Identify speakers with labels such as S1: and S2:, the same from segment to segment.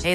S1: Hey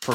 S2: For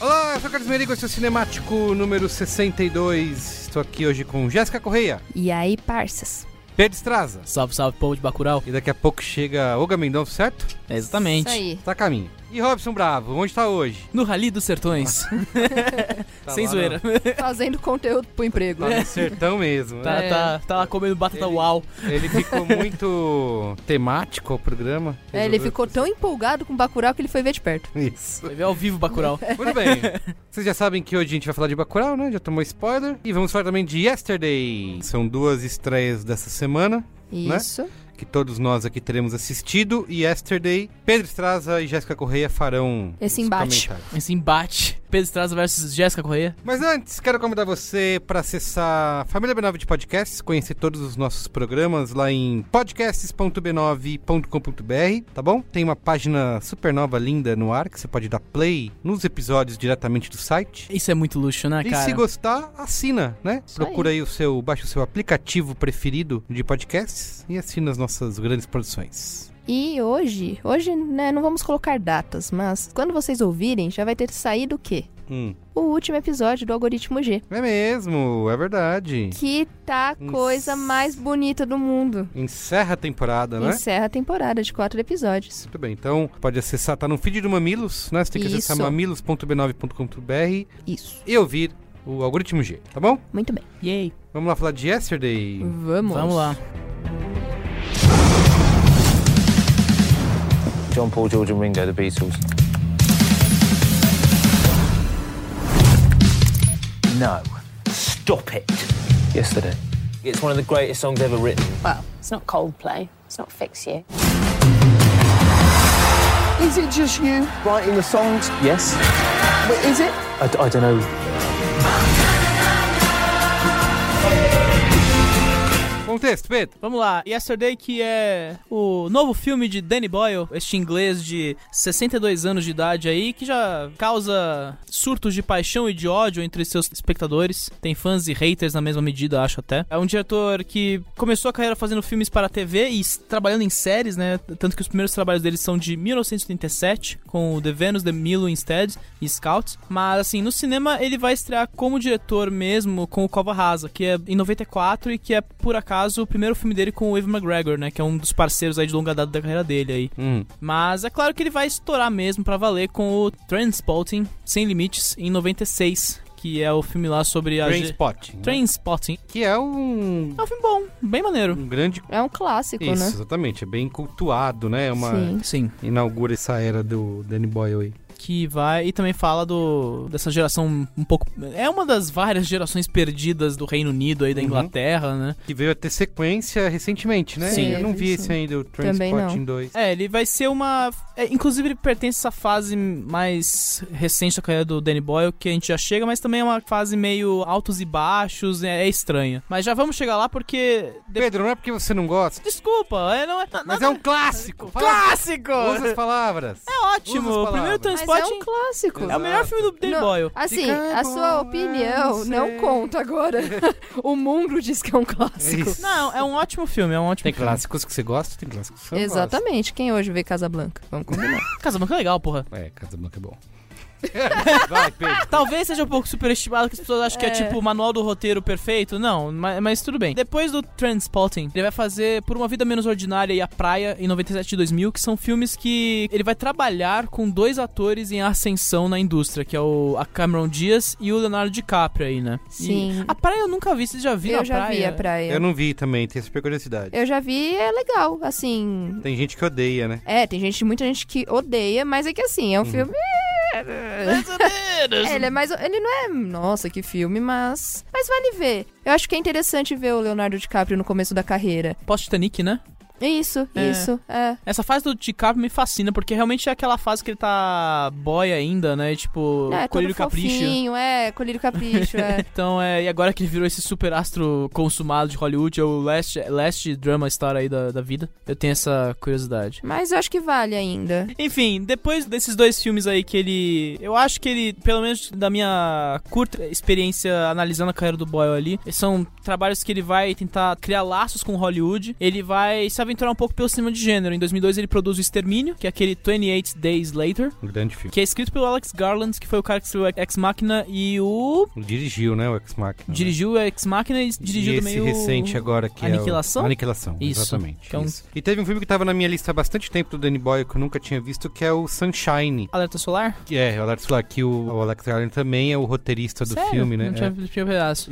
S3: Olá, eu sou o Carlos Merigo, esse é o Cinemático número 62. Estou aqui hoje com Jéssica Correia,
S4: E aí, parças?
S3: Pedro Estraza.
S5: Salve, salve, povo de Bacurau.
S3: E daqui a pouco chega Olga Mendonça, certo?
S5: Exatamente.
S4: Isso aí.
S3: Tá a caminho. E Robson Bravo, onde tá hoje?
S5: No Rally dos Sertões.
S3: Tá
S5: Sem
S3: lá
S5: zoeira.
S4: Fazendo conteúdo pro emprego,
S3: No, tá
S4: né?
S3: no sertão mesmo,
S5: Tá,
S3: né?
S5: tá, tá lá comendo batata
S3: Ele-
S5: uau.
S3: Ele ficou muito temático ao programa.
S4: É, ele ficou tão empolgado com o Bacurau que ele foi ver de perto.
S3: Isso.
S5: Vai ver ao vivo Bacurau.
S3: Muito bem. Vocês já sabem que hoje a gente vai falar de Bacurau, né? Já tomou spoiler. E vamos falar também de Yesterday. São duas estreias dessa semana. Né?
S4: Isso.
S3: que todos nós aqui teremos assistido. E Yesterday, Pedro Estraza e Jéssica Correia farão
S4: Esse
S3: os
S4: embate.
S3: comentários.
S5: Esse embate. Pedro Estraza versus Jéssica Correia.
S3: Mas antes, quero convidar você para acessar a Família B9 de Podcasts, conhecer todos os nossos programas lá em podcasts.b9.com.br, tá bom? Tem uma página super nova, linda no ar, que você pode dar play nos episódios diretamente do site.
S5: Isso é muito luxo,
S6: Ah,
S5: né,
S3: E
S5: cara?
S3: se gostar, assina, né? Procura aí. o seu, baixa o seu aplicativo preferido de podcasts e assina as nossas grandes produções.
S4: E hoje, hoje, né, não vamos colocar datas, mas quando vocês ouvirem, já vai ter saído o quê?
S3: Hum.
S4: O último episódio do Algoritmo G.
S3: É mesmo, é verdade.
S4: Que tá a
S3: Hum.
S4: coisa mais bonita do mundo.
S3: Encerra a temporada, né?
S4: Encerra a temporada de quatro episódios.
S3: Muito bem, então pode acessar, tá no feed do Mamilos, né? Você tem que acessar
S4: Isso.
S3: mamilos.b9.com.br
S4: Isso.
S3: e ouvir o algoritmo G, tá bom?
S4: Muito bem.
S5: Yay.
S3: Vamos lá falar de Yesterday.
S4: Vamos.
S5: Vamos lá.
S7: John Paul, George, and Ringo, the Beatles. No. Stop it. Yesterday. It's one of the greatest songs ever written.
S8: Well, it's not Coldplay. It's not Fix You.
S7: Is it just you writing the songs? Yes. But is it? I, d- I don't know.
S3: Contexto, Pedro.
S5: Vamos lá, Yesterday, que é o novo filme de Danny Boyle, este inglês de 62 anos de idade aí, que já causa surtos de paixão e de ódio entre seus espectadores. Tem fãs e haters na mesma medida, acho até. É um diretor que começou a carreira fazendo filmes para a TV e s- trabalhando em séries, né? Tanto que os primeiros trabalhos dele são de 1937, com o The Venus, The Milo Instead e Scouts. Mas, assim, no cinema ele vai estrear como diretor mesmo com o Cova Rasa, que é em 94 e que é, por acaso, o primeiro filme dele com o Evan McGregor, né? Que é um dos parceiros aí de longa data da carreira dele aí. Mas é claro que ele vai estourar mesmo pra valer com o Transpotting Sem Limites em 96, que é o filme lá sobre a.
S3: Trainspotting, né?
S5: Trainspotting.
S3: Que é um.
S5: É um filme bom, bem maneiro.
S3: Um grande.
S4: É um clássico,
S3: Isso,
S4: né?
S3: exatamente. É bem cultuado, né? É Uma...
S4: Sim.
S5: Sim.
S3: Inaugura essa era do Danny Boyle aí.
S5: que vai e também fala do dessa geração um pouco é uma das várias gerações perdidas do Reino Unido aí da
S3: Uhum.
S5: Inglaterra, né?
S3: Que veio a ter sequência recentemente, né?
S4: Sim,
S3: Eu não vi
S4: isso.
S3: esse ainda, o
S4: Também
S3: Transporting
S4: não.
S3: 2.
S5: É, ele vai ser uma. é, inclusive, ele pertence a essa fase mais recente da carreira do Danny Boyle, que a gente já chega, mas também é uma fase meio altos e baixos, é, é estranha. Mas já vamos chegar lá porque. de-
S3: Pedro, não é porque você não gosta,
S5: Desculpa, é, não é.
S3: mas é um clássico. Fala-
S5: clássico!
S3: Usa as palavras.
S5: É ótimo!
S3: Usa as
S5: O primeiro
S3: palavras. é
S4: Mas
S5: transporte
S4: é um clássico.
S5: é o melhor filme do Danny
S4: Não,
S5: Boyle.
S4: Assim,
S3: Fica
S4: a sua
S3: bom,
S4: opinião
S3: eu
S4: não
S3: sei.
S4: conta agora. o mundo diz que é um clássico.
S3: Isso.
S5: Não, é um ótimo filme, é um ótimo
S3: Tem
S5: filme.
S3: clássicos que você gosta, tem clássicos que você não
S4: Exatamente. Quem hoje vê Casablanca? Vamos combinar.
S5: Casablanca é legal, porra.
S3: gosta. É, Casablanca é bom. Vai, Pedro.
S5: Talvez seja um pouco superestimado, que as pessoas acham que é tipo o manual do roteiro perfeito. Não, mas, mas tudo bem. Depois do Transpotting, ele vai fazer Por Uma Vida Menos Ordinária e A Praia, em 97 e 2000, que são filmes que ele vai trabalhar com dois atores em ascensão na indústria, que é o a Cameron Diaz e o Leonardo DiCaprio aí, né? E
S4: Sim.
S5: a Praia eu nunca vi, vocês já viram
S4: eu
S5: a
S4: já
S5: Praia?
S4: vi a praia.
S3: Eu não vi também, tenho super curiosidade.
S4: Eu já vi, é legal, assim.
S3: Tem gente que odeia, né?
S4: É, tem gente, muita gente que odeia, mas é que assim, é um filme. É, ele é mais. Ele não é. Nossa, que filme, mas. Mas vale ver. Eu acho que é interessante ver o Leonardo DiCaprio no começo da carreira.
S5: Pós-Titanic, né?
S4: Isso,
S5: É.
S4: isso. É.
S5: Essa fase do DiCaprio me fascina, porque realmente é aquela fase que ele tá boy ainda, né? Tipo,
S4: é,
S5: Colírio
S4: todo
S5: Capricho.
S4: fofinho, é, colírio capricho, é.
S5: Então, é, e agora que ele virou esse super astro consumado de Hollywood, é o last, last drama star aí da, da vida. Eu tenho essa curiosidade.
S4: Mas eu acho que vale ainda.
S5: Enfim, depois desses dois filmes aí que ele. Eu acho que ele, pelo menos da minha curta experiência analisando a carreira do Boyle ali, são trabalhos que ele vai tentar criar laços com Hollywood. Ele vai se aventurar um pouco pelo cinema de gênero. Em 2002 ele produz O Extermínio, que é aquele 28 Days Later,
S3: Um grande filme.
S5: que é escrito pelo Alex Garland, que foi o cara que escreveu Ex Machina e o
S3: Dirigiu, né, o Ex Machina. né?
S5: Uhum. Dirigiu o Ex Machina e dirigiu
S3: e
S5: também
S3: esse
S5: o...
S3: recente agora que
S5: Aniquilação?
S3: é o... Aniquilação,
S5: Isso.
S3: exatamente.
S5: Que é um-
S3: isso. E teve um filme que tava na minha lista há bastante tempo do Danny Boyle que eu nunca tinha visto, que é o Sunshine.
S5: Alerta Solar?
S3: Que é, o Alex Flack, que o, o Alex Garland também é o roteirista do
S5: Sério?
S3: filme, né?
S5: Não
S3: É.
S5: tinha, não tinha pedaço.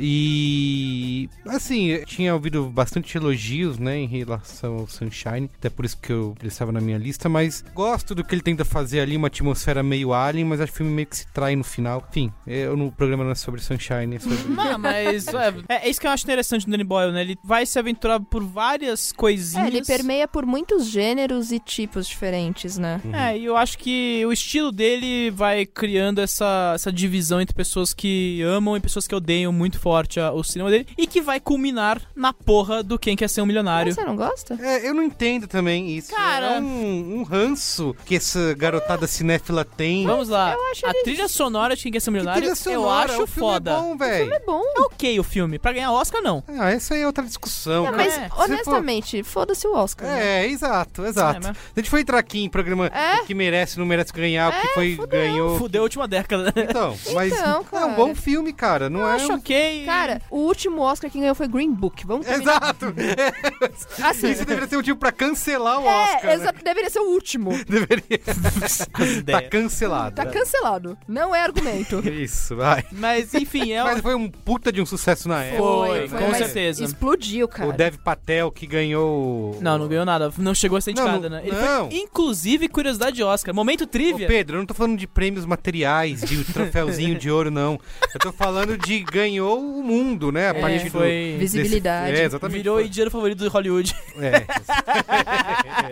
S3: E assim, eu tinha ouvido bastante elogios, né, em relação ao Sunshine, até por isso que eu, ele estava na minha lista, mas gosto do que ele tenta fazer ali, uma atmosfera meio alien, mas acho que o filme meio que se trai no final. Enfim, eu no programa não é sobre Sunshine, é sobre.
S5: Não, mas é, é isso que eu acho interessante do Danny Boyle, né? Ele vai se aventurar por várias coisinhas.
S4: É, ele permeia por muitos gêneros e tipos diferentes, né?
S5: É, e eu acho que o estilo dele vai criando essa, essa divisão entre pessoas que amam e pessoas que odeiam muito forte a- o cinema dele. E que vai culminar na porra do Quem Quer Ser Um
S4: Mas
S5: Milionário.
S4: você não gosta?
S3: É, eu não entendo também isso.
S5: Cara.
S3: É um, um ranço que essa garotada cinéfila tem.
S5: Vamos lá.
S4: Eu acho
S5: a
S4: ele-
S5: trilha sonora de Quem Quer Ser Um
S3: Que
S5: Milionário
S3: trilha
S5: eu
S3: sonora,
S5: acho
S3: o filme
S5: foda.
S3: É bom, velho.
S4: É bom.
S5: É ok o filme. Pra ganhar Oscar, não.
S3: Ah, essa aí é outra discussão.
S4: Não,
S3: cara.
S4: mas
S3: Se for-
S4: honestamente, foda-se o Oscar. né?
S3: É, exato, exato.
S5: É, mas-
S3: Se a gente for entrar aqui em programa
S4: É.
S3: que merece, não merece ganhar, o que foi, ganhou.
S5: É, Fudeu a última década, né?
S3: Então, mas
S4: Então,
S3: é um
S4: cara.
S3: bom filme, cara. Não
S5: Eu
S3: é
S5: acho
S3: um...
S5: ok.
S4: Cara, o último Oscar que ganhou foi Green Book. Vamos terminar.
S3: Exato!
S4: Assim,
S3: Isso deveria ser um tipo pra cancelar o Oscar.
S4: é,
S3: né?
S4: exa- deveria ser o último.
S3: Deveria.
S5: As
S3: tá
S5: ideias.
S3: cancelado.
S4: Tá cancelado. Não é argumento.
S3: Isso, vai.
S5: Mas enfim, é
S3: Mas
S5: uma...
S3: foi um puta de um sucesso na época.
S5: Foi, com
S4: mas
S5: certeza.
S4: Explodiu, cara.
S3: O Dev Patel que ganhou. o-
S5: Não, não ganhou nada. Não chegou a ser
S3: Não,
S5: indicada,
S3: não-
S5: né? Ele
S3: não.
S5: Foi, inclusive, curiosidade de Oscar. Momento
S3: Ô,
S5: trivia.
S3: Pedro, eu não tô falando de prêmios materiais, de troféuzinho de ouro, não. Eu tô falando de ganhou o mundo, né? A
S5: É,
S3: partir do.
S5: foi...
S3: desse-
S4: Visibilidade.
S3: É, exatamente.
S5: Virou o dinheiro favorito de Hollywood.
S3: É.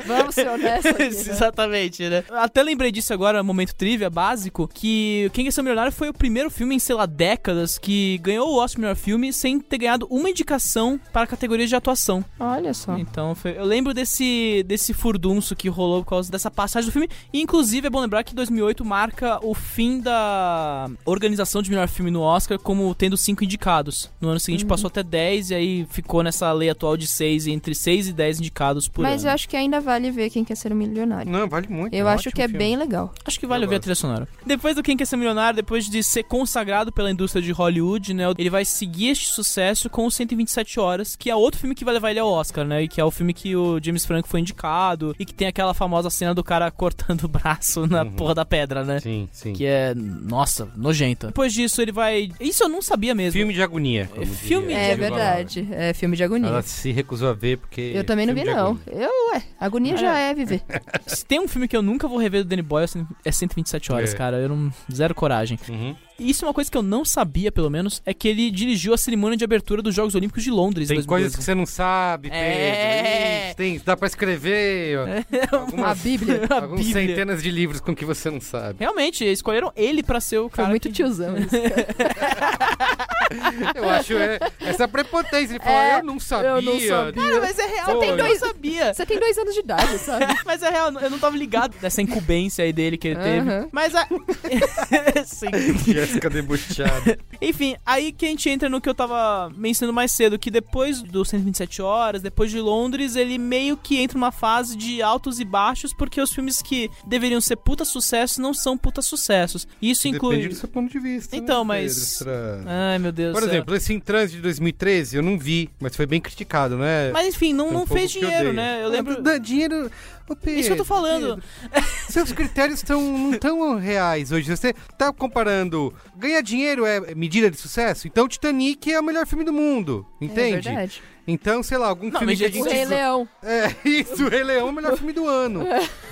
S4: Vamos ser honestos aqui, né?
S5: Exatamente, né? Até lembrei disso agora, momento trivia básico, que Quem Quer Ser Milionário foi o primeiro filme em, sei lá, décadas que ganhou o Oscar de Melhor Filme sem ter ganhado uma indicação para a categoria de atuação.
S4: Olha só.
S5: Então, foi- eu lembro desse, desse furdunço que rolou por causa dessa passagem do filme. E, inclusive, é bom lembrar que 2008 marca o fim da organização de melhor filme no Oscar como tendo cinco indicados. No ano
S4: Uhum.
S5: seguinte passou até 10 e aí ficou nessa lei atual de 6, entre 6 e 10 indicados por
S4: Mas
S5: ano.
S4: eu acho que ainda vale ver quem quer ser um milionário.
S3: Não, vale muito.
S4: eu
S3: é um
S4: acho
S3: ótimo
S4: que é
S3: filme.
S4: bem legal.
S5: Acho que vale
S3: Eu
S5: ouvir a
S3: gosto.
S5: trilha sonora. Depois do Quem Quer Ser Milionário, depois de ser consagrado pela indústria de Hollywood, né? Ele vai seguir este sucesso com o 127 Horas, que é outro filme que vai levar ele ao Oscar, né? E que é o filme que o James Franco foi indicado e que tem aquela famosa cena do cara cortando o braço na porra da pedra, né?
S3: Sim, sim.
S5: Que é, nossa, nojenta. Depois disso, ele vai. Isso eu não sabia mesmo.
S3: Filme de agonia. como
S5: É filme
S3: diria
S4: É
S3: Diego
S4: verdade. É filme de
S3: Alaba.
S4: agonia.
S3: Ela se recusou a ver porque.
S4: eu também não vi,
S3: assim, filme de
S4: não.
S3: agonia.
S4: Eu, ué, agonia já é viver.
S5: Se tem um filme que eu nunca vou rever do Danny Boyle, é 127 Horas,
S3: É.
S5: cara. Eu não. Zero coragem.
S3: Uhum.
S5: Isso é uma coisa que eu não sabia, pelo menos, é que ele dirigiu a cerimônia de abertura dos Jogos Olímpicos de Londres.
S3: Tem
S5: 2012.
S3: coisas que você não sabe, Pedro.
S5: É.
S3: Ixi, Tem, dá pra escrever. ó.
S4: A
S3: Algumas,
S4: Bíblia.
S5: A
S3: algumas
S5: Bíblia.
S3: centenas de livros com que você não sabe.
S5: Realmente, escolheram ele pra ser o
S4: Foi
S5: cara.
S4: muito
S5: que...
S4: tiozão isso.
S3: Eu acho é, essa prepotência. Ele falou,
S4: É,
S3: eu não sabia.
S4: eu não sabia.
S5: Cara, mas é real,
S3: Foi.
S5: tem dois eu sabia.
S4: Você tem dois anos de idade, sabe?
S5: Mas é real, eu não tava ligado dessa incumbência aí dele que ele teve.
S4: Aham.
S5: Mas a. Sim.
S3: Jéssica debochada.
S5: Enfim, aí que a gente entra no que eu tava mencionando mais cedo, que depois do 127 horas, depois de Londres, ele meio que entra numa fase de altos e baixos, porque os filmes que deveriam ser puta sucessos não são puta sucessos. Isso inclui.
S3: Depende do seu ponto de vista. né,
S5: Então, mas- Ah,
S3: Pedro? Será?
S5: Ai, meu Deus.
S3: Por
S5: do céu.
S3: exemplo, esse em trânsito de 2013 eu não vi, mas foi bem criticado, né?
S5: Mas enfim, não,
S3: Tem um
S5: não
S3: povo
S5: fez
S3: que
S5: dinheiro,
S3: odeia.
S5: né?
S3: Ah,
S5: Eu lembro.
S3: dá dinheiro. Ô, Pedro,
S5: Isso que eu tô falando.
S3: Pedro, seus critérios tão, não tão reais hoje. Você tá comparando. Ganhar dinheiro é medida de sucesso? Então Titanic é o melhor filme do mundo. Entende?
S4: É verdade.
S3: então, sei lá, algum
S5: Não,
S3: filme
S5: mas
S3: que a
S5: gente-
S4: O
S3: gente.
S4: Rei Leão.
S3: É, isso, o Rei Leão é o melhor filme do ano.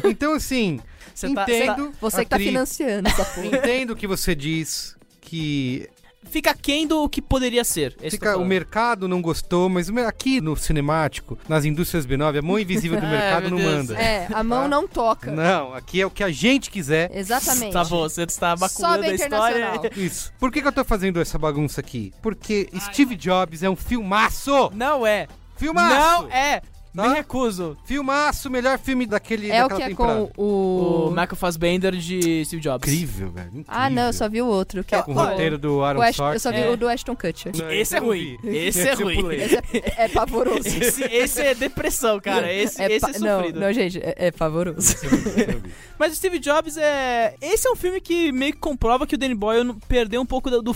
S3: Então, assim,
S5: Você tá-
S3: entendo.
S4: Você que tá
S3: Atri-
S4: financiando essa porra.
S3: Entendo o que você diz. Que
S5: Fica quem do que poderia ser. é isso que eu
S3: fica,
S5: tô
S3: o
S5: falando.
S3: mercado não gostou, mas o mer- aqui no cinemático, nas indústrias B9, a mão invisível do
S5: Ah,
S3: mercado
S5: meu
S3: não
S5: Deus.
S3: manda.
S4: É, a mão não toca.
S3: Tá. Não, aqui é o que a gente quiser.
S4: Exatamente.
S5: Tá bom, você está
S4: Sobe
S5: maculando
S4: a
S5: a história.
S4: internacional.
S3: Isso. Por que, que eu tô fazendo essa bagunça aqui? Porque Steve Jobs é um filmaço!
S5: Não é.
S3: Filmaço!
S5: Não é.
S3: Tá?
S5: Me recuso.
S3: Filmaço, melhor filme daquele,
S4: É o
S3: daquela
S4: que é
S3: temporada.
S4: com o...
S5: O Michael Fassbender de Steve Jobs.
S3: Incrível, velho. incrível.
S4: Ah, não, eu só vi o outro. Que é...
S3: Com o
S4: o-
S3: roteiro do Aaron
S4: o Ash-
S3: Sorkin.
S4: Eu só vi
S5: É.
S4: o do Ashton Kutcher.
S3: Não,
S5: Esse é
S3: eu não
S5: ruim.
S3: vi. Tipo,
S5: Esse é
S3: eu
S5: ruim.
S3: pulei.
S4: Esse é, é pavoroso.
S5: Esse, esse é depressão, cara. Esse é,
S4: é
S5: esse
S4: pa-
S5: é
S4: não,
S5: sofrido.
S4: não, gente, é, é pavoroso.
S5: Mas o Steve Jobs é. Esse é um filme que meio que comprova que o Danny Boyle não- perdeu um pouco do, do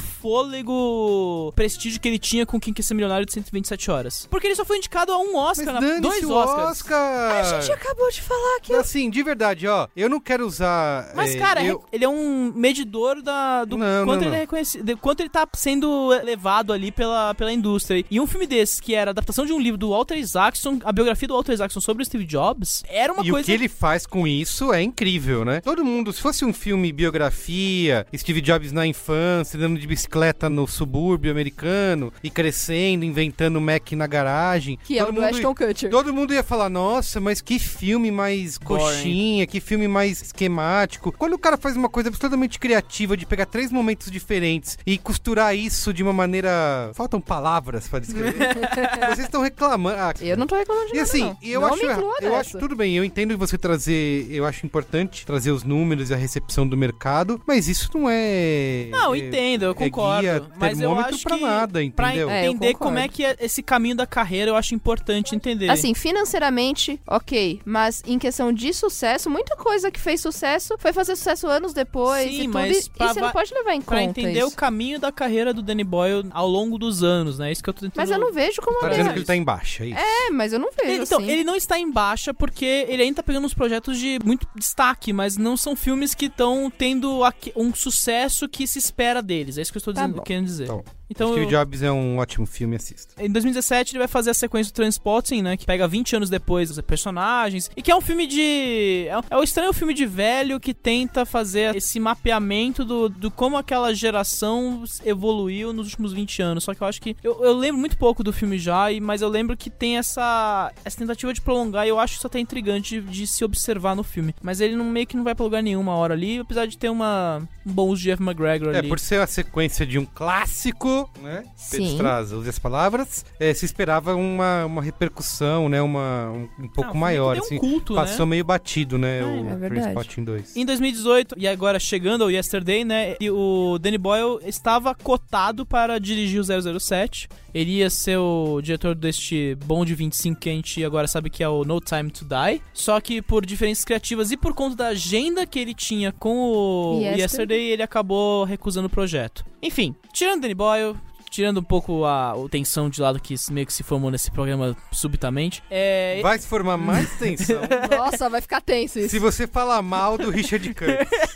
S5: fôlego prestígio que ele tinha com Quem Quer Ser Milionário de 127 Horas. Porque ele só foi indicado a um
S3: Mas
S5: Oscar, na,
S3: dane-se
S5: dois
S3: o
S5: Oscars.
S3: Oscar!
S4: A gente acabou de falar que é
S3: Assim, de verdade, ó, eu não quero usar...
S5: Mas,
S3: eh,
S5: cara,
S3: eu...
S5: ele é um medidor da, do
S3: Não,
S5: quanto
S3: não,
S5: ele
S3: não.
S5: é reconhecido, de quanto ele tá sendo levado ali pela, pela indústria. E um filme desse, que era a adaptação de um livro do Walter Isaacson, a biografia do Walter Isaacson sobre o Steve Jobs, era uma
S3: e
S5: coisa.
S3: o que ele faz com isso é incrível, né? Todo mundo, se fosse um filme biografia, Steve Jobs na infância, andando de bicicleta no subúrbio americano e crescendo, inventando Mac na garagem.
S4: Que é
S3: todo
S4: o do
S3: mundo-
S4: Ashton Kutcher.
S3: Todo mundo ia falar, nossa, mas que filme mais
S5: Boring.
S3: coxinha, que filme mais esquemático. Quando o cara faz uma coisa absolutamente criativa de pegar três momentos diferentes e costurar isso de uma maneira. Faltam palavras pra descrever. Vocês estão reclamando. Ah,
S4: Eu não tô reclamando de
S3: e
S4: nada,
S3: assim,
S4: não.
S3: eu
S4: Não
S3: acho,
S4: me inclua
S3: eu
S4: nessa.
S3: acho tudo bem, eu entendo você trazer, eu acho importante trazer os números e a recepção do mercado, mas isso não é
S5: Não,
S3: é-
S5: entendo, eu
S3: é
S5: concordo.
S3: guia,
S5: mas eu
S3: termômetro
S5: acho
S3: pra
S5: que
S3: nada,
S5: pra
S3: entendeu?
S4: É, eu
S5: entender como
S4: concordo.
S5: é que é esse caminho da carreira, eu acho importante entender.
S4: Assim, financeiramente, ok. Mas em questão de sucesso, muita coisa que fez sucesso foi fazer sucesso anos depois.
S5: Sim,
S4: e tudo,
S5: mas
S4: e- e
S5: pra
S4: você não
S5: va-
S4: pode levar em
S5: Pra
S4: conta.
S5: entender o
S4: isso.
S5: caminho da carreira do Danny Boyle ao longo dos anos, né? Isso que eu tô tentando.
S4: Mas eu não vejo como
S3: Tá
S4: uma
S3: dizendo
S4: vez.
S3: que ele tá em baixa, é isso.
S4: É, mas eu não vejo.
S5: Ele- então,
S4: assim.
S5: ele não está em baixa porque ele ainda tá pegando uns projetos de muito destaque, mas não são filmes que estão tendo aque- um sucesso que se espera deles. É isso que eu estou
S4: Tá
S5: dizendo-
S4: bom.
S5: querendo dizer.
S3: Tá bom.
S5: Então,
S3: Steve
S5: eu-
S3: Jobs é um ótimo filme, assista.
S5: Em 2017 ele vai fazer a sequência do Transporting, né? Que pega 20 anos depois os personagens. E que é um filme de. é um- É o estranho filme de velho que tenta fazer esse mapeamento do, do como aquela geração evoluiu nos últimos 20 anos. Só que eu acho que. Eu, eu lembro muito pouco do filme já, e- mas eu lembro que tem essa, essa tentativa de prolongar. E eu acho isso até intrigante de, de se observar no filme. Mas ele não, meio que não vai pra lugar nenhum uma hora ali, apesar de ter uma, um bom uso de Jeff McGregor
S3: É,
S5: ali.
S3: por ser a sequência de um clássico, né?
S4: Sim.
S3: Pedro Strauss, use as palavras. é, se esperava uma, uma repercussão, né? Uma, um, um pouco
S5: foi
S3: maior,
S5: meio que
S3: assim.
S5: deu um culto, né?
S3: passou meio batido, né?
S4: é
S3: o
S4: verdade.
S3: Trainspotting 2.
S5: Em 2018, e agora chegando ao Yesterday, né? e o Danny Boyle estava cotado para dirigir o 007. Ele ia ser o diretor deste bom de 25 que a gente agora sabe que é o No Time to Die. Só que por diferenças criativas e por conta da agenda que ele tinha com o
S4: Yesterday.
S5: Yesterday, ele acabou recusando o projeto. Enfim, tirando Danny Boyle, tirando um pouco a a tensão de lado que meio que se formou nesse programa subitamente. É,
S3: Vai se formar mais tensão
S4: Nossa, vai ficar tenso isso.
S3: se você falar mal do Richard Curtis.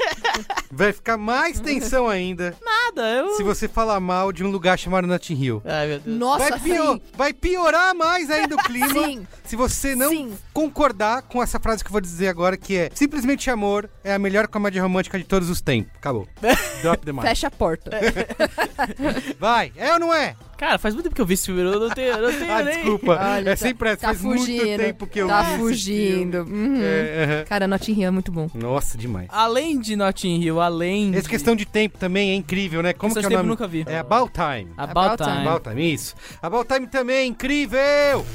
S3: Vai ficar mais tensão ainda
S5: nada, eu...
S3: se você falar mal de um lugar chamado Notting Hill.
S5: Ai, meu Deus.
S4: Nossa, assim,
S3: vai, pior- vai piorar mais ainda o clima
S4: Sim.
S3: se você não
S4: Sim.
S3: concordar com essa frase que eu vou dizer agora, que é simplesmente amor é a melhor comédia romântica de todos os tempos. Acabou. Drop the mic.
S4: Fecha a porta.
S3: É, Vai, é ou não é?
S5: Cara, faz muito tempo que eu vi esse filme, eu não tenho, eu não tenho
S3: Ah,
S5: nem...
S3: desculpa.
S4: Olha,
S3: é sempre essa.
S4: tá
S3: Faz muito
S4: fugindo,
S3: tempo que eu
S4: Tá
S3: vi esse
S4: fugindo. Uhum.
S3: filme. É, aham.
S4: Cara, Notting Hill é muito bom.
S3: Nossa, demais.
S5: Além de Notting Hill, além
S3: Essa
S5: de...
S3: questão de tempo também é incrível, né? Como que
S5: Questão
S3: é o
S5: de
S3: nome?
S5: tempo eu nunca vi.
S3: É About Time.
S5: About,
S4: About
S5: Time.
S4: Time.
S3: About Time, isso. About Time também é incrível!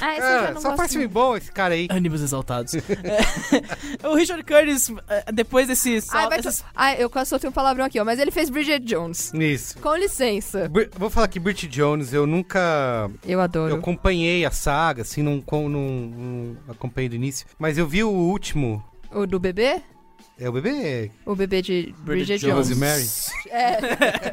S4: Ah, esse eu já
S3: Cara,
S4: não
S3: só
S4: gosto
S3: faz filme
S4: muito.
S3: bom esse cara aí.
S5: Ânimos exaltados. É, o Richard Curtis, é, depois desse...
S4: Ai,
S5: sal-
S4: vai
S5: dessas-
S4: tu- Ai, eu quase soltei um palavrão aqui, ó. Mas ele fez Bridget Jones.
S3: Isso.
S4: Com licença.
S3: Br- Vou falar que Bridget Jones, eu nunca
S4: Eu
S3: Eu
S4: adoro.
S3: acompanhei a saga, assim, não, com- não, não acompanhei do início. Mas eu vi o último.
S4: O do bebê?
S3: É o bebê?
S4: O bebê de Bridget, Jones.
S5: Jones.
S3: Rosemary?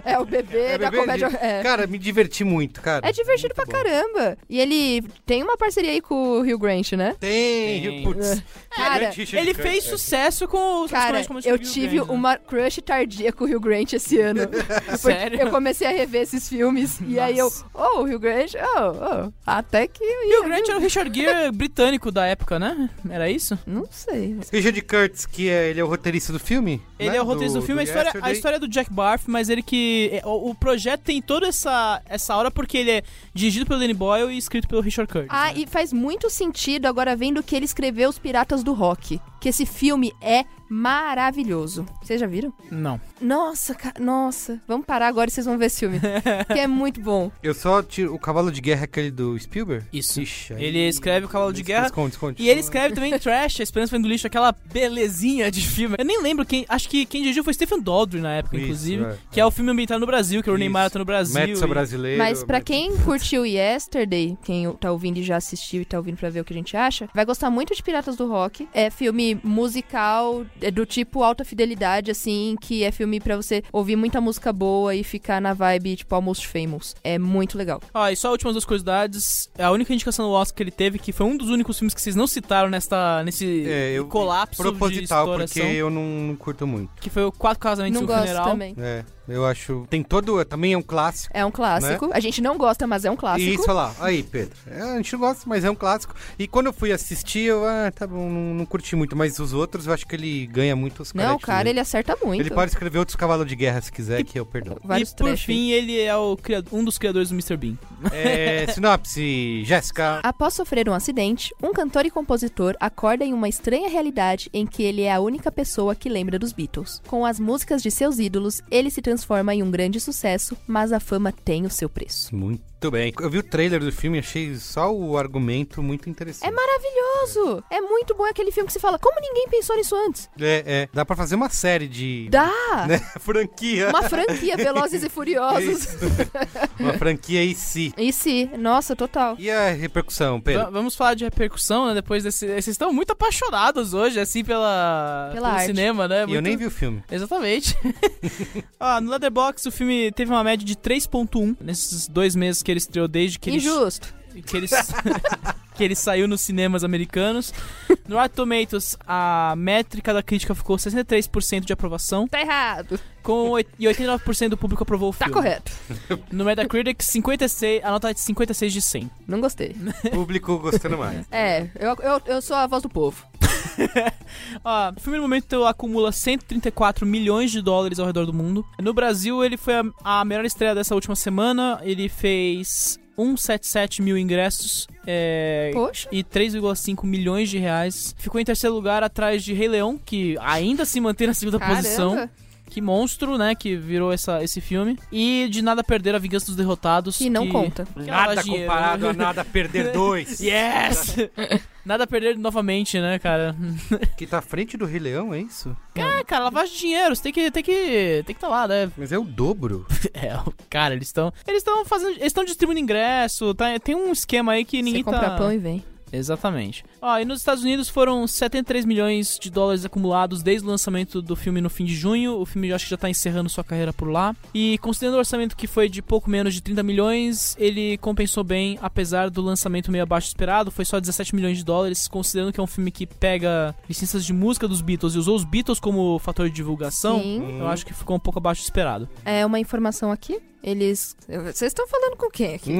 S4: É, é o bebê
S3: É o
S4: da
S3: bebê
S4: comédia.
S3: de-
S4: É.
S3: Cara, me diverti muito, cara.
S4: É divertido pra
S3: Muito bom.
S4: caramba. E ele tem uma parceria aí com o Hugh Grant, né?
S3: Tem,
S5: Tem.
S3: putz.
S4: É.
S5: É,
S4: Cara,
S3: grande Richard
S5: Ele
S3: Curtis.
S5: fez sucesso com os
S4: Cara,
S5: personagens como
S4: eu
S5: Steve
S4: tive
S5: Grant, né?
S4: uma crush tardia com o Hugh Grant esse ano. Porque
S5: É Sério?
S4: Eu comecei a rever esses filmes e aí eu,
S5: Nossa.
S4: oh, Hugh Grant, oh, oh, até que eu ia,
S5: Hugh Grant era é o Richard Gere britânico da época, né? Era isso?
S4: Não sei.
S3: Richard Curtis, que é, ele é o roteirista do filme?
S5: Ele
S3: né?
S5: é o roteirista do, filme, a história, a
S3: Yesterday.
S5: história é do Jack Barth, mas ele que. é, O, o projeto tem toda essa, essa hora porque ele é dirigido pelo Danny Boyle e escrito pelo Richard Curtis. né?
S4: Ah, e faz muito sentido agora vendo que ele escreveu Os Piratas do Rock, que esse filme é maravilhoso. Vocês já viram?
S5: Não.
S4: Nossa, ca- nossa. Vamos parar agora e vocês vão ver esse filme, que é muito bom.
S3: Eu só tiro o cavalo de guerra, é aquele do Spielberg?
S5: Isso.
S3: Ixi, aí-
S5: Ele escreve o Cavalo de Guerra.
S3: Esconde, esconde.
S5: E ele escreve também Trash, A Esperança Vem do Lixo, aquela belezinha de filme. Eu nem lembro quem. Acho que quem dirigiu foi Stephen Daldry na época,
S3: Isso,
S5: inclusive.
S3: é,
S5: que é. o filme ambientado no Brasil, que o Neymar
S3: Isso.
S5: tá no Brasil. e-
S3: Metsa
S5: é
S3: brasileiro.
S4: Mas pra
S3: Metsa-
S4: quem curtiu Yesterday, quem tá ouvindo e já assistiu e tá ouvindo pra ver o que a gente acha, vai gostar muito de Piratas do Rock. É filme musical, é do tipo alta fidelidade, assim, que é filme pra você ouvir muita música boa e ficar na vibe, tipo, almost famous. É muito legal.
S5: Ó, e só últimas duas curiosidades. é A única indicação do Oscar que ele teve, que foi um dos únicos filmes que vocês não citaram nesta, nesse
S3: É, eu-
S5: colapso um de
S3: Proposital, porque
S5: exploração,
S3: eu não, não curto muito.
S5: que foi o Quatro Casamentos
S4: Não
S5: e um
S4: gosto
S5: Funeral.
S4: também.
S3: É, eu acho... Tem todo... Também é um clássico.
S4: É um clássico. A gente não gosta, mas é um clássico.
S3: E isso, olha lá. Aí, Pedro. É, a gente não gosta, mas é um clássico. E quando eu fui assistir, eu, ah, tá bom, não, não curti muito. Mas os outros, eu acho que ele ganha muito os
S4: Não, cara, ele acerta muito.
S3: Ele pode escrever outros cavalos de guerra se quiser, que eu perdoo.
S4: Vários
S5: e por
S4: trechos.
S5: fim, ele é o cria- um dos criadores do Mr. Bean.
S3: É, sinopse, Jéssica.
S4: Após sofrer um acidente, um cantor e compositor acorda em uma estranha realidade em que ele é a única pessoa que lembra dos Beatles. Com as músicas de seus ídolos, ele se transforma em um grande sucesso, mas a fama tem o seu preço.
S3: Muito bem. Eu vi o trailer do filme e achei só o argumento muito interessante.
S4: É maravilhoso! É muito bom aquele filme que se fala, como ninguém pensou nisso antes?
S3: É, é. Dá pra fazer uma série de...
S4: Dá!
S3: né, franquia.
S4: Uma franquia, Velozes e Furiosos.
S3: Uma franquia e si.
S4: E se, nossa, total.
S3: E a repercussão,
S5: Va-
S3: Pedro?
S5: Vamos falar de repercussão, né? Depois desse. Vocês estão muito apaixonados hoje, assim, pela,
S4: Pela
S5: pelo
S4: arte.
S5: cinema, né?
S3: E eu
S5: Muito-
S3: nem vi o filme.
S5: Exatamente. ah, no Leatherbox o filme teve uma um média de 3.1 nesses dois meses que ele estreou desde que ele,
S4: Injusto.
S5: que ele, que ele saiu nos cinemas americanos. No Rotten Tomatoes, a métrica da crítica ficou 63% de aprovação,
S4: Tá errado.
S5: com oit- e 89% do público aprovou o
S4: Tá
S5: filme.
S4: correto.
S5: No Metacritic, 56, a nota é de 56 de 100.
S4: Não gostei.
S3: Público gostando mais.
S4: É, eu, eu, eu sou a voz do povo.
S5: Ó, o filme no momento acumula 134 milhões de dólares ao redor do mundo. No Brasil, ele foi a, a melhor estreia dessa última semana. Ele fez 177 mil ingressos. É,
S4: Poxa.
S5: e 3,5 milhões de reais. Ficou em terceiro lugar atrás de Rei Leão, que ainda se mantém na segunda
S4: Caramba.
S5: posição. Que monstro, né? Que virou essa, esse filme. E de nada perder a vingança dos derrotados.
S4: Que não conta.
S5: que né?
S3: Nada
S5: elogio.
S3: comparado a nada perder dois.
S5: é. Yes! nada perder novamente, né, cara?
S3: Que tá à frente do Rei Leão, é isso?
S5: É, cara, lavagem de dinheiro, você tem que tem que tem que tá lá, né?
S3: Mas é o dobro.
S5: É, o- cara, eles estão eles estão fazendo, eles estão distribuindo ingresso, tá, tem um esquema aí que ninguém
S4: Você compra
S5: tá
S4: pão e vem.
S5: Exatamente. Ó, e nos Estados Unidos foram 73 milhões de dólares acumulados desde o lançamento do filme no fim de junho. O filme eu acho que já tá encerrando sua carreira por lá. E considerando o orçamento que foi de pouco menos de 30 milhões, ele compensou bem, apesar do lançamento meio abaixo do esperado. Foi só 17 milhões de dólares, considerando que é um filme que pega licenças de música dos Beatles e usou os Beatles como fator de divulgação.
S4: Sim.
S5: Eu acho que ficou um pouco abaixo do esperado.
S4: É uma informação aqui. Eles. Vocês estão falando com quem aqui?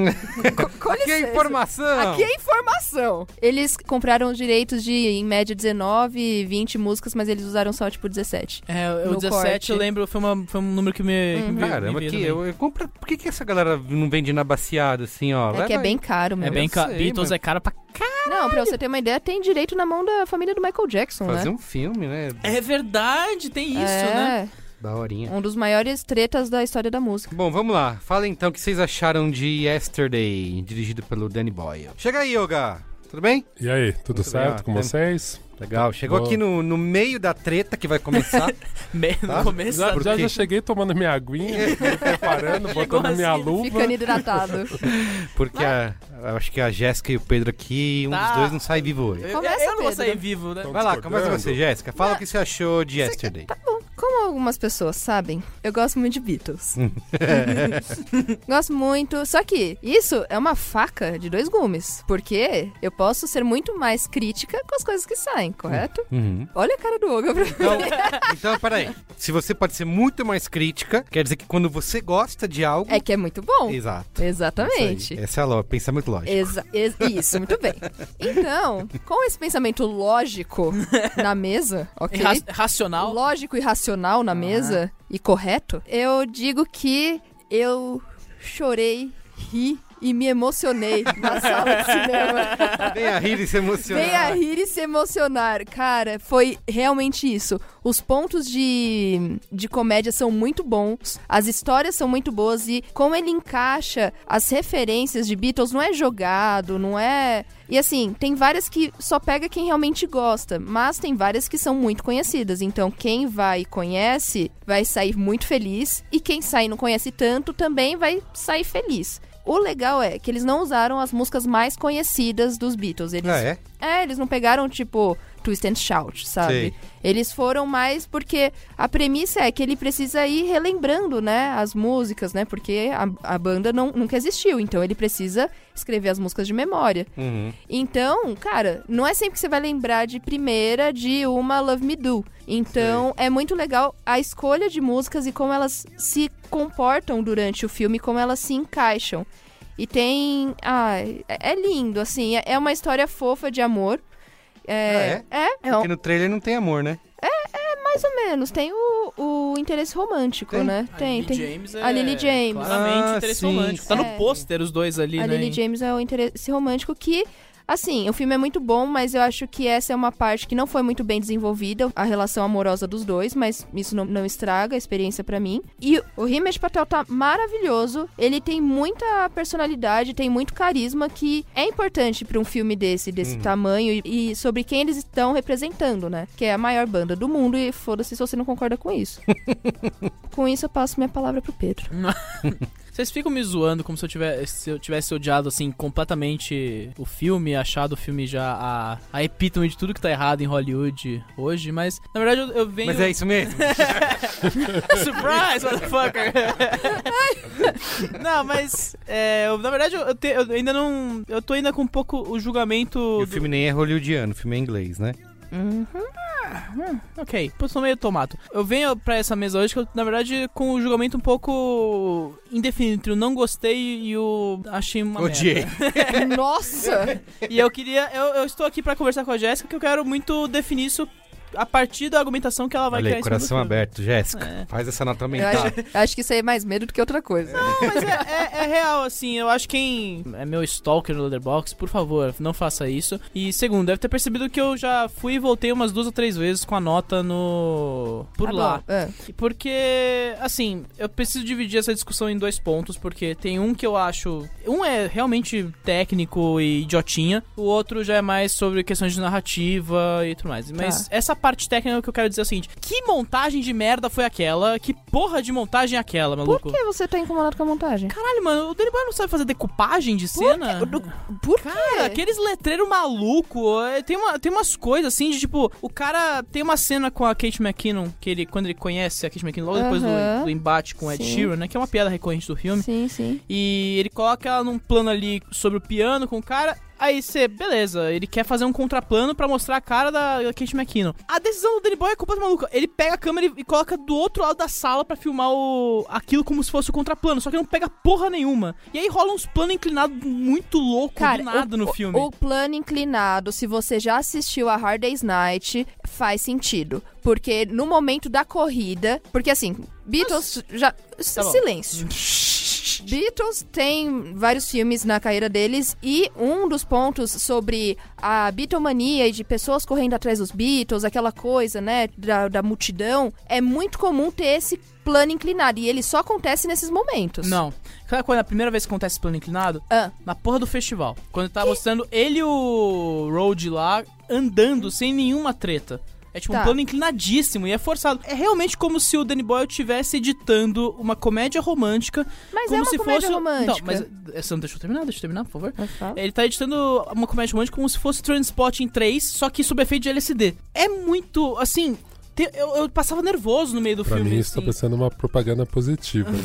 S4: Com, com
S3: que
S4: licença.
S3: é informação!
S4: Aqui é informação. Eles compraram os direitos de, em média, 19, 20 músicas, mas eles usaram só, tipo, 17.
S5: É, o
S4: No
S5: 17
S4: corte. Uhum.
S5: eu lembro, foi, uma, foi um número que me. que me-
S3: Caramba,
S5: me veio
S3: que
S5: também.
S3: eu, eu compro- Por que, que essa galera não vende na baseada assim, ó?
S4: É que é
S3: Leva
S4: bem caro, meu.
S5: É bem
S3: Eu
S5: caro.
S3: sei,
S5: Beatles
S3: mas-
S5: é caro pra
S4: Não, pra você ter uma ideia, tem direito na mão da família do Michael Jackson,
S3: Fazer
S4: né?
S3: um filme, né?
S5: É verdade, tem isso, né?
S4: é,
S3: Da horinha.
S4: um dos maiores tretas da história da música.
S3: Bom, vamos lá. Fala então o que vocês acharam de Yesterday, dirigido pelo Danny Boyle. Chega aí, Yoga. Tudo bem?
S6: E aí, tudo
S3: Muito
S6: certo
S3: bem, ó,
S6: com
S3: tem-
S6: vocês?
S3: Legal. Chegou
S6: Boa.
S3: aqui no, no meio da treta que vai começar.
S5: Me-
S3: Tá?
S5: No começo
S6: Já,
S5: da-
S3: Por
S6: já,
S3: quê?
S6: já cheguei tomando minha aguinha, me preparando, botando minha
S5: assim,
S6: luva.
S4: Ficando hidratado.
S3: porque a- eu acho que a Jéssica e o Pedro aqui, um
S5: Tá.
S3: dos dois não sai vivo hoje.
S5: Eu-
S4: Começa,
S5: eu não vou
S4: Pedro.
S5: sair vivo, né?
S6: Então,
S3: Vai lá,
S6: discordando.
S3: começa você, Jéssica. Fala o que você achou de Yesterday.
S4: Tá bom. Como algumas pessoas sabem, eu gosto muito de Beatles. gosto muito. Só que isso é uma faca de dois gumes. Porque eu posso ser muito mais crítica com as coisas que saem, correto?
S3: Uhum.
S4: Olha a cara do Olga pra mim.
S3: Então, então, peraí. Se você pode ser muito mais crítica, quer dizer que quando você gosta de algo.
S4: É que é muito bom.
S3: Exato. Isso
S4: Exatamente.
S3: aí. Essa é a lo... pensamento lógico.
S4: Exa- ex- isso, muito bem. Então, com esse pensamento lógico na mesa, ok?
S5: Ra- racional.
S4: Lógico e racional na mesa e correto, eu digo que eu chorei, ri e me emocionei na sala de cinema.
S3: Vem a rir e se emocionar.
S4: Venha rir e se emocionar. Cara, foi realmente isso. Os pontos de, de comédia são muito bons, as histórias são muito boas e como ele encaixa as referências de Beatles não é jogado, não é. E assim, tem várias que só pega quem realmente gosta, mas tem várias que são muito conhecidas. Então, quem vai e conhece vai sair muito feliz e quem sai e não conhece tanto também vai sair feliz. O legal é que eles não usaram as músicas mais conhecidas dos Beatles. Eles
S3: Ah, é?
S4: é, eles não pegaram, tipo, Twist and Shout, sabe?
S3: Sei.
S4: Eles foram mais porque a premissa é que ele precisa ir relembrando, né, as músicas, né? Porque a, a banda não, nunca existiu, então ele precisa escrever as músicas de memória.
S3: Uhum.
S4: Então, cara, não é sempre que você vai lembrar de primeira de uma Love Me Do. Então, é muito legal a escolha de músicas e como elas se comportam durante o filme, como elas se encaixam. E tem. Ai, é é lindo, assim. é- É uma história fofa de amor. É, é? é
S3: Porque no trailer não tem amor, né?
S4: mais ou menos. Tem o, o interesse romântico,
S3: Tem.
S4: né? Tem,
S5: Lily
S4: tem.
S5: James é
S4: A Lily James.
S5: Claramente
S3: Ah,
S5: interesse
S3: sim,
S5: romântico. Tá
S4: sim.
S5: no pôster os dois ali,
S4: a
S5: né?
S4: Lily James é o interesse romântico que. Assim, o filme é muito bom, mas eu acho que essa é uma parte que não foi muito bem desenvolvida, a relação amorosa dos dois, mas isso não, não estraga a experiência pra mim. E o Himesh Patel tá maravilhoso, ele tem muita personalidade, tem muito carisma, que é importante pra um filme desse, desse tamanho, e, e sobre quem eles estão representando, né? Que é a maior banda do mundo, e foda-se se você não concorda com isso. com isso, eu passo minha palavra pro Pedro.
S5: Você Vocês ficam me zoando como se eu, tiver, se eu tivesse odiado, assim, completamente o filme, achado o filme já a, a epítome de tudo que tá errado em Hollywood hoje, mas na verdade eu, eu venho.
S3: Mas é isso mesmo.
S5: Surprise, motherfucker! não, mas é, eu- na verdade eu, eu te- eu ainda não. Eu tô ainda com um pouco o julgamento.
S3: E o filme nem é hollywoodiano, o filme é inglês, né?
S5: Uhum. Ok, eu sou meio tomato. Eu venho pra essa mesa hoje, que eu, na verdade, com o julgamento um pouco indefinido entre o não gostei e o achei uma
S3: Odiei.
S5: merda.
S4: Nossa!
S5: e eu queria... Eu, eu estou aqui pra conversar com a Jéssica, que eu quero muito definir isso a partir da argumentação que ela vai criar
S3: Olha aí,
S5: em cima do
S3: coração
S5: filme. É.
S3: aberto, Jéssica. Faz essa nota
S4: Eu
S3: mental.
S4: acho, eu acho que isso aí é mais medo do que outra coisa. Tá
S5: Mas é, é- é real, assim, eu acho que quem é meu stalker no Leatherbox, por favor, não faça isso. E segundo, deve ter percebido que eu já fui e voltei umas duas ou três vezes com a nota no. por
S4: Tá
S5: lá.
S4: bom, é.
S5: Porque, assim, eu preciso dividir essa discussão em dois pontos, porque tem um que eu acho. Um é realmente técnico e idiotinha, o outro já é mais sobre questões de narrativa e tudo mais. Mas
S4: Tá.
S5: essa parte técnica que eu quero dizer é o seguinte: que montagem de merda foi aquela? Que porra de montagem é aquela,
S4: Por
S5: maluco?
S4: que você tá incomodado com a montagem?
S5: Caralho, mano, o Danny Boy não sabe fazer decupagem de cena?
S4: Por
S5: Cara, aqueles letreiros maluco, é, tem, uma, tem umas coisas assim de tipo, o cara tem uma cena com a Kate McKinnon, que ele, quando ele conhece a Kate McKinnon, logo depois do,
S4: Aham.
S5: do embate com o Ed
S4: Sim.
S5: Sheeran, né, que é uma piada recorrente do filme.
S4: Sim, sim.
S5: E ele coloca ela num plano ali sobre o piano com o cara. Aí você, beleza, ele quer fazer um contraplano pra mostrar a cara da da Kate McKinnon. A decisão do Danny Boy é completamente maluca. Ele pega a câmera e- e coloca do outro lado da sala pra filmar o... aquilo como se fosse o contraplano, só que não pega porra nenhuma. E aí rola uns planos inclinados muito louco
S4: Cara,
S5: do nada
S4: o,
S5: no filme.
S4: o plano inclinado, se você já assistiu a Hard Day's Night, faz sentido. Porque no momento da corrida. Porque assim, Beatles. já s-
S5: Tá bom.
S4: Silêncio. Beatles tem vários filmes na carreira deles e um dos pontos sobre a Beatlemania e de pessoas correndo atrás dos Beatles, aquela coisa, né, da, da multidão, é muito comum ter esse plano inclinado e ele só acontece nesses momentos.
S5: Não. Sabe quando é a primeira vez que acontece esse plano inclinado?
S4: Ah.
S5: Na porra do festival. Quando tá mostrando ele e o Road lá andando sem nenhuma treta. É tipo um
S4: Tá.
S5: plano inclinadíssimo e é forçado. É realmente como se o Danny Boyle estivesse editando uma comédia romântica.
S4: Mas
S5: como
S4: é uma
S5: se
S4: comédia
S5: fosse...
S4: romântica.
S5: Não, mas é, você não deixa eu terminar, deixa eu terminar, por favor.
S4: Mas fala.
S5: Ele tá editando uma comédia romântica como se fosse Transpotting 3, só que sob efeito de LSD. É muito, assim... te- Eu, eu passava nervoso no meio do
S6: Pra
S5: filme.
S6: mim, isso tá
S5: assim.
S6: parecendo uma propaganda positiva. né?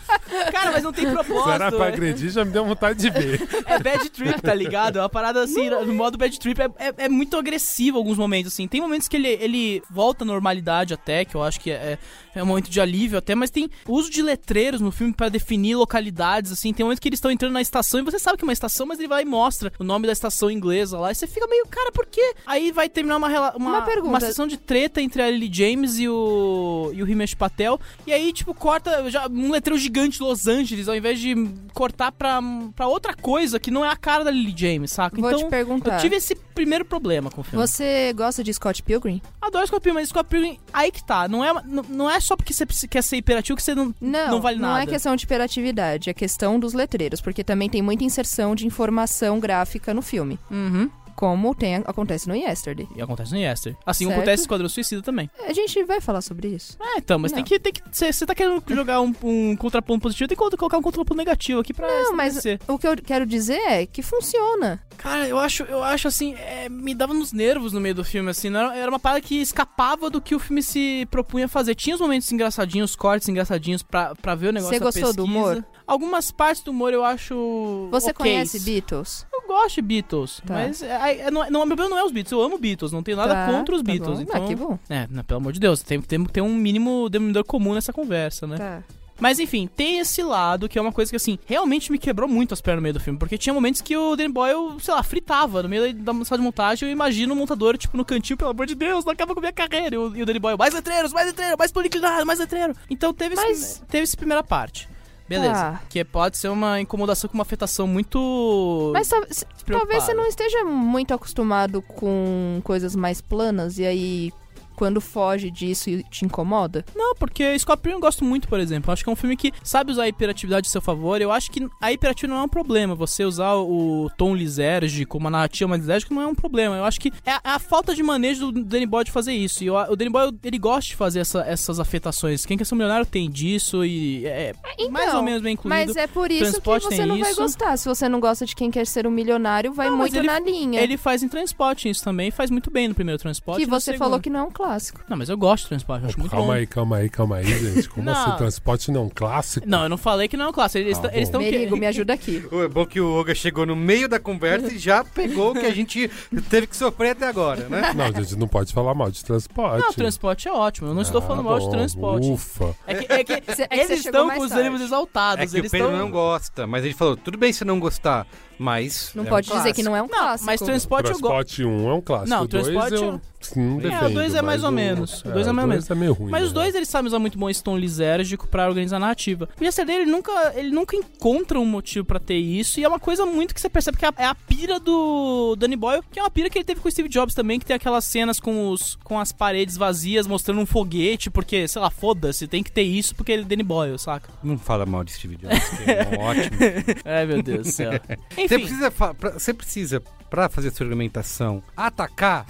S5: Cara, mas não tem propósito.
S6: Se era pra agredir, já me deu vontade de ver.
S5: É bad trip, tá ligado? É uma parada assim, no modo bad trip é, é- é muito agressivo em alguns momentos, assim. Tem momentos que ele, ele volta à normalidade até, que eu acho que é, é um momento de alívio até, mas tem uso de letreiros no filme pra definir localidades, assim. Tem momentos que eles estão entrando na estação e você sabe que é uma estação, mas ele vai e mostra o nome da estação inglesa lá. E você fica meio, cara, por quê? Aí vai terminar uma, rela- uma,
S4: Uma pergunta.
S5: uma sessão de treta entre a Lily James e o, e o Himesh Patel. E aí, tipo, corta já um letreiro gigante Los Angeles, ao invés de cortar pra, pra outra coisa que não é a cara da Lily James, saca?
S4: Vou
S5: então,
S4: te perguntar.
S5: eu tive esse primeiro problema com o filme.
S4: Você gosta de Scott Pilgrim?
S5: Adoro Scorpion, mas Scorpion, aí que tá. Não é, não, não é só porque você precisa- quer ser hiperativo que você não,
S4: Não,
S5: vale nada.
S4: Não é questão de hiperatividade, é questão dos letreiros, porque também tem muita inserção de informação gráfica no filme.
S5: Uhum.
S4: Como tem, acontece no Yesterday.
S5: E acontece no Yester. Assim
S4: Certo.
S5: acontece no Esquadrão Suicida também.
S4: A gente vai falar sobre isso.
S5: É, então, mas tem
S4: Não.
S5: que. Tem que você, você tá querendo jogar um, um contraponto positivo, tem que colocar um contraponto negativo aqui pra
S4: Não, mas
S5: estabelecer.
S4: o que eu quero dizer é que funciona.
S5: Cara, eu acho, eu acho assim, é, me dava nos nervos no meio do filme, assim, não era, era uma parada que escapava do que o filme se propunha a fazer. Tinha os momentos engraçadinhos, os cortes engraçadinhos pra, pra ver o negócio.
S4: Você
S5: da
S4: gostou do
S5: pesquisa.
S4: humor?
S5: Algumas partes do humor eu acho.
S4: Você
S5: ok.
S4: conhece Beatles?
S5: Eu gosto de Beatles,
S4: Tá.
S5: mas é, é, não, é- não, meu problema não é os Beatles, eu amo Beatles, não tenho nada
S4: Tá,
S5: contra os
S4: tá
S5: Beatles.
S4: bom.
S5: Então,
S4: Ah, que bom.
S5: É, não, pelo amor de Deus, tem, tem, tem um mínimo denominador comum nessa conversa, né?
S4: Tá.
S5: Mas enfim, tem esse lado que é uma coisa que, assim, realmente me quebrou muito as pernas no meio do filme. Porque tinha momentos que o Danny Boyle, sei lá, fritava no meio da sala de montagem. Eu imagino o montador, tipo, no cantinho, pelo amor de Deus, não acaba com a minha carreira. E o, e o Danny Boyle, mais letreiros, mais letreiro, mais policlinado, mais letreiro. Então teve,
S4: Mas-
S5: esse, teve essa primeira parte. Beleza.
S4: Tá.
S5: Que pode ser uma incomodação com uma afetação muito.
S4: Mas tal- se-
S5: preocupado.
S4: talvez você não esteja muito acostumado com coisas mais planas, e aí quando foge disso e te incomoda?
S5: Não, porque Scorpion eu gosto muito, por exemplo. Acho que é um filme que sabe usar a hiperatividade a seu favor. Eu acho que a hiperatividade não é um problema. Você usar o tom lisérgico, uma narrativa mais lisérgica, não é um problema. Eu acho que é a, é a falta de manejo do Danny Boyle de fazer isso. E o, o Danny Boyle, ele gosta de fazer essa- essas afetações. Quem quer ser um milionário tem disso e é,
S4: Então,
S5: mais ou menos bem incluído.
S4: Mas é por isso que
S5: Transporte
S4: você
S5: tem
S4: não vai
S5: isso.
S4: gostar. Se você não gosta de quem quer ser um milionário, vai
S5: Não, mas
S4: muito
S5: ele-
S4: na linha.
S5: Ele faz em transporte isso também, faz muito bem no primeiro transporte.
S4: que
S5: e no
S4: você falou
S5: segundo.
S4: que não é um clássico.
S5: Não, mas eu gosto de transporte, eu acho muito bom.
S6: Calma aí, calma aí, calma aí, gente. Como
S5: Não.
S6: assim? Transporte não é um clássico?
S5: Não, eu não falei que não é um clássico. Eles
S6: Ah,
S5: tá- eles
S6: bom.
S5: estão
S4: Merigo, me ajuda aqui.
S3: É bom que o Olga chegou no meio da conversa e já pegou o que a gente teve que sofrer até agora, né?
S6: Não, gente, não pode falar mal de transporte.
S5: Não, transporte é ótimo. Eu não estou
S6: Ah,
S5: falando mal de
S6: bom,
S5: transporte.
S6: Ufa.
S5: É que, é que
S4: Cê- é que
S5: eles
S4: você chegou
S5: estão
S4: mais
S5: com os
S4: tarde.
S5: ânimos exaltados.
S3: É que
S5: eles
S3: o Pedro
S5: estão-
S3: não gosta, mas ele falou, tudo bem se não gostar, mas...
S4: Não
S3: é um
S4: pode dizer
S3: clássico."
S4: que não é um clássico.
S5: Mas transporte eu gosto.
S6: Transporte 1 é um clássico.
S5: Não,
S6: o dois
S5: transporte
S6: eu não
S5: É, o
S6: defendo,
S5: dois é
S6: mas
S5: mais ou
S6: o-
S5: menos. O dois é mais ou menos.
S6: dois é meio ruim.
S5: Mas os
S6: né?
S5: dois eles sabem usar muito bom esse tom lisérgico pra organizar a narrativa. O GCD ele nunca, ele nunca encontra um motivo pra ter isso, e é uma coisa muito que você percebe que é a, é a pira do Danny Boyle, que é uma pira que ele teve com o Steve Jobs também, que tem aquelas cenas com, os, com as paredes vazias mostrando um foguete, porque, sei lá, foda-se, tem que ter isso porque ele é Danny Boyle, saca?
S3: Não fala mal de Steve Jobs, que é um ótimo.
S5: Ai, É, meu Deus do céu.
S3: Você
S5: Enfim,
S3: precisa, fa- pra, você precisa, pra fazer sua argumentação, atacar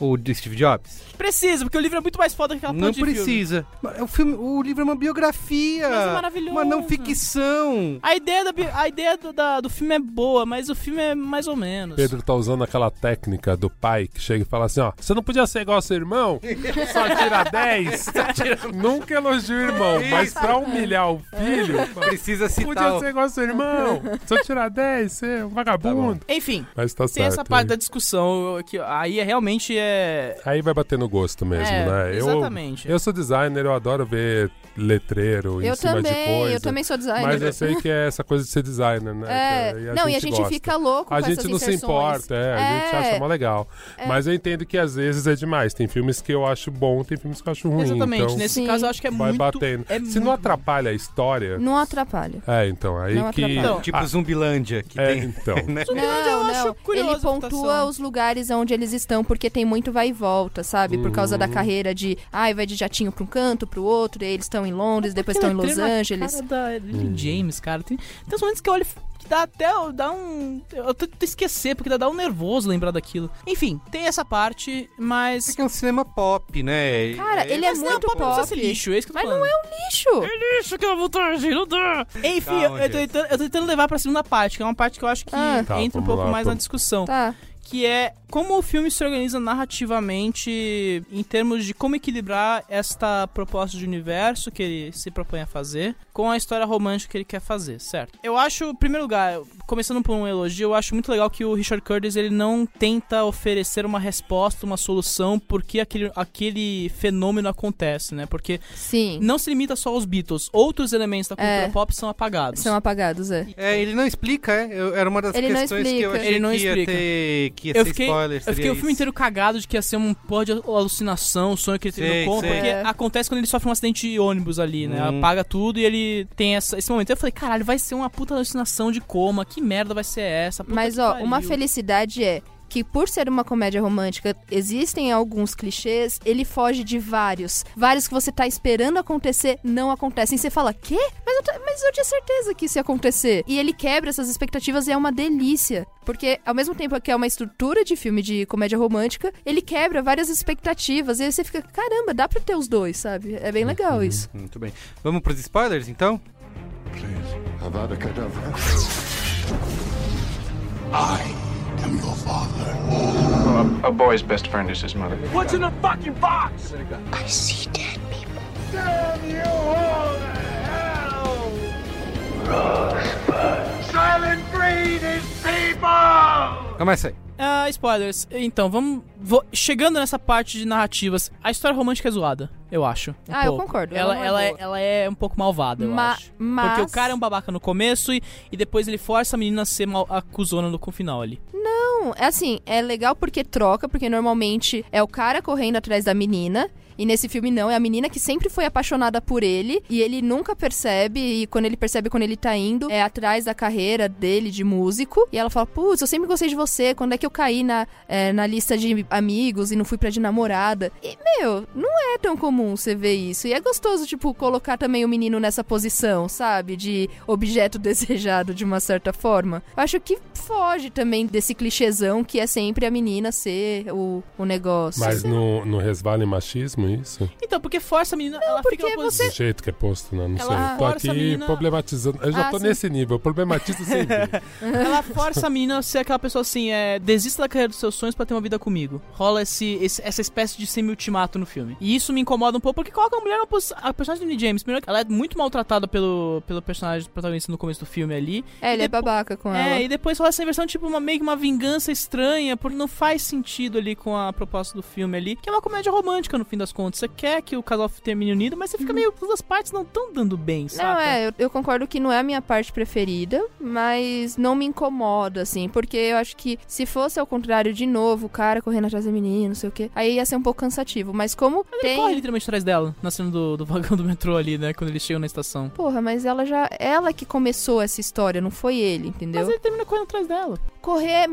S3: o de Steve Jobs?
S5: precisa, porque o livro é muito mais foda que aquela
S3: não
S5: porra de filme.
S3: precisa. Mas O, filme, o livro é uma biografia.
S5: Mas é maravilhoso.
S3: Uma não ficção.
S5: A ideia, da, bi- a ideia do, da- do filme é boa, mas o filme é mais ou menos.
S6: Pedro tá usando aquela técnica do pai que chega e fala assim, ó, você não podia ser igual ao seu irmão? Só tira 10? Nunca elogio o irmão, mas pra humilhar o filho,
S5: É.
S3: Precisa
S6: "Não podia
S3: citar.
S6: ser igual ao seu irmão. Só tirar 10, você é um vagabundo.
S5: Enfim,
S6: mas tá
S5: tem
S6: certo.
S5: essa parte da discussão eu- que aí é realmente é.
S6: Aí vai bater no gosto mesmo,
S5: É,
S6: né? Eu-
S5: exatamente.
S6: Eu, sou designer, eu adoro ver letreiro em
S4: Eu
S6: cima de
S4: também,
S6: coisa.
S4: eu também sou designer.
S6: Mas eu sei que é essa coisa de ser designer, né?
S4: É,
S6: Que
S4: não, e a gente
S6: gosta.
S4: fica louco
S6: A
S4: com
S6: gente
S4: essas
S6: não se
S4: inserções.
S6: importa, é, a gente
S4: É.
S6: acha mó legal. Mas eu entendo que às vezes é demais. Tem filmes que eu acho bom, tem filmes que eu acho ruim.
S5: exatamente.
S6: então
S5: Nesse
S4: Sim.
S5: caso, eu acho que é
S6: vai
S5: muito.
S6: batendo.
S5: É
S6: Se não
S5: muito-
S6: atrapalha a história.
S4: Não atrapalha.
S6: É, então, aí
S4: Não
S6: que.
S4: atrapalha.
S3: Tipo Zumbilândia, que
S6: É,
S3: tem...
S6: então.
S5: verdade, eu
S4: Não,
S5: acho
S4: não.
S5: curiosa
S4: Ele
S5: a
S4: pontua
S5: votação.
S4: os lugares onde eles estão, porque tem muito vai e volta, sabe? Por causa
S6: Uhum.
S4: da carreira de. Ai, vai de jatinho pra um canto, pro outro, daí eles estão em Londres, depois estão em
S5: Aquele
S6: é
S4: Los
S5: treino na
S4: Angeles.
S5: cara da Lily
S6: Hum.
S5: James, cara. Tem, tem uns momentos que eu olho e f- que dá até. dá um. Eu tento esquecer, porque dá- dá um nervoso lembrar daquilo. Enfim, tem essa parte, mas.
S3: que é um cinema pop, né?
S4: Cara, ele é
S5: Mas não,
S4: muito
S5: pop não precisa
S4: pop.
S5: ser lixo, é isso que eu tô
S4: Mas
S5: falando.
S4: não é um lixo.
S5: Isso que é vantagem, não dá! Enfim, eu,
S3: Calma,
S5: eu, tô
S3: gente.
S5: tentando, eu tô tentando levar pra segunda parte, que é uma parte que eu acho que
S4: Ah.
S6: Tá,
S5: entra um
S6: vamos
S5: pouco
S6: lá,
S5: mais na
S6: vamos.
S5: discussão.
S4: Tá.
S5: que é como o filme se organiza narrativamente em termos de como equilibrar esta proposta de universo que ele se propõe a fazer com a história romântica que ele quer fazer, certo? Eu acho, em primeiro lugar, começando por um elogio, eu acho muito legal que o Richard Curtis ele não tenta oferecer uma resposta, uma solução porque aquele, aquele fenômeno acontece, né? Porque
S4: Sim.
S5: não se limita só aos Beatles, outros elementos da cultura
S4: É.
S5: pop são apagados.
S4: São apagados, é.
S3: É, ele não explica, é? Eu- era uma das
S4: Ele não
S3: questões que eu
S4: explica.
S3: achei
S5: Ele não
S3: que ia
S5: explica.
S3: ter... Que ia
S5: Eu
S3: ser
S5: fiquei,
S3: spoiler,
S5: eu
S3: seria
S5: fiquei o filme
S3: isso.
S5: inteiro cagado de que ia ser um pó de alucinação, um sonho que ele teve
S3: Sei,
S5: no coma,
S3: sei.
S5: porque
S4: É.
S5: acontece quando ele sofre um acidente de ônibus ali, né?
S3: Hum.
S5: Apaga tudo e ele tem essa- esse momento. Eu falei, caralho, vai ser uma puta alucinação de coma, que merda vai ser essa? Puta
S4: Mas,
S5: que
S4: ó,
S5: pariu.
S4: uma felicidade é que, por ser uma comédia romântica, existem alguns clichês, ele foge de vários. Vários que você tá esperando acontecer não acontecem. Você fala, quê? Mas eu, ta- mas eu tinha certeza que isso ia acontecer. E ele quebra essas expectativas e é uma delícia. Porque, ao mesmo tempo que é uma estrutura de filme de comédia romântica, ele quebra várias expectativas. E aí você fica, caramba, dá pra ter os dois, sabe? É bem legal isso.
S3: Muito bem. Vamos pros spoilers, então?
S9: A boy's best friend is his mother.
S7: What's in the fucking box?
S3: Começa aí.
S5: Ah, spoilers. Então, vamos. vou- chegando nessa parte de narrativas, a história romântica é zoada, eu acho. um
S4: Ah, eu
S5: pouco.
S4: concordo, ela
S5: Ela,
S4: não é
S5: ela, é,
S4: boa.
S5: ela é um pouco malvada, eu
S4: Ma-
S5: acho.
S4: mas-
S5: Porque o cara é um babaca no começo e, e depois ele força a menina a ser mal, a cuzona no final ali.
S4: Não, é assim, é legal porque troca, porque normalmente é o cara correndo atrás da menina. E nesse filme não, é a menina que sempre foi apaixonada por ele e ele nunca percebe e quando ele percebe quando ele tá indo é atrás da carreira dele de músico e ela fala: "Putz, eu sempre gostei de você, quando é que eu caí na, é, na lista de amigos e não fui pra de namorada?" E meu, não é tão comum você ver isso. E é gostoso tipo colocar também o menino nessa posição, sabe, de objeto desejado de uma certa forma. Eu acho que foge também desse clichêzão que é sempre a menina ser o, o negócio.
S6: Mas não, não resvala em machismo isso?
S5: Então, porque força a menina, ela fica na posição.
S6: Do jeito que é posto, né? Não
S5: Ela
S6: sei. Tô
S5: força a
S6: aqui
S5: menina-
S6: problematizando. Eu já
S5: Ah,
S6: tô
S5: sim.
S6: nesse nível. Problematizo sempre.
S5: Ela força a menina a ser aquela pessoa assim, é, desista da carreira dos seus sonhos pra ter uma vida comigo. Rola esse, esse- essa espécie de semi-ultimato no filme. E isso me incomoda um pouco, porque coloca a mulher numa posição. A personagem do Lee James, primeiro, ela é muito maltratada pelo, pelo personagem do protagonista no começo do filme ali.
S4: É,
S5: E
S4: ele é
S5: depo-
S4: babaca com
S5: é,
S4: ela.
S5: e depois rola essa inversão, tipo, uma, meio que uma vingança estranha, porque não faz sentido ali com a proposta do filme ali, que é uma comédia romântica no fim das contas. Você quer que o casal termine unido, mas
S4: Uhum.
S5: você fica meio. Todas as partes não estão dando bem, sabe?
S4: Não, é, eu, eu concordo que não é a minha parte preferida, mas não me incomoda, assim, porque eu acho que se fosse ao contrário de novo, o cara correndo atrás da menina, não sei o quê, aí ia ser um pouco cansativo. Mas como
S5: Ele
S4: tem.
S5: corre literalmente atrás dela, na cena do, do vagão do metrô ali, né? Quando eles chegam na estação.
S4: Porra, mas ela já. Ela que começou essa história, não foi ele, entendeu?
S5: Mas é ele termina correndo atrás dela.
S4: Correr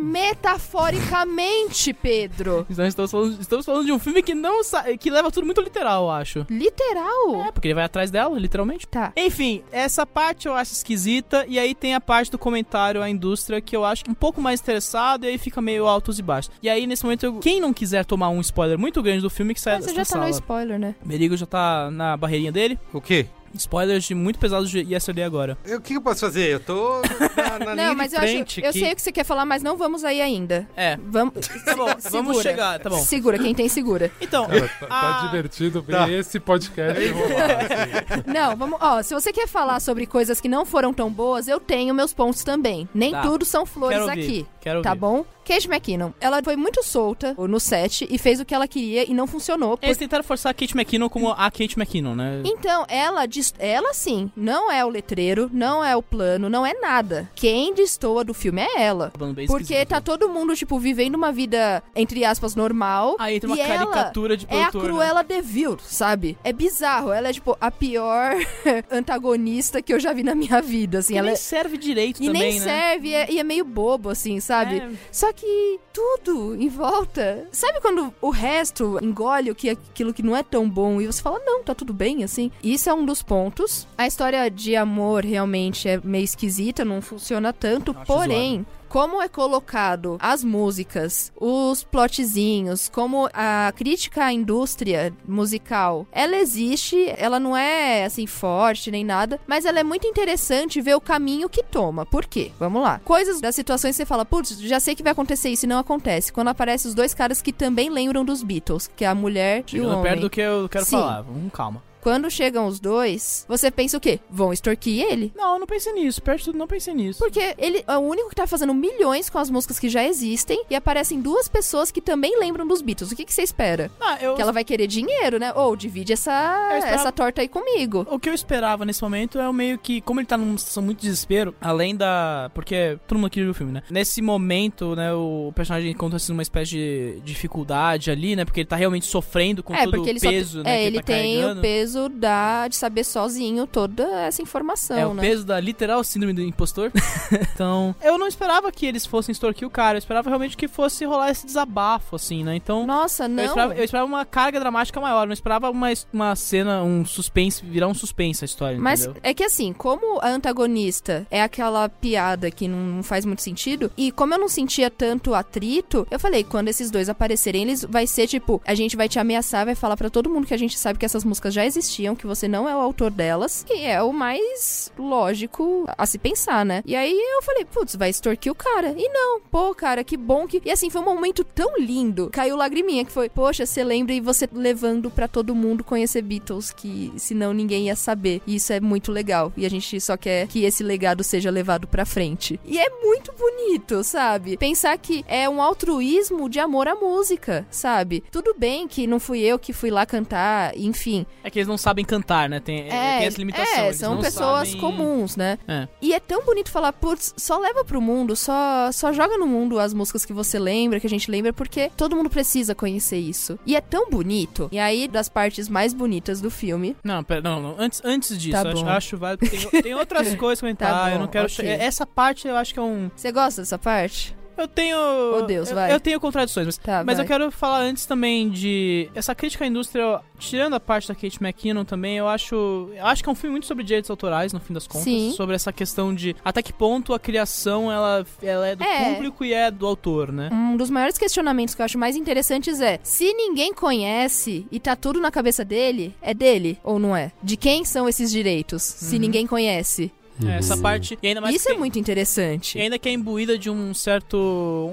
S4: metaforicamente, Pedro.
S5: Então, estamos falando, estamos falando de um filme que não sa- que leva tudo muito literal, eu acho.
S4: Literal?
S5: É, porque ele vai atrás dela, literalmente.
S4: Tá.
S5: Enfim, essa parte eu acho esquisita. E aí tem a parte do comentário à indústria que eu acho um pouco mais interessado. E aí fica meio altos e baixos. E aí, nesse momento, eu- quem não quiser tomar um spoiler muito grande do filme, que sai
S4: Mas você
S5: dessa
S4: já tá
S5: sala.
S4: no spoiler, né?
S5: Merigo já tá na barreirinha dele.
S3: O quê?
S5: Spoilers de muito pesados de Yesterday agora.
S3: Eu- O que eu posso fazer? Eu tô na,
S5: Tá
S3: na linha
S4: não, mas
S3: de
S4: eu acho.
S3: frente
S4: Eu
S3: aqui.
S4: sei o que você quer falar, mas não vamos aí ainda.
S5: É.
S4: Vamos.
S5: Tá bom, vamos
S4: segura.
S5: chegar, tá bom.
S4: Segura, quem tem segura.
S5: Então,
S6: Cara, tá, tá
S5: a-
S6: divertido ver
S3: Tá.
S6: esse podcast rolar. assim.
S4: Não, vamos. Ó, se você quer falar sobre coisas que não foram tão boas, eu tenho meus pontos também. Nem
S5: Tá.
S4: tudo são flores
S5: Quero ouvir,
S4: aqui.
S5: quero
S4: tá
S5: ouvir.
S4: bom? Kate McKinnon, ela foi muito solta no set e fez o que ela queria e não funcionou. por-
S5: Eles tentaram forçar a Kate McKinnon como a Kate McKinnon, né?
S4: Então, ela dis- ela sim, não é o letreiro, não é o plano, não é nada. Quem destoa do filme é ela.
S5: Falando bem
S4: Porque
S5: esquisito.
S4: tá todo mundo, tipo, vivendo uma vida, entre aspas, normal.
S5: Aí entra uma
S4: e ela
S5: caricatura de
S4: É a
S5: produtor, né?
S4: Cruella de Vil, sabe? É bizarro. Ela é, tipo, a pior antagonista que eu já vi na minha vida, assim.
S5: E
S4: ela
S5: nem
S4: é-
S5: serve direito
S4: E
S5: também,
S4: nem
S5: né?
S4: serve, é- e é meio bobo, assim, sabe?
S5: É.
S4: Só que tudo em volta. Sabe quando o resto engole o que é aquilo que não é tão bom e você fala, não, tá tudo bem, assim? Isso é um dos pontos. A história de amor realmente é meio esquisita, não funciona tanto,
S5: acho
S4: porém. Como é colocado as músicas, os plotzinhos, como a crítica à indústria musical, ela existe, ela não é assim forte nem nada, mas ela é muito interessante ver o caminho que toma. Por quê? Vamos lá. Coisas das situações que você fala, putz, já sei que vai acontecer isso e não acontece. Quando aparecem os dois caras que também lembram dos Beatles, que é a mulher e o
S5: Chegando
S4: homem.
S5: perto do que eu quero
S4: Sim.
S5: falar. Vamos, calma.
S4: Quando chegam os dois, você pensa o quê? Vão extorquir ele?
S5: Não, eu não pensei nisso. Perto de tudo, não pensei nisso.
S4: Porque ele é o único que tá fazendo milhões com as músicas que já existem e aparecem duas pessoas que também lembram dos Beatles. O que que você espera?
S5: Ah, eu...
S4: Que ela vai querer dinheiro, né? Ou divide essa,
S5: Eu esperava-
S4: essa torta aí comigo.
S5: O que eu esperava nesse momento é o meio que, como ele tá numa situação muito de desespero, além da. Porque todo mundo aqui viu o filme, né? Nesse momento, né, o personagem encontra assim, uma espécie de dificuldade ali, né? Porque ele tá realmente sofrendo com todo o
S4: só
S5: peso,
S4: tem-
S5: né?
S4: é,
S5: que
S4: ele
S5: tá
S4: tem
S5: carregando.
S4: o peso da, de saber sozinho toda essa informação,
S5: É
S4: né?
S5: o peso da literal síndrome do impostor. então, eu não esperava que eles fossem extorquir o cara. Eu esperava realmente que fosse rolar esse desabafo, assim, né? Então.
S4: Nossa, não.
S5: Eu esperava, eu esperava uma carga dramática maior, eu não esperava uma, uma cena, um suspense, virar um suspense a história,
S4: Mas
S5: entendeu?
S4: é que assim, como a antagonista é aquela piada que não, não faz muito sentido, e como eu não sentia tanto atrito, eu falei, quando esses dois aparecerem, eles vai ser tipo, a gente vai te ameaçar, vai falar pra todo mundo que a gente sabe que essas músicas já existiam, que você não é o autor delas, que é o mais lógico a se pensar, né? E aí eu falei, putz, vai extorquir o cara. E não, pô, cara, que bom que. E assim, foi um momento tão lindo. Caiu lagriminha, que foi, poxa, você lembra e você levando pra todo mundo conhecer Beatles, que senão ninguém ia saber. E isso é muito legal. E a gente só quer que esse legado seja levado pra frente. E é muito bonito bonito, sabe? Pensar que é um altruísmo de amor à música, sabe? Tudo bem que não fui eu que fui lá cantar, enfim.
S5: É que eles não sabem cantar, né? Tem, é, tem essa limitação.
S4: é,
S5: eles
S4: são
S5: não
S4: pessoas
S5: sabem-
S4: comuns, né?
S5: É.
S4: E é tão bonito falar, putz, só leva pro mundo, só, só joga no mundo as músicas que você lembra, que a gente lembra, porque todo mundo precisa conhecer isso. E é tão bonito. E aí, das partes mais bonitas do filme.
S5: Não, pera, não, não. Antes, antes disso,
S4: Tá
S5: eu acho,
S4: bom.
S5: acho válido. Tem, tem outras coisas que eu
S4: Tá
S5: entrar, eu
S4: bom,
S5: não quero.
S4: ok.
S5: che- Essa parte eu acho que é um.
S4: Você gosta dessa parte?
S5: Eu tenho.
S4: Oh, Deus,
S5: eu,
S4: vai.
S5: eu tenho contradições, mas,
S4: Tá,
S5: mas eu
S4: vai.
S5: quero falar antes também de. Essa crítica à indústria, tirando a parte da Kate McKinnon também, eu acho. Eu acho que é um filme muito sobre direitos autorais, no fim das contas.
S4: Sim.
S5: Sobre essa questão de até que ponto a criação ela, ela é do
S4: É.
S5: público e é do autor, né?
S4: Um dos maiores questionamentos que eu acho mais interessantes é: se ninguém conhece e tá tudo na cabeça dele, é dele ou não é? De quem são esses direitos?
S5: Uhum.
S4: Se ninguém conhece.
S5: É, essa parte. E ainda mais
S4: Isso
S5: que
S4: é muito interessante.
S5: E ainda que é imbuída de um certo.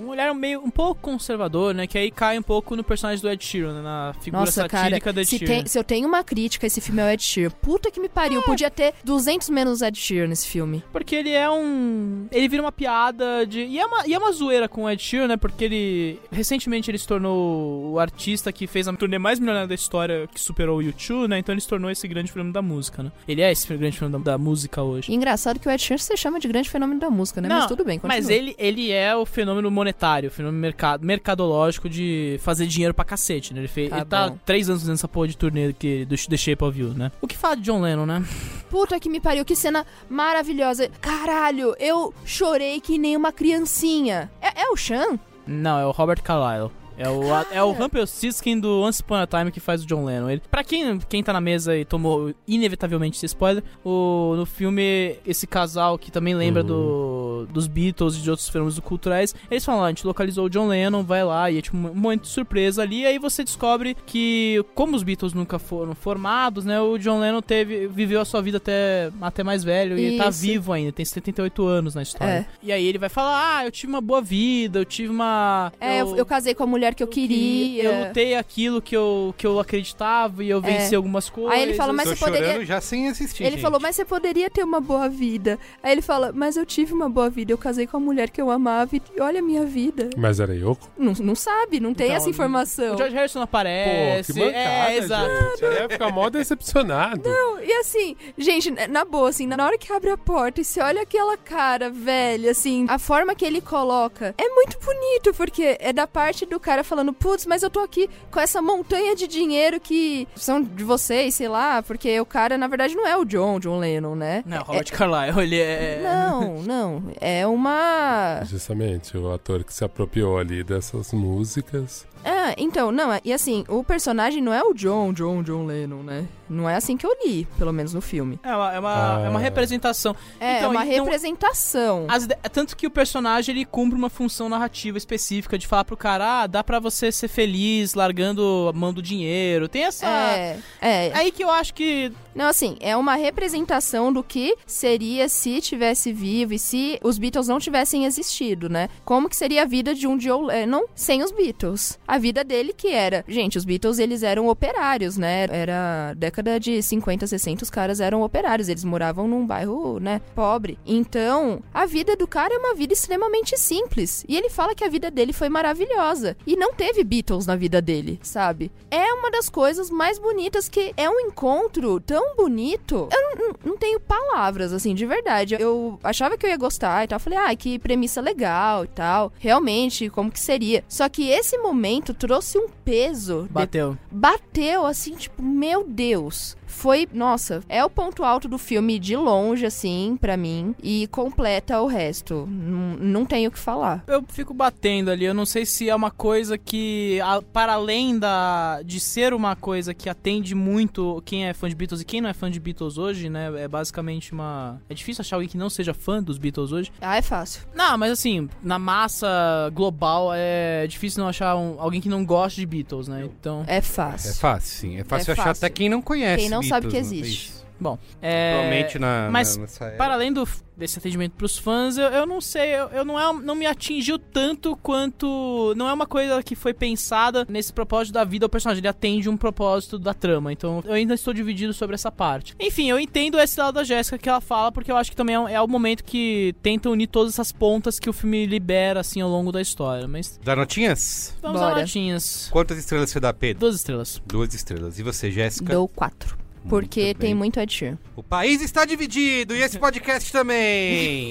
S5: um olhar meio um pouco conservador, né? Que aí cai um pouco no personagem do Ed Sheeran, né? Na figura
S4: Nossa, cara,
S5: satírica do Ed
S4: se,
S5: Sheeran. É.
S4: tem- se eu tenho uma crítica, esse filme é o Ed Sheeran. Puta que me pariu, podia ter 200 menos Ed Sheeran nesse filme.
S5: Porque ele é um. Ele vira uma piada de. E é uma, e é uma zoeira com o Ed Sheeran, né? Porque ele. Recentemente ele se tornou o artista que fez a turnê mais milionária da história, que superou o YouTube, né? Então ele se tornou esse grande fenômeno da música, né? Ele é esse grande fenômeno da, da música hoje.
S4: E engraçado que o Ed Sheeran você chama de grande fenômeno da música, né? mas tudo bem, continua.
S5: Mas ele, ele é o fenômeno monetário, o fenômeno mercado, mercadológico de fazer dinheiro pra cacete, né? Ele, fez,
S4: Tá
S5: ele tá
S4: bom.
S5: três anos fazendo essa porra de turnê que, do The Shape of You, né? O que fala de John Lennon, né?
S4: Puta que me pariu, que cena maravilhosa. Caralho, eu chorei que nem uma criancinha. É, é o Sean?
S5: Não, é o Robert Carlyle. É o,
S4: Cara!
S5: é o Rumpelstiltskin do Once Upon a Time que faz o John Lennon. Ele, pra quem, quem tá na mesa e tomou inevitavelmente esse spoiler, o, no filme, esse casal que também lembra do, dos Beatles e de outros fenômenos culturais, eles falam, "Ah, a gente localizou o John Lennon, vai lá, e é tipo um momento de surpresa ali, e aí você descobre que, como os Beatles nunca foram formados, né, o John Lennon teve, viveu a sua vida até, até mais velho, e tá
S4: Isso.
S5: vivo ainda, tem 78 anos na história.
S4: É.
S5: E aí ele vai falar, ah, eu tive uma boa vida, eu tive uma...
S4: É, eu, eu casei com a mulher que eu, queria.
S5: Eu lutei aquilo que eu, que eu acreditava e eu venci
S4: É.
S5: algumas coisas.
S4: Aí ele fala, mas
S3: Tô
S4: você poderia.
S3: chorando já sem assistir,
S4: Ele
S3: gente.
S4: falou, mas você poderia ter uma boa vida. Aí ele fala, mas eu tive uma boa vida, eu casei com a mulher que eu amava e olha a minha vida.
S6: Mas era Yoko?
S4: Não, não sabe, não tem
S5: Então,
S4: essa informação.
S5: O George Harrison não
S6: Pô,
S5: aparece.
S6: que mancada,
S5: é, exato.
S6: gente. Eu ia ficar mó decepcionado.
S4: E assim, gente, na boa, assim, na hora que abre a porta e você olha aquela cara velha, assim, a forma que ele coloca é muito bonito, porque é da parte do cara falando, putz, mas eu tô aqui com essa montanha de dinheiro que são de vocês, sei lá, porque o cara, na verdade, não é o John, John Lennon, né?
S5: Não, Robert Carlyle, ele é.
S4: Não, não. É uma.
S6: Justamente, o ator que se apropriou ali dessas músicas.
S4: Ah, então, não, e assim, o personagem não é o John, John, John Lennon, né? Não é assim que eu li, pelo menos no filme.
S5: É uma, é uma,
S6: Ah.
S5: é uma representação.
S4: É
S5: Então,
S4: uma
S5: então-
S4: representação.
S5: As ide- tanto que o personagem ele cumpre uma função narrativa específica de falar pro cara, ah, dá pra você ser feliz largando a mão do dinheiro. Tem essa.
S4: É, é.
S5: Aí que eu acho que.
S4: Não, assim, é uma representação do que seria se tivesse vivo e se os Beatles não tivessem existido, né? Como que seria a vida de um John Lennon sem os Beatles? A vida dele que era... Gente, os Beatles, eles eram operários, né? Era década de 50, 60, os caras eram operários. Eles moravam num bairro, né, pobre. Então, a vida do cara é uma vida extremamente simples. E ele fala que a vida dele foi maravilhosa. E não teve Beatles na vida dele, sabe? É uma das coisas mais bonitas que é um encontro tão bonito. Eu não, não- não tenho palavras, assim, de verdade. Eu achava que eu ia gostar e tal. Falei, ah, que premissa legal e tal. Realmente, como que seria? Só que esse momento trouxe um peso. de-
S5: Bateu.
S4: bateu assim, tipo, meu Deus. Foi, nossa, é o ponto alto do filme de longe, assim, pra mim. E completa o resto. Não, não tenho o que falar.
S5: eu fico batendo ali. Eu não sei se é uma coisa que, a- para além da, de ser uma coisa que atende muito quem é fã de Beatles e quem não é fã de Beatles hoje, né? É basicamente uma. É difícil achar alguém que não seja fã dos Beatles hoje.
S4: Ah, é fácil.
S5: Não, mas assim, na massa global é difícil não achar um- alguém que não goste de Beatles, né? Então.
S4: É fácil.
S3: É fácil, sim. É fácil achar
S4: fácil.
S3: até quem não conhece.
S4: Quem não sabe que
S3: Beatles, né?
S4: existe.
S3: Isso.
S5: Bom, é...
S3: Provavelmente na-
S5: Mas,
S3: na- nessa era.
S5: para além do, desse atendimento pros fãs, eu, eu não sei, eu, eu não, é, não me atingiu tanto quanto... Não é uma coisa que foi pensada nesse propósito da vida do personagem. Ele atende um propósito da trama, então eu ainda estou dividido sobre essa parte. Enfim, eu entendo esse lado da Jéssica que ela fala, porque eu acho que também é, um- é o momento que tenta unir todas essas pontas que o filme libera, assim, ao longo da história. Mas
S3: Dá notinhas?
S5: vamos a notinhas.
S3: Quantas estrelas você dá, Pedro?
S5: Duas estrelas.
S3: Duas estrelas. E você, Jéssica?
S4: Dou quatro. Porque tem muito a tier.
S3: O país está dividido e esse podcast também.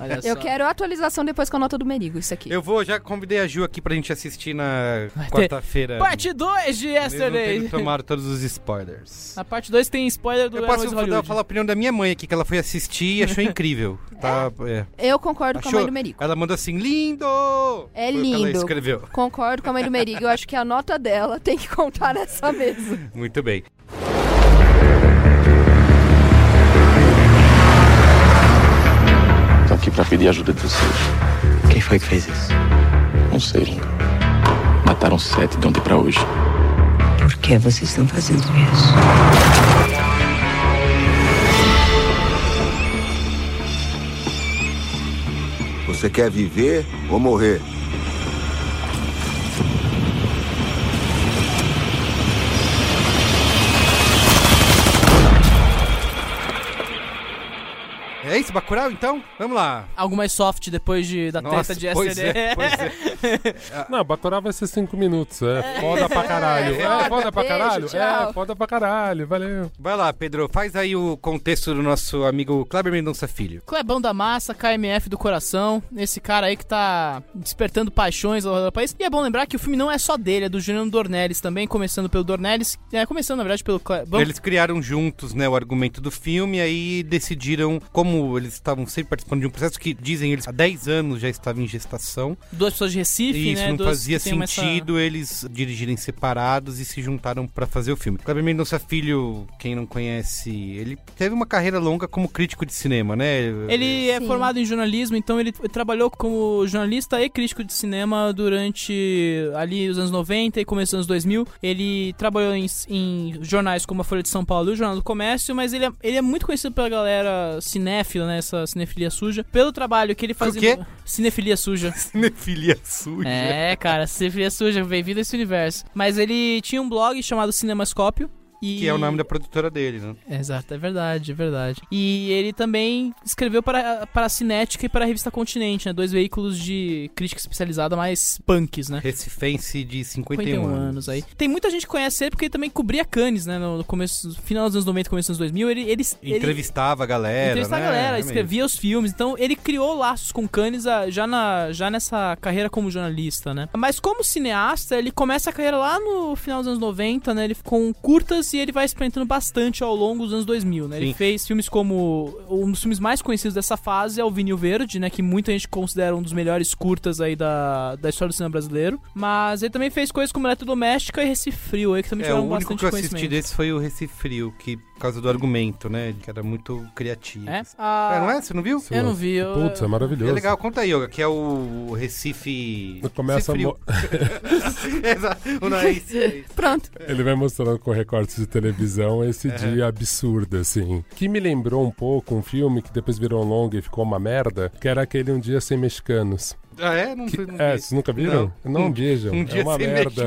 S5: Olha
S4: Eu quero a atualização depois com a nota do Merigo, isso aqui.
S3: Eu vou, já convidei a Ju aqui pra gente assistir na quarta-feira.
S5: Parte 2 de
S3: Mesmo
S5: Yesterday.
S3: tendo tomado todos os spoilers.
S6: Ah,
S5: Na parte 2 tem spoiler do
S6: é
S3: Eu posso
S5: Heróis de
S3: dar-
S5: Hollywood.
S3: falar a opinião da minha mãe aqui, que ela foi assistir e achou incrível. Tá, é.
S4: Eu concordo com a mãe
S3: Achou-
S4: do Merigo.
S3: Ela mandou assim,
S4: É
S3: lindo! Foi o que ela
S4: lindo.
S3: escreveu.
S4: Concordo com a mãe do Merigo. Eu acho que a nota dela tem que contar nessa mesa.
S3: Muito bem.
S10: Tô aqui pra pedir a ajuda de vocês. Quem foi que fez isso? Não sei, Linda. Mataram sete de ontem pra hoje.
S11: Por que vocês estão fazendo isso?
S12: Você quer viver ou morrer?
S3: É isso, Bacurau, então? Vamos lá.
S5: Algo mais soft depois de, da
S3: Nossa,
S5: treta de
S3: pois
S5: Yesterday.
S3: é, pois é.
S6: Não, Bacurau vai ser 5 minutos. É foda pra caralho. É foda pra caralho? É foda pra caralho. Valeu.
S3: Vai lá, Pedro, faz aí o contexto do nosso amigo Kleber Mendonça Filho.
S5: Clebão da Massa, KMF do coração, esse cara aí que tá despertando paixões ao redor do país. E é bom lembrar que o filme não é só dele, é do Juliano Dornelles também, começando pelo Dornelles, é, começando na verdade pelo Clebão.
S3: Eles criaram juntos né, o argumento do filme, aí decidiram, como eles estavam sempre participando de um processo que dizem eles há 10 anos já estava em gestação,
S5: Duas pessoas de Recife,
S3: E isso
S5: né?
S3: não
S5: duas
S3: fazia
S5: que tem uma essa-
S3: sentido eles dirigirem separados e se juntaram pra fazer o filme. Kleber Mendonça Filho, quem não conhece, ele teve uma carreira longa como crítico de cinema, né?
S5: Ele é formado em jornalismo, então ele trabalhou como jornalista e crítico de cinema durante ali os anos 90 e começo dos anos 2000. Ele trabalhou em, em jornais como a Folha de São Paulo e o Jornal do Comércio, mas ele é, ele é muito conhecido pela galera cinéfila, né, essa cinefilia suja, pelo trabalho que ele fazia...
S3: quê?
S5: Cinefilia suja.
S3: Cinefilia suja.
S5: É, cara, cinefilia suja, bem-vindo a esse universo. Mas ele tinha um blog chamado Cinemascópio. E...
S3: Que é o nome da produtora dele, né?
S5: Exato, é verdade, é verdade. E ele também escreveu para, para a Cinética e para a revista Continente, né? Dois veículos de crítica especializada mais punks, né?
S3: Recifense de 51,
S5: 51
S3: anos.
S5: anos aí. Tem muita gente que conhece ele porque ele também cobria Cannes, né? No começo, final dos anos 90, começo dos 2000. Ele, ele, ele
S3: Entrevistava a galera,
S5: entrevistava
S3: né?
S5: a galera,
S3: Realmente.
S5: escrevia os filmes. Então ele criou laços com Cannes ah, já, na, já nessa carreira como jornalista, né? Mas como cineasta, ele começa a carreira lá no final dos anos 90, né? Ele com curtas e ele vai experimentando bastante ao longo dos anos 2000, né? Ele
S3: Sim.
S5: fez filmes como um dos filmes mais conhecidos dessa fase é o Vinil Verde, né, que muita gente considera um dos melhores curtas aí da, da história do cinema brasileiro. Mas ele também fez coisas como Eletrodoméstica e Recife Frio, aí que também
S3: É, o
S5: tiveram
S3: único
S5: bastante
S3: que eu assisti
S5: conhecimento.
S3: desse foi o Recifrio, que por causa do argumento, né? Que era muito criativo.
S5: É?
S3: É, não é? Você não viu?
S5: Eu não vi. Eu...
S6: Putz, é maravilhoso.
S3: É legal, conta aí, Yoga, que é o Recife.
S6: Começa a
S3: Recife
S6: mo-
S3: Frio. Exato, o nariz.
S4: Pronto.
S6: Ele vai mostrando com recortes de televisão esse
S3: É.
S6: dia absurdo, assim. Que me lembrou um pouco um filme que depois virou um longa e ficou uma merda, que era aquele Um Dia Sem Mexicanos.
S3: Ah, é? Não,
S6: Que-
S3: não
S6: é,
S3: vi.
S6: vocês nunca viram?
S3: Não.
S6: Não
S3: Um-
S6: vejam.
S3: um
S6: é
S3: dia
S6: uma
S3: sem
S6: merda.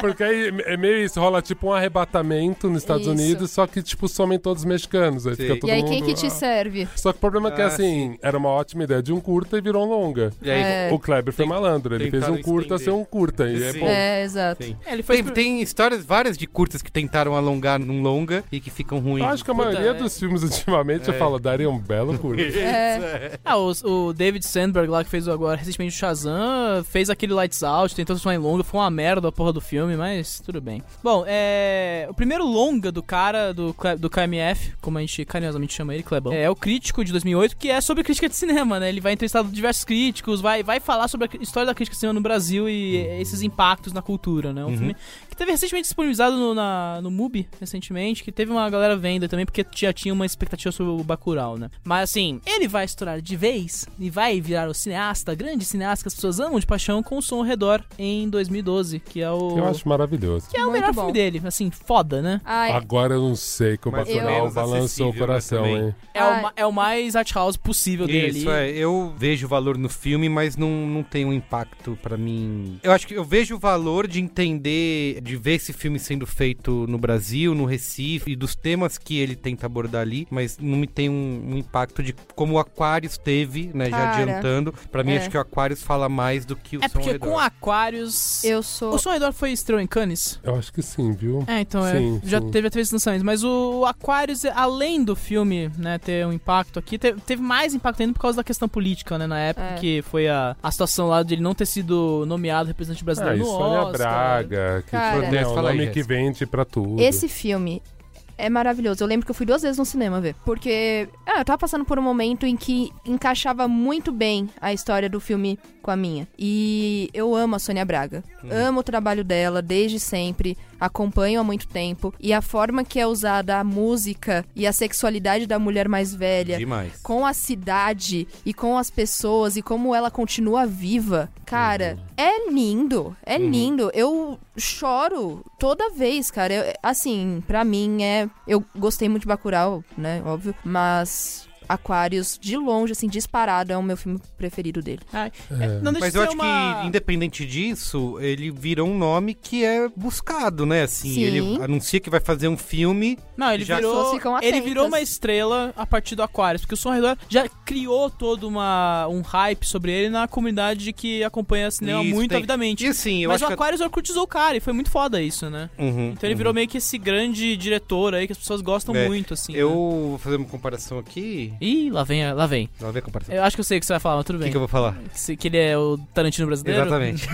S6: Porque aí é meio isso, rola tipo um arrebatamento nos Estados
S4: Isso.
S6: Unidos, só que tipo somem todos os mexicanos. Aí fica todo
S4: e aí,
S6: mundo.
S4: quem que te serve?
S6: Só que o problema é que,
S4: Ah,
S6: assim, era uma ótima ideia de um curta e virou um longa.
S4: E aí, É.
S6: O Kleber foi malandro. Ele fez um
S3: tentaram
S6: curta
S3: estender.
S6: ser um curta. E é
S3: Sim.
S6: bom.
S4: É, exato. é,
S5: Ele
S3: tem, tem histórias várias de curtas que tentaram alongar num longa e que ficam ruins.
S6: Eu acho que a maioria dos filmes ultimamente
S3: É.
S6: eu falo, daria um belo curta.
S5: É. Ah, o, o David Sandberg lá que fez agora recentemente o Shazam, fez aquele Lights Out, tentou transformar em longa, foi uma merda a porra do filme, mas tudo bem. Bom, é. O primeiro longa do cara, do, Cle- do KMF, como a gente carinhosamente chama ele, Clebão, é o Crítico de 2008, que é sobre crítica de cinema, né? Ele vai entrevistar diversos críticos, vai, vai falar sobre a cri- história da crítica de cinema no Brasil e esses impactos na cultura, né? Um
S3: Uhum.
S5: filme que Teve recentemente disponibilizado no, na, no MUBI, recentemente, que teve uma galera venda também, porque já tinha uma expectativa sobre o Bacurau, né? Mas assim, ele vai estourar de vez e vai virar o cineasta, grande cineasta que as pessoas amam de paixão, com o som ao redor em 2012, que é o.
S6: Eu acho maravilhoso.
S5: Que é o melhor filme dele, assim, foda, né?
S4: Ai.
S6: Agora eu não sei como
S3: Mais ou
S6: Bacurau
S3: menos
S6: balançou o
S3: acessível,
S6: coração,
S3: né, também.
S6: hein?
S5: É, o, ma- é o mais art house possível dele
S3: Isso,
S5: ali.
S3: é. Eu vejo valor no filme, mas não, não tem um impacto pra mim. Eu acho que eu vejo o valor de entender, de ver esse filme sendo feito no Brasil, no Recife, e dos temas que ele tenta abordar ali, mas não me tem um, um impacto de como o Aquarius teve, né?
S4: Cara.
S3: já adiantando. Pra mim,
S4: É.
S3: acho que o Aquarius fala mais do que o
S5: É
S3: som ao
S5: porque
S3: redor.
S5: com Aquarius.
S4: Eu sou.
S5: O som ao redor foi estreou em Cannes?
S6: Eu acho que sim, viu?
S5: É, então
S6: Sim,
S5: é. Já
S6: sim.
S5: teve a três lançamentos. Mas o Aquarius, além do filme, né, ter um impacto aqui, te- teve mais impacto ainda por causa da questão política, né? Na época
S4: É.
S5: que foi a, a situação lá de ele não ter sido nomeado representante
S6: Ah,
S5: brasileiro
S6: e
S5: no
S6: Sônia
S5: Oscar.
S6: Braga, que
S4: Cara.
S6: foi né, o
S3: Fala aí,
S6: nome
S3: Jéssica.
S6: que vende pra tudo.
S4: Esse filme é maravilhoso. Eu lembro que eu fui duas vezes no cinema ver. Porque ah, eu tava passando por um momento em que encaixava muito bem a história do filme com a minha. E eu amo a Sônia Braga. Amo o trabalho dela desde sempre. Acompanho há muito tempo. E a forma que é usada a música e a sexualidade da mulher mais velha.
S3: Demais.
S4: Com a cidade e com as pessoas e como ela continua viva. Cara, é lindo. É lindo. Eu choro toda vez, cara. Eu- assim, pra mim é. Eu gostei muito de Bacurau, né? Óbvio. Mas. Aquarius, de longe, assim, disparado, é o meu filme preferido dele.
S5: Ai,
S6: É.
S5: Não deixa
S3: Mas
S5: de
S3: eu
S5: ser
S3: acho
S5: uma...
S3: que, independente disso, ele virou um nome que é buscado, né? Assim,
S4: Sim.
S3: ele anuncia que vai fazer um filme.
S5: Não, ele
S3: Já-
S4: Pessoas
S5: virou.
S4: ficam
S5: Ele
S4: atentas.
S5: virou uma estrela a partir do Aquarius, porque o Som ao Redor já criou todo uma, um hype sobre ele na comunidade que acompanha cinema
S3: Isso,
S5: muito
S3: tem-
S5: avidamente.
S3: E assim, eu
S5: Mas o
S3: acho que.
S5: Aquarius orcutizou o cara e foi muito foda isso, né?
S3: Uhum,
S5: Então ele virou meio que esse grande diretor aí que as pessoas gostam
S3: É,
S5: muito, assim.
S3: Eu
S5: né?
S3: vou fazer uma comparação aqui.
S5: Ih, lá vem, lá vem.
S3: Lá vem a
S6: É,
S3: comparação.
S5: Eu acho que eu sei o que você vai falar, mas tudo
S3: O
S5: bem.
S3: que, que eu vou falar?
S5: Que se- que ele é o Tarantino brasileiro?
S3: Exatamente.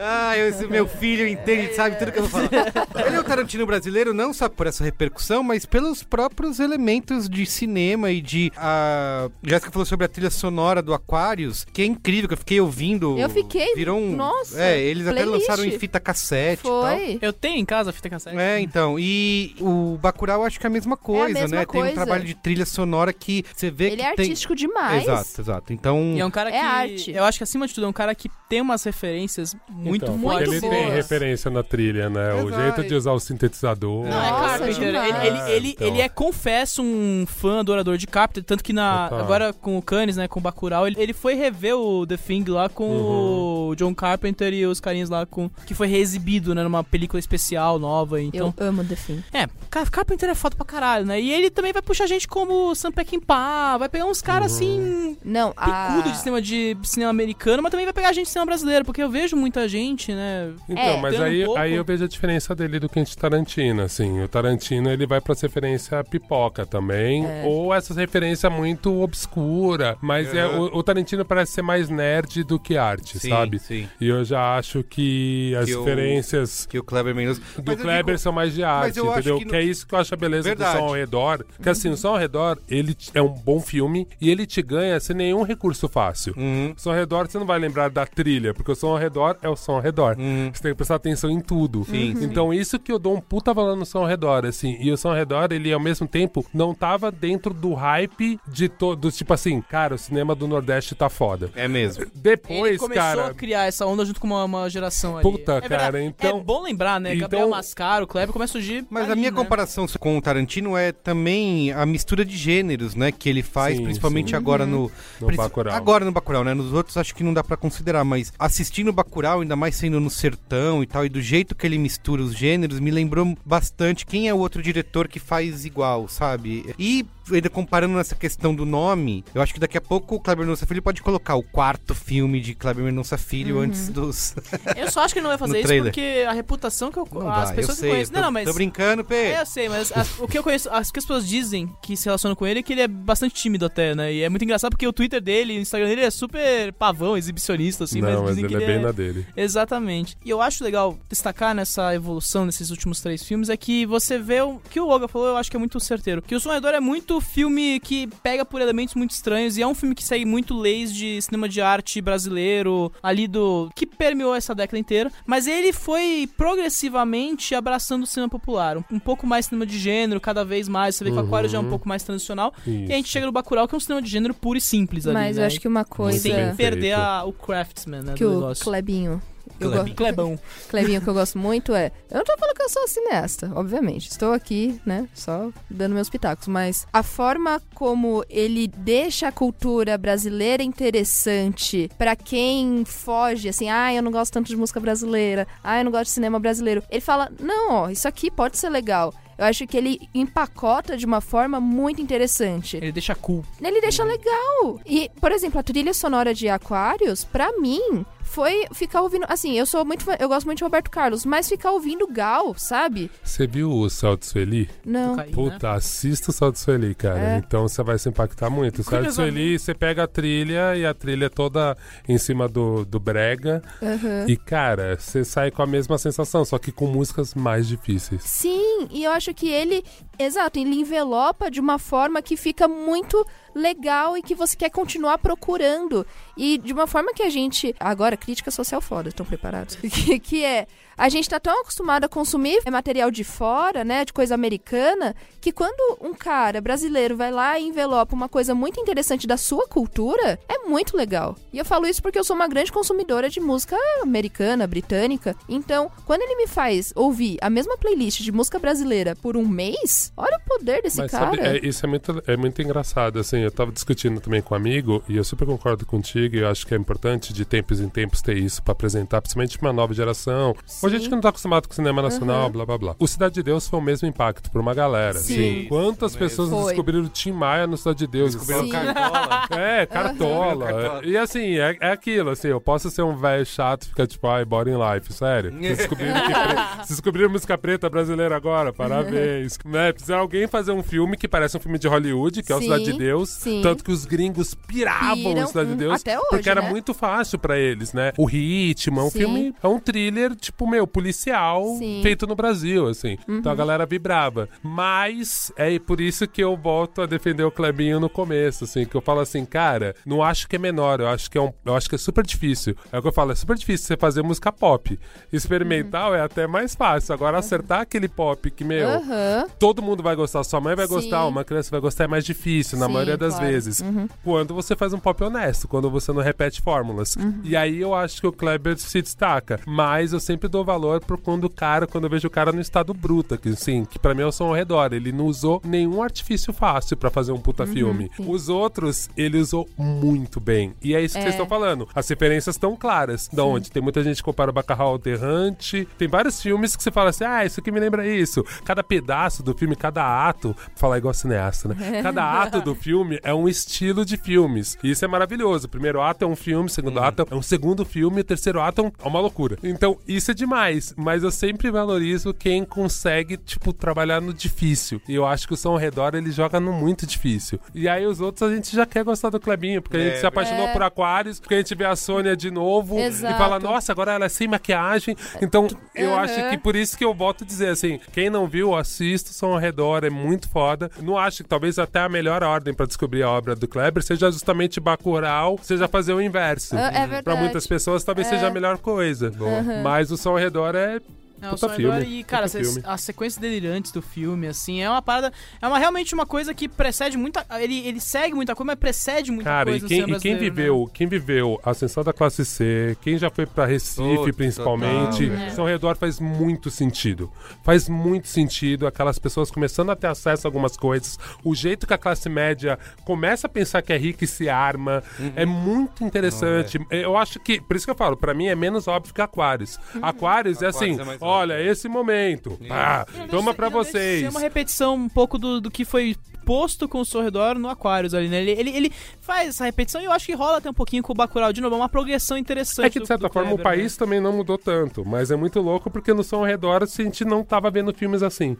S3: ah, eu- esse meu filho entende, sabe tudo que eu vou falar. Ele é o Tarantino brasileiro não só por essa repercussão, mas pelos próprios elementos de cinema e de... A Jéssica falou sobre a trilha sonora do Aquarius, que é incrível, que eu fiquei ouvindo.
S4: Eu fiquei,
S3: Virou um...
S4: nossa,
S3: É, eles até
S4: playlist.
S3: lançaram em
S5: É,
S3: fita
S5: tipo,
S3: cassete e tal.
S4: Foi.
S5: Eu tenho em casa a fita cassete.
S3: É, então, e o Bacurau acho que é a mesma coisa,
S4: mesma
S3: né? Tem
S4: coisa.
S3: um trabalho de trilha sonora que você vê
S4: Ele
S3: que
S4: é
S3: tem...
S4: artístico demais.
S3: Exato, exato. Então,
S5: E é um cara
S4: É
S5: que.
S4: arte.
S5: Eu acho que acima de tudo é um cara que tem umas referências muito
S6: então,
S5: fortes.
S6: porque Ele tem
S4: boas.
S6: referência na trilha, né? O
S3: Exato.
S6: jeito de usar o sintetizador.
S5: Não, é
S4: Nossa,
S5: Carpenter. Ele,
S4: demais.
S5: ele, ele,
S6: Então.
S5: ele é, confesso, um fã adorador de Carpenter. Tanto que na,
S6: Total.
S5: agora com o Cannes, né? Com o Bacurau, ele, ele foi rever o The Thing lá com
S6: Uhum.
S5: o John Carpenter e os carinhas lá com. Que foi reexibido, né? Numa película especial nova. Então.
S4: Eu amo The Fim.
S5: É, Car- Carpenter é foda pra caralho, né? E ele também vai puxar gente como Sam Peckinpah, vai pegar uns
S6: Uhum.
S5: caras assim,
S4: Não, ah, a...
S5: picudo de um cinema de cinema americano, mas também vai pegar gente de cinema brasileiro, porque eu vejo muita gente, né?
S4: É,
S6: Então, mas
S5: tendo um
S6: aí,
S5: pouco-
S6: aí eu vejo a diferença dele do Quentin Tarantino, assim. O Tarantino, ele vai pra referência à pipoca também, ou essas referências muito obscura. Mas é, o, o Tarantino parece ser mais nerd do que arte,
S3: Sim,
S6: sabe?
S3: sim.
S6: E eu já acho que as
S3: Que o-
S6: referências
S3: que o Kleber Mendonça...
S6: do Kleber são mais de arte,
S3: eu acho
S6: entendeu?
S3: que
S6: Que,
S3: no-
S6: é isso que eu acho a beleza
S3: Verdade.
S6: do Som ao Redor. Que assim, o Som ao Redor, ele t- é um bom filme e ele te ganha sem nenhum recurso fácil.
S3: Uhum.
S6: O Som ao Redor, você não vai lembrar da trilha, porque o Som ao Redor é o Som ao Redor.
S3: Uhum.
S6: Você tem que prestar atenção em tudo.
S5: Uhum.
S6: Então, isso que eu dou um puta valor no Som ao Redor, assim. E o Som ao Redor, ele ao mesmo tempo não tava dentro do hype de todos. Tipo assim, cara, o cinema do Nordeste tá foda.
S3: É mesmo.
S5: Ele
S6: Depois,
S5: começou
S6: cara.
S5: a criar essa onda junto com uma, uma geração aí.
S6: Puta,
S5: é verdade.
S6: cara, então-
S5: É bom lembrar, né?
S6: Então-
S5: Gabriel Mascaro, Kleber, começa a surgir.
S3: Mas a
S5: ali,
S3: minha
S5: né?
S3: comparação com o Tarantino é também a mistura de gêneros, né? Que ele faz,
S6: Sim,
S3: principalmente
S6: sim.
S3: agora no...
S6: No
S3: princi-
S6: Bacurau.
S3: Agora no Bacurau, né? Nos outros acho que não dá pra considerar, mas assistindo o Bacurau, ainda mais sendo no sertão e tal, e do jeito que ele mistura os gêneros, me lembrou bastante quem é o outro diretor que faz igual, sabe? E... Ainda comparando nessa questão do nome, eu acho que daqui a pouco o Kleber Mendonça Filho pode colocar o quarto filme de Kleber Mendonça Filho
S5: Uhum.
S3: antes dos.
S5: Eu só acho que ele não vai fazer
S3: No
S5: isso
S3: trailer.
S5: porque a reputação que eu.
S3: Não
S5: as
S3: dá,
S5: pessoas
S3: eu sei,
S5: que conhecem.
S3: eu tô,
S5: não, não, mas.
S3: tô brincando, Pê.
S5: É, eu sei, mas as- o que eu conheço, as que as pessoas dizem que se relacionam com ele é que ele é bastante tímido até, né? E é muito engraçado porque o Twitter dele, o Instagram dele é super pavão, exibicionista, assim,
S6: não,
S5: mas
S6: mas
S5: dizem
S6: ele
S5: que
S6: é bem reina dele.
S5: Exatamente. E eu acho legal destacar nessa evolução desses últimos três filmes é que você vê o que o Logan falou, eu acho que é muito certeiro. Que o Sonhador é muito filme que pega por elementos muito estranhos e é um filme que segue muito leis de cinema de arte brasileiro, ali do que permeou essa década inteira, mas ele foi progressivamente abraçando o cinema popular, um, um pouco mais cinema de gênero, cada vez mais, você vê que o
S4: Uhum.
S5: Aquário já é um pouco mais tradicional, e
S4: Isso.
S5: a gente chega no Bacurau que é um cinema de gênero puro e simples ali,
S4: Mas eu
S5: né?
S4: acho que uma coisa-
S5: sem
S4: bem
S5: perder
S4: feito.
S5: a- o craftsman, né,
S4: que
S5: do
S4: o
S5: negócio.
S4: Clebinho. eu
S5: Clebinho.
S4: go-
S5: Clebão.
S4: Clebinho, que eu gosto muito é. Eu não tô falando que eu sou cineasta, obviamente. Estou aqui, né? Só dando meus pitacos. Mas a forma como ele deixa a cultura brasileira interessante pra quem foge, assim, ah, eu não gosto tanto de música brasileira, ah, eu não gosto de cinema brasileiro. Ele fala: não, ó, isso aqui pode ser legal. Eu acho que ele empacota de uma forma muito interessante.
S5: Ele deixa cool.
S4: Ele deixa legal. E, por exemplo, a trilha sonora de Aquários, pra mim, foi ficar ouvindo. Assim, eu sou muito. fã- Eu gosto muito de Roberto Carlos, mas ficar ouvindo Gal, sabe?
S6: Você viu o Celto Sueli?
S4: Não. Cocaína.
S5: né?
S6: Puta, Tá, assista o Celto Sueli, cara.
S4: É.
S6: Então você vai se impactar muito. O Celto
S4: Curiosamente-
S6: Sueli, você pega a trilha e a trilha é toda em cima do, do brega.
S4: Aham.
S6: E, cara, você sai com a mesma sensação, só que com músicas mais difíceis.
S4: Sim, e eu acho que ele. Exato, ele envelopa de uma forma que fica muito legal e que você quer continuar procurando. E de uma forma que a gente. Agora, crítica social foda, estão preparados? Que, que é. A gente tá tão acostumado a consumir material de fora, né? De coisa americana, que quando um cara brasileiro vai lá e envelopa uma coisa muito interessante da sua cultura, é muito legal. E eu falo isso porque eu sou uma grande consumidora de música americana, britânica. Então, quando ele me faz ouvir a mesma playlist de música brasileira por um mês, olha o poder desse
S6: Mas
S4: cara.
S6: sabe, é- isso é muito, é muito engraçado, assim, eu tava discutindo também com um amigo, e eu super concordo contigo, e eu acho que é importante de tempos em tempos ter isso pra apresentar, principalmente pra uma nova geração. Hoje a gente que não tá acostumado com cinema nacional,
S13: Aham.
S6: blá blá blá. O Cidade de Deus foi o mesmo impacto pra uma galera.
S13: Sim.
S6: assim.
S13: Sim.
S6: Quantas pessoas
S13: Foi.
S6: descobriram Tim Maia no Cidade de Deus?
S13: Descobriram
S6: Sim.
S13: Cartola.
S6: É, cartola.
S13: Descobriram Cartola.
S6: E assim, é, é aquilo, assim, eu posso ser um velho chato e ficar tipo, ai, bora em life, sério. Vocês descobriram que pre- vocês descobriram música preta brasileira agora, parabéns. né? Precisa alguém fazer um filme que parece um filme de Hollywood, que é o
S13: Sim,
S6: Cidade de Deus.
S13: sim.
S6: Tanto que os gringos piravam
S13: Piram,
S6: o Cidade de
S13: hum,
S6: Deus.
S13: até hoje,
S6: porque era
S13: né?
S6: muito fácil pra eles, né? O ritmo, é um
S13: Sim.
S6: filme, é um thriller, tipo, meu, policial,
S13: Sim. Uhum.
S6: feito no Brasil, assim. Então a galera vibrava. Mas é por isso que eu volto a defender o Clebinho no começo, assim, que eu falo assim, cara, não acho que é menor, eu acho que é, um, eu acho que é super difícil. É o que eu falo, é super difícil você fazer música pop.
S13: Uhum.
S6: Experimental é até mais fácil. Agora acertar aquele pop que, meu,
S4: Aham.
S6: todo mundo vai gostar, sua mãe vai
S13: Sim.
S6: gostar, uma criança vai gostar, é mais difícil, na
S13: Sim,
S6: maioria das
S13: claro.
S6: vezes.
S13: Uhum.
S6: Quando você faz um pop honesto, quando você não repete fórmulas.
S13: Uhum.
S6: E aí eu acho que o Kleber se destaca. Mas eu sempre dou valor pro quando o cara, quando eu vejo o cara no estado bruto, que sim, que pra mim é o som ao redor. Ele não usou nenhum artifício fácil pra fazer um puta
S13: Uhum,
S6: filme.
S13: sim.
S6: Os outros, ele usou muito bem. E é isso que
S13: É.
S6: vocês estão falando. As referências estão claras. Da onde tem muita gente que compara o Bacurau ao Derrante. Tem vários filmes que você fala assim, ah, isso aqui me lembra isso. Cada pedaço do filme, cada ato, falar igual cineasta,
S13: É.
S6: né? Cada ato do filme é um estilo de filmes. E isso é maravilhoso. O primeiro ato é um filme, o
S13: Uhum.
S6: segundo ato é um segundo filme, o terceiro ato é um- é uma loucura. Então, isso é demais. Mas eu sempre valorizo quem consegue, tipo, trabalhar no difícil. E eu acho que o Som ao Redor, ele joga no muito difícil. E aí os outros a gente já quer gostar do Clebinho, porque a gente
S13: É,
S6: se apaixonou
S13: é.
S6: por Aquários, porque a gente vê a Sônia de novo
S13: Exato.
S6: e fala, nossa, agora ela é sem maquiagem. Então, eu
S13: Aham.
S6: acho que por isso que eu volto a dizer assim: quem não viu, assista o Som ao Redor, é muito foda. Não acho que talvez até a melhor ordem pra descobrir a obra do Kleber seja justamente Bacurau, seja fazer o inverso.
S13: Ah, é
S6: Pra
S13: verdade.
S6: muitas pessoas, talvez
S13: É.
S6: seja a melhor coisa.
S13: Aham.
S6: Mas o Som ao Redor é.
S5: É, o
S6: puta
S5: Sonho
S6: filme.
S5: Agora e, cara,
S6: puta
S5: cês-
S6: filme.
S5: a sequência delirante do filme, assim, é uma parada. É uma, realmente uma coisa que precede muita. Ele, ele segue muita coisa, mas precede muita
S6: Cara,
S5: coisa.
S6: e
S5: do
S6: quem,
S5: cinema
S6: e quem
S5: brasileiro, né?
S6: viveu, quem viveu a ascensão da classe C, quem já foi pra Recife,
S13: Total,
S6: principalmente,
S13: velho.
S6: São Redor faz muito sentido. Faz muito sentido aquelas pessoas começando a ter acesso a algumas coisas, o jeito que a classe média começa a pensar que é rica e se arma,
S13: Uhum.
S6: é muito interessante.
S13: é.
S6: Eu acho que, por isso que eu falo, pra mim é menos óbvio que Aquários. Aquários é assim,
S13: Uhum. é mais
S6: olha, esse momento, pá, toma pra vocês.
S5: É uma repetição um pouco do, do que foi posto com o Sorredor no Aquarius ali, né? Ele, ele, ele faz essa repetição e eu acho que rola até um pouquinho com o Bacurau de novo. É uma progressão interessante.
S6: É que, de certa forma,
S5: né?
S6: o país também não mudou tanto, mas é muito louco porque no som ao redor a gente não tava vendo filmes assim.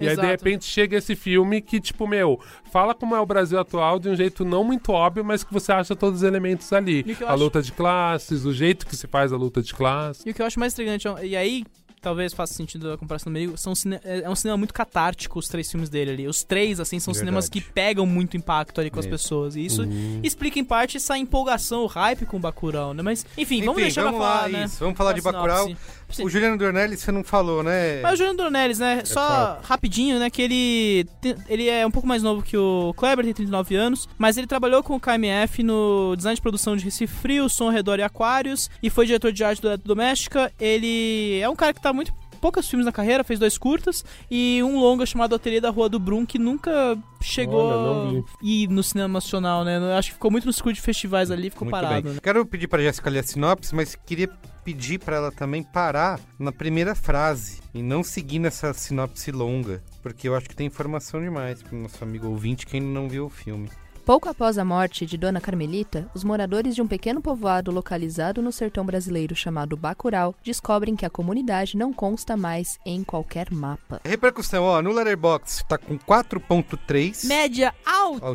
S6: E aí, de
S13: Exato.
S6: repente, chega esse filme que, tipo, meu, fala como é o Brasil atual de um jeito não muito óbvio, mas que você acha todos os elementos ali.
S5: E que eu
S6: A
S5: acho-
S6: luta de classes, o jeito que se faz a luta de classes.
S5: E o que eu acho mais intrigante, é- e aí talvez faça sentido a comparação no meio, são cine- é é um cinema muito catártico os três filmes dele ali. Os três, assim, são cinemas que
S13: Verdade.
S5: pegam muito impacto ali com as
S13: É.
S5: pessoas. E isso
S13: Uhum.
S5: explica em parte essa empolgação, o hype com o Bacurau, né? Mas, enfim, vamos
S3: Enfim,
S5: deixar
S3: vamos
S5: pra
S3: lá,
S5: falar, né?
S3: isso. Vamos falar
S5: Uma
S3: de Bacurau.
S5: sinopse.
S3: O Juliano Dornelles, você não falou, né?
S5: Mas o Júnior Dornelles, né?
S6: É
S5: Só rapidinho, né? Que ele, te- ele é um pouco mais novo que o Kleber, tem 39 anos. Mas ele trabalhou com o KMF no design de produção de Recife Frio, Som ao Redor e Aquários. E foi diretor de arte do Eletro Doméstica. Ele é um cara que tá muito poucos filmes na carreira, fez dois curtas e um longa chamado Ateliê da Rua do Brum, que nunca
S6: Olha, não
S5: chegou
S6: vi.
S5: a ir no cinema nacional, né? Eu acho que ficou muito no circuito de festivais
S6: Hum,
S5: ali, ficou
S3: Muito
S5: parado,
S3: bem.
S5: né?
S3: Quero pedir para Jéssica ler a sinopse, mas queria pedir para ela também parar na primeira frase e não seguir nessa sinopse longa, porque eu acho que tem informação demais para o nosso amigo ouvinte que ainda não viu o filme.
S4: Pouco após a morte de Dona Carmelita, os moradores de um pequeno povoado localizado no sertão brasileiro chamado Bacurau descobrem que a comunidade não consta mais em qualquer mapa.
S3: Repercussão, ó, no Letterboxd tá com 4.3.
S5: Média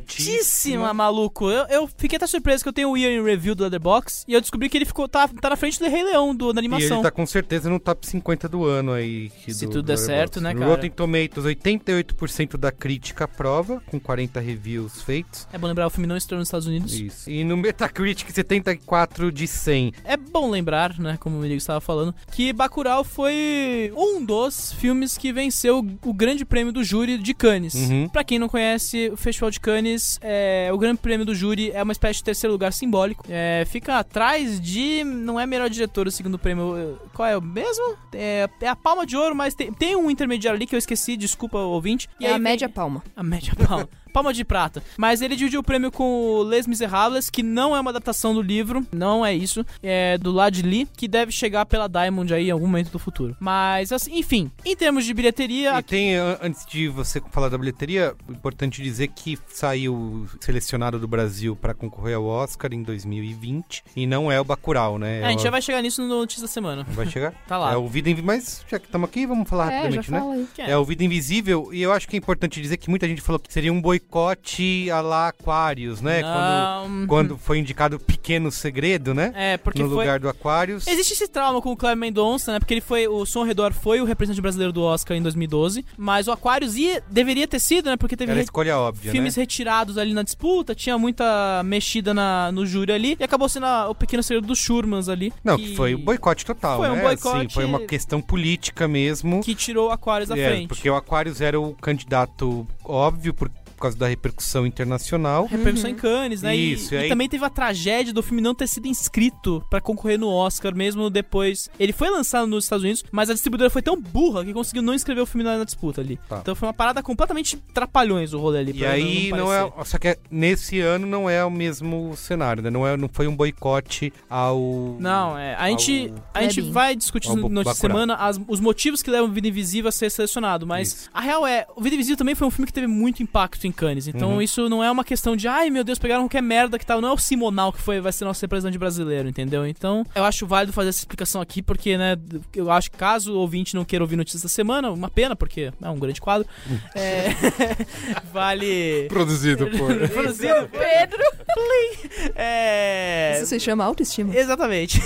S5: altíssima, maluco. Eu, eu fiquei até surpreso que eu tenho o Year in Review do Leatherbox e eu descobri que ele ficou, tá, tá na frente do Rei Leão, do, da
S3: E ele
S5: animação.
S3: tá com certeza no top 50 do ano aí. que
S5: Se
S3: do-
S5: tudo
S3: do
S5: der
S3: Letterboxd.
S5: certo, né,
S3: no
S5: cara?
S3: Rotten Tomatoes, 88% da crítica aprova, com 40 reviews feitos.
S5: É bom lembrar, o filme não estreou nos Estados Unidos.
S3: Isso. E no Metacritic, 74 de 100.
S5: É bom lembrar, né, como o Miguel estava falando, que Bacurau foi um dos filmes que venceu o Grande Prêmio do Júri de Cannes.
S3: Uhum.
S5: Pra quem não conhece, o Festival de Cannes, é, o Grande Prêmio do Júri é uma espécie de terceiro lugar simbólico. É, fica atrás de... não é melhor diretor o segundo prêmio. é, Qual é o mesmo? É, é a Palma de Ouro, mas tem, tem um intermediário ali que eu esqueci, desculpa, ouvinte. E
S4: É
S5: aí
S4: a
S5: vem-
S4: média palma.
S5: a média palma. palma de prata. Mas ele dividiu o prêmio com o Les Miserables, que não é uma adaptação do livro, não é isso. É do Lad Lee, que deve chegar pela Diamond aí em algum momento do futuro. Mas, assim, enfim, em termos de bilheteria,
S3: E tem, an- antes de você falar da bilheteria, é importante dizer que saiu selecionado do Brasil para concorrer ao Oscar em 2020 e não é o Bacurau, né?
S5: é, a gente
S3: É o-
S5: já vai chegar nisso no Notícia da Semana.
S3: Vai chegar?
S5: tá lá.
S3: É o Vida Invisível, mas já que estamos aqui, vamos falar
S5: É,
S3: rapidamente,
S5: já
S3: né?
S5: fala aí.
S3: É o Vida Invisível e eu acho que é importante dizer que muita gente falou que seria um boicote a lá Aquarius, né?
S5: Não.
S3: Quando, quando foi indicado o Pequeno Segredo, né?
S5: É, porque
S3: No
S5: foi-
S3: lugar do Aquarius.
S5: Existe esse trauma com o Cleber Mendonça, né? Porque ele foi. O Som ao Redor foi o representante brasileiro do Oscar em 2012. Mas o Aquarius ia, deveria ter sido, né? Porque teve.
S3: Era a
S5: re-
S3: escolha óbvia,
S5: Filmes
S3: né?
S5: retirados ali na disputa, tinha muita mexida na, no júri ali. E acabou sendo a- o pequeno segredo dos Schurmans ali.
S3: Não, que foi um boicote total,
S5: Foi um
S3: né?
S5: boicote-
S3: Assim, foi uma questão política mesmo.
S5: que tirou o Aquarius da
S3: É,
S5: frente.
S3: Porque o Aquarius era o candidato óbvio por causa da repercussão internacional.
S5: Repercussão É, em Cannes, né? E-
S3: Isso,
S5: e,
S3: e aí-
S5: também teve a tragédia do filme não ter sido inscrito pra concorrer no Oscar, mesmo depois. Ele foi lançado nos Estados Unidos, mas a distribuidora foi tão burra que conseguiu não inscrever o filme na, na disputa ali. Então foi uma parada completamente trapalhões o rolê ali.
S3: Tá. E
S5: pra
S3: aí não
S5: parecer.
S3: é, só que nesse ano não é o mesmo cenário, né? Não é, não foi um boicote ao
S5: Não, é. A gente, a gente
S3: Klebin.
S5: vai discutir
S3: Ao
S5: no
S3: Bo-
S5: Notícia
S3: Bacurau.
S5: Semana as- os motivos que levam o Vida Invisível a ser selecionado, mas a real é, o Vida Invisível também foi um filme que teve muito impacto em Cannes, então
S13: Uhum.
S5: isso não é uma questão de, ai meu Deus, pegaram qualquer merda que tal, não é o Simonal que foi, vai ser nosso representante brasileiro, entendeu? Então, eu acho válido fazer essa explicação aqui, porque, né, eu acho que caso o ouvinte não queira ouvir Notícia da Semana, uma pena, porque é um grande quadro, é, vale...
S6: Produzido por-
S5: Produzido por... Pedro Plim! É...
S4: Isso se chama autoestima.
S5: Exatamente.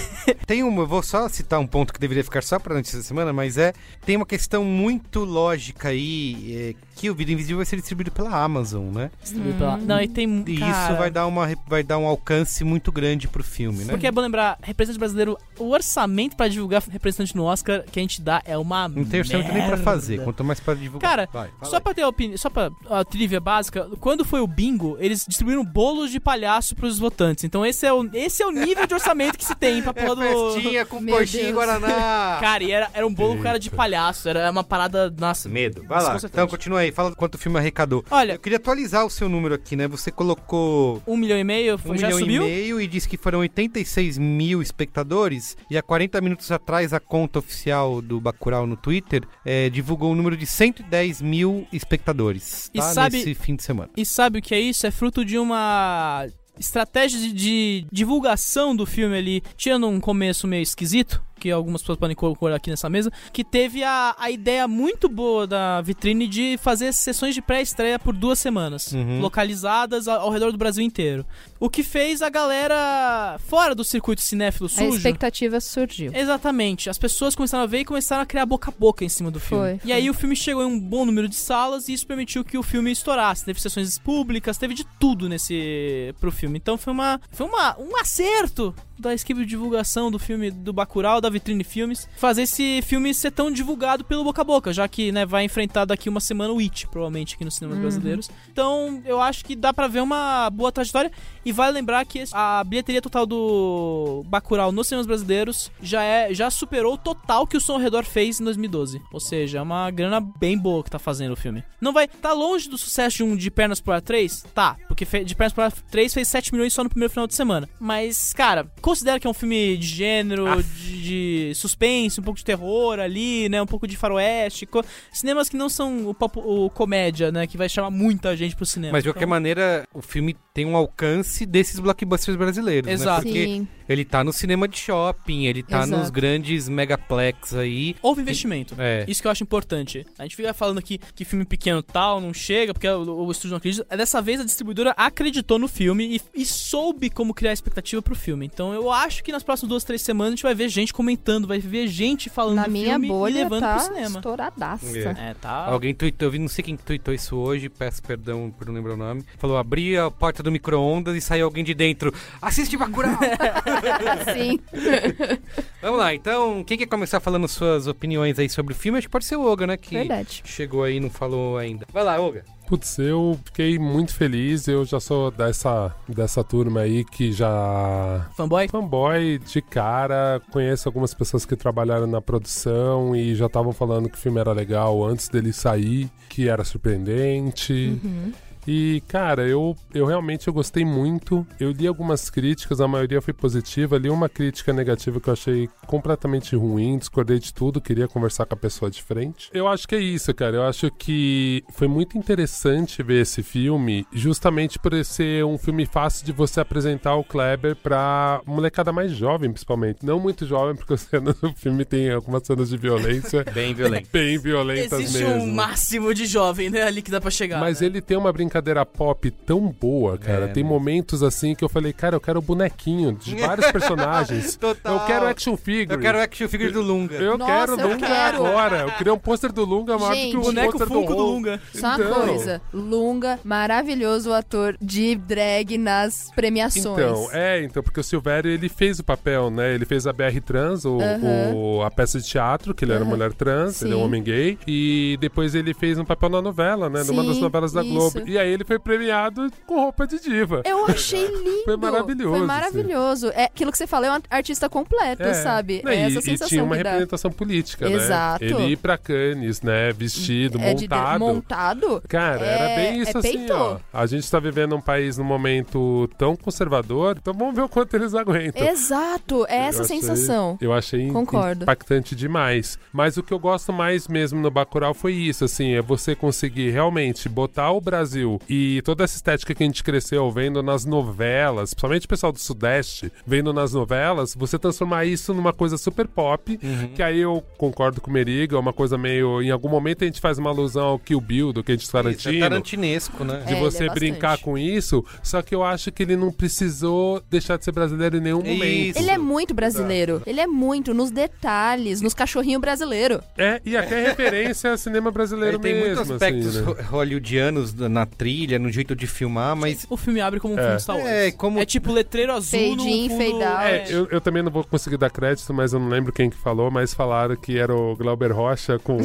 S3: Tem uma, eu vou só citar um ponto que deveria ficar só para notícia da semana, mas é tem uma questão muito lógica aí é, que o Vida Invisível vai ser distribuído pela Amazon, né?
S5: Distribuído pela- Uhum. Não, e tem-
S3: E
S5: cara.
S3: isso vai dar uma re- vai dar um alcance muito grande pro filme, né?
S5: Porque é bom lembrar, representante brasileiro, o orçamento pra divulgar representante no Oscar que a gente dá é uma
S3: não tem orçamento nem pra fazer, quanto mais pra divulgar.
S5: Cara,
S3: Vai, fala
S5: só pra ter a opinião, só pra a trivia básica, quando foi o bingo, eles distribuíram bolos de palhaço pros votantes. Então esse é o, esse é o nível de orçamento que se tem pra porra do...
S3: É festinha com Meu coxinha e Deus. guaraná.
S5: Cara, e era, era um bolo com cara de palhaço, era uma parada, nossa...
S3: Medo, Vai lá, então continua aí, fala quanto o filme arrecadou.
S5: Olha-
S3: eu queria atualizar o seu número aqui, né? Você colocou
S5: Um milhão e meio,
S3: um
S5: já
S3: milhão
S5: subiu?
S3: e meio e disse que foram 86 mil espectadores. E há 40 minutos atrás, a conta oficial do Bacurau no Twitter eh, divulgou um número de 110 mil espectadores
S5: E
S3: tá?
S5: sabe-
S3: nesse fim de semana.
S5: E sabe o que é isso? É fruto de uma estratégia de, de divulgação do filme ali, tirando um começo meio esquisito, que algumas pessoas podem concordar aqui nessa mesa, que teve a, a ideia muito boa da vitrine de fazer sessões de pré-estreia por duas semanas,
S13: Uhum.
S5: localizadas ao, ao redor do Brasil inteiro. O que fez a galera fora do circuito cinéfilo
S4: A
S5: sujo.
S4: expectativa surgiu.
S5: Exatamente. As pessoas começaram a ver e começaram a criar boca a boca em cima do
S4: Foi,
S5: filme. E aí o filme chegou em um bom número de salas e isso permitiu que o filme estourasse. Teve sessões públicas, teve de tudo nesse pro filme. Então foi uma foi uma, um acerto da equipe de divulgação do filme do Bacurau, da Vitrine Filmes, fazer esse filme ser tão divulgado pelo boca a boca, já que né, vai enfrentar daqui uma semana o It, provavelmente aqui nos cinemas
S14: Uhum.
S5: brasileiros. Então, eu acho que dá pra ver uma boa trajetória. E vale lembrar que esse- a bilheteria total do Bacurau nos cinemas brasileiros já, é, já superou o total que o Som ao Redor fez em 2012. Ou seja, é uma grana bem boa que tá fazendo o filme. Não vai... Tá longe do sucesso de um De Pernas pro Ar 3? Tá, porque fe- De Pernas pro Ar 3 fez 7 milhões só no primeiro final de semana. Mas, cara, considera que é um filme de gênero, de, de suspense, um pouco de terror ali, né? Um pouco de faroeste. co- Cinemas que não são o, papo- o comédia, né? Que vai chamar muita gente pro cinema.
S3: Mas de qualquer
S5: Então-
S3: maneira, o filme tem um alcance desses blockbusters brasileiros,
S5: Exato.
S3: né? Porque
S5: Sim.
S3: ele tá no cinema de shopping, ele tá
S5: Exato.
S3: nos grandes megaplex aí.
S5: Houve investimento.
S3: É.
S5: Isso que eu acho importante. A gente fica falando aqui que filme pequeno tal não chega, porque o, o estúdio não acredita. Dessa vez a distribuidora acreditou no filme e, e soube como criar expectativa pro filme. Então eu acho que nas próximas duas, três semanas a gente vai ver gente comentando, vai ver gente falando
S4: Na
S5: do
S4: minha
S5: um filme e
S4: bolha
S5: levando
S4: tá
S5: pro cinema.
S4: estouradaça.
S3: É.
S5: É, tá.
S3: Alguém tweetou, eu vi, não sei quem tweetou isso hoje, peço perdão por não lembrar o nome. Falou, abri a porta do micro-ondas e saiu alguém de dentro. Assiste Bacurau!
S5: É.
S4: Sim.
S3: Vamos lá, então, quem quer começar falando suas opiniões aí sobre o filme? Acho que pode ser o Oga, né? Que
S4: Verdade.
S3: chegou aí e não falou ainda. Vai lá, Oga.
S6: Putz, eu fiquei muito feliz. Eu já sou dessa, dessa turma aí que já.
S5: Fanboy?
S6: Fanboy de cara. Conheço algumas pessoas que trabalharam na produção e já estavam falando que o filme era legal antes dele sair, que era surpreendente.
S14: Uhum.
S6: E, cara, eu, eu realmente eu gostei muito. Eu li algumas críticas, a maioria foi positiva. Li uma crítica negativa que eu achei completamente ruim, discordei de tudo, queria conversar com a pessoa de frente. Eu acho que é isso, cara. Eu acho que foi muito interessante ver esse filme, justamente por ele ser um filme fácil de você apresentar o Kleber pra molecada mais jovem, principalmente. Não muito jovem, porque o cena do filme tem algumas cenas de violência.
S3: Bem violento.
S6: Bem violentas
S5: Existe
S6: mesmo.
S5: um máximo de jovem, né? Ali que dá pra chegar.
S6: né? Mas ele tem uma brincadeira pop tão boa, cara.
S3: É,
S6: tem momentos assim que eu falei, cara, eu quero bonequinho de vários personagens.
S3: Total.
S6: Eu quero action figure.
S3: Eu quero action figure do Lunga.
S6: Eu
S4: Nossa,
S6: quero
S4: eu
S6: Lunga
S4: quero.
S6: agora. Eu queria um pôster do Lunga maior do que o
S4: Gente,
S6: pôster do, Hulk.
S4: Só uma
S6: Então,
S4: coisa, Lunga, maravilhoso ator de drag nas premiações.
S6: Então, é, então, porque o Silvério ele fez o papel, né? Ele fez a BR Trans, o,
S4: Aham.
S6: o- a peça de teatro, que ele era
S4: Aham.
S6: mulher trans, ele é um
S4: Sim.
S6: homem gay. E depois ele fez um papel na novela, né? Numa das
S4: Sim,
S6: novelas da
S4: isso.
S6: Globo. E aí ele foi premiado com roupa de diva.
S4: Eu achei lindo.
S6: Foi maravilhoso,
S4: Foi maravilhoso. É aquilo que você fala, é um artista completo,
S6: É.
S4: sabe?
S6: Não,
S4: é
S6: e,
S4: essa
S6: e
S4: sensação
S6: tinha uma
S4: que dá.
S6: representação política,
S4: Exato.
S6: né? Ele ir pra Cannes, né? Vestido,
S4: É de- de-
S6: montado.
S4: montado?
S6: Cara,
S4: É-
S6: era bem isso
S4: é
S6: assim,
S4: peito.
S6: ó. A gente tá vivendo um país num momento tão conservador, então vamos ver o quanto eles aguentam.
S4: Exato, é essa
S6: Então, Eu achei-
S4: sensação.
S6: Eu achei in-
S4: Concordo.
S6: impactante demais. Mas o que eu gosto mais mesmo no Bacurau foi isso, assim, é você conseguir realmente botar o Brasil e toda essa estética que a gente cresceu vendo nas novelas, principalmente o pessoal do Sudeste, vendo nas novelas, você transformar isso numa coisa super pop, que aí eu concordo com o Meriga, é uma coisa meio... Em algum momento a gente faz uma alusão ao Kill Bill, do Quentin Tarantino.
S3: É tarantinesco, né?
S4: É,
S6: De você brincar com isso, só que eu acho que ele não precisou deixar de ser brasileiro em nenhum momento.
S4: Ele é muito brasileiro. Ele é muito nos detalhes, nos cachorrinhos brasileiro.
S6: É, e até referência ao cinema brasileiro
S3: Ele tem
S6: mesmo.
S3: muitos aspectos
S6: assim, né?
S3: ho- hollywoodianos na- na trilha, no jeito de filmar, mas...
S5: O filme abre como um
S6: É.
S5: filme Star Wars. É,
S3: como...
S5: é tipo letreiro azul
S4: Fade
S5: no
S4: in,
S5: fundo...
S4: fade out.
S5: É,
S6: Eu, eu também não vou conseguir dar crédito, mas eu não lembro quem que falou, mas falaram que era o Glauber Rocha com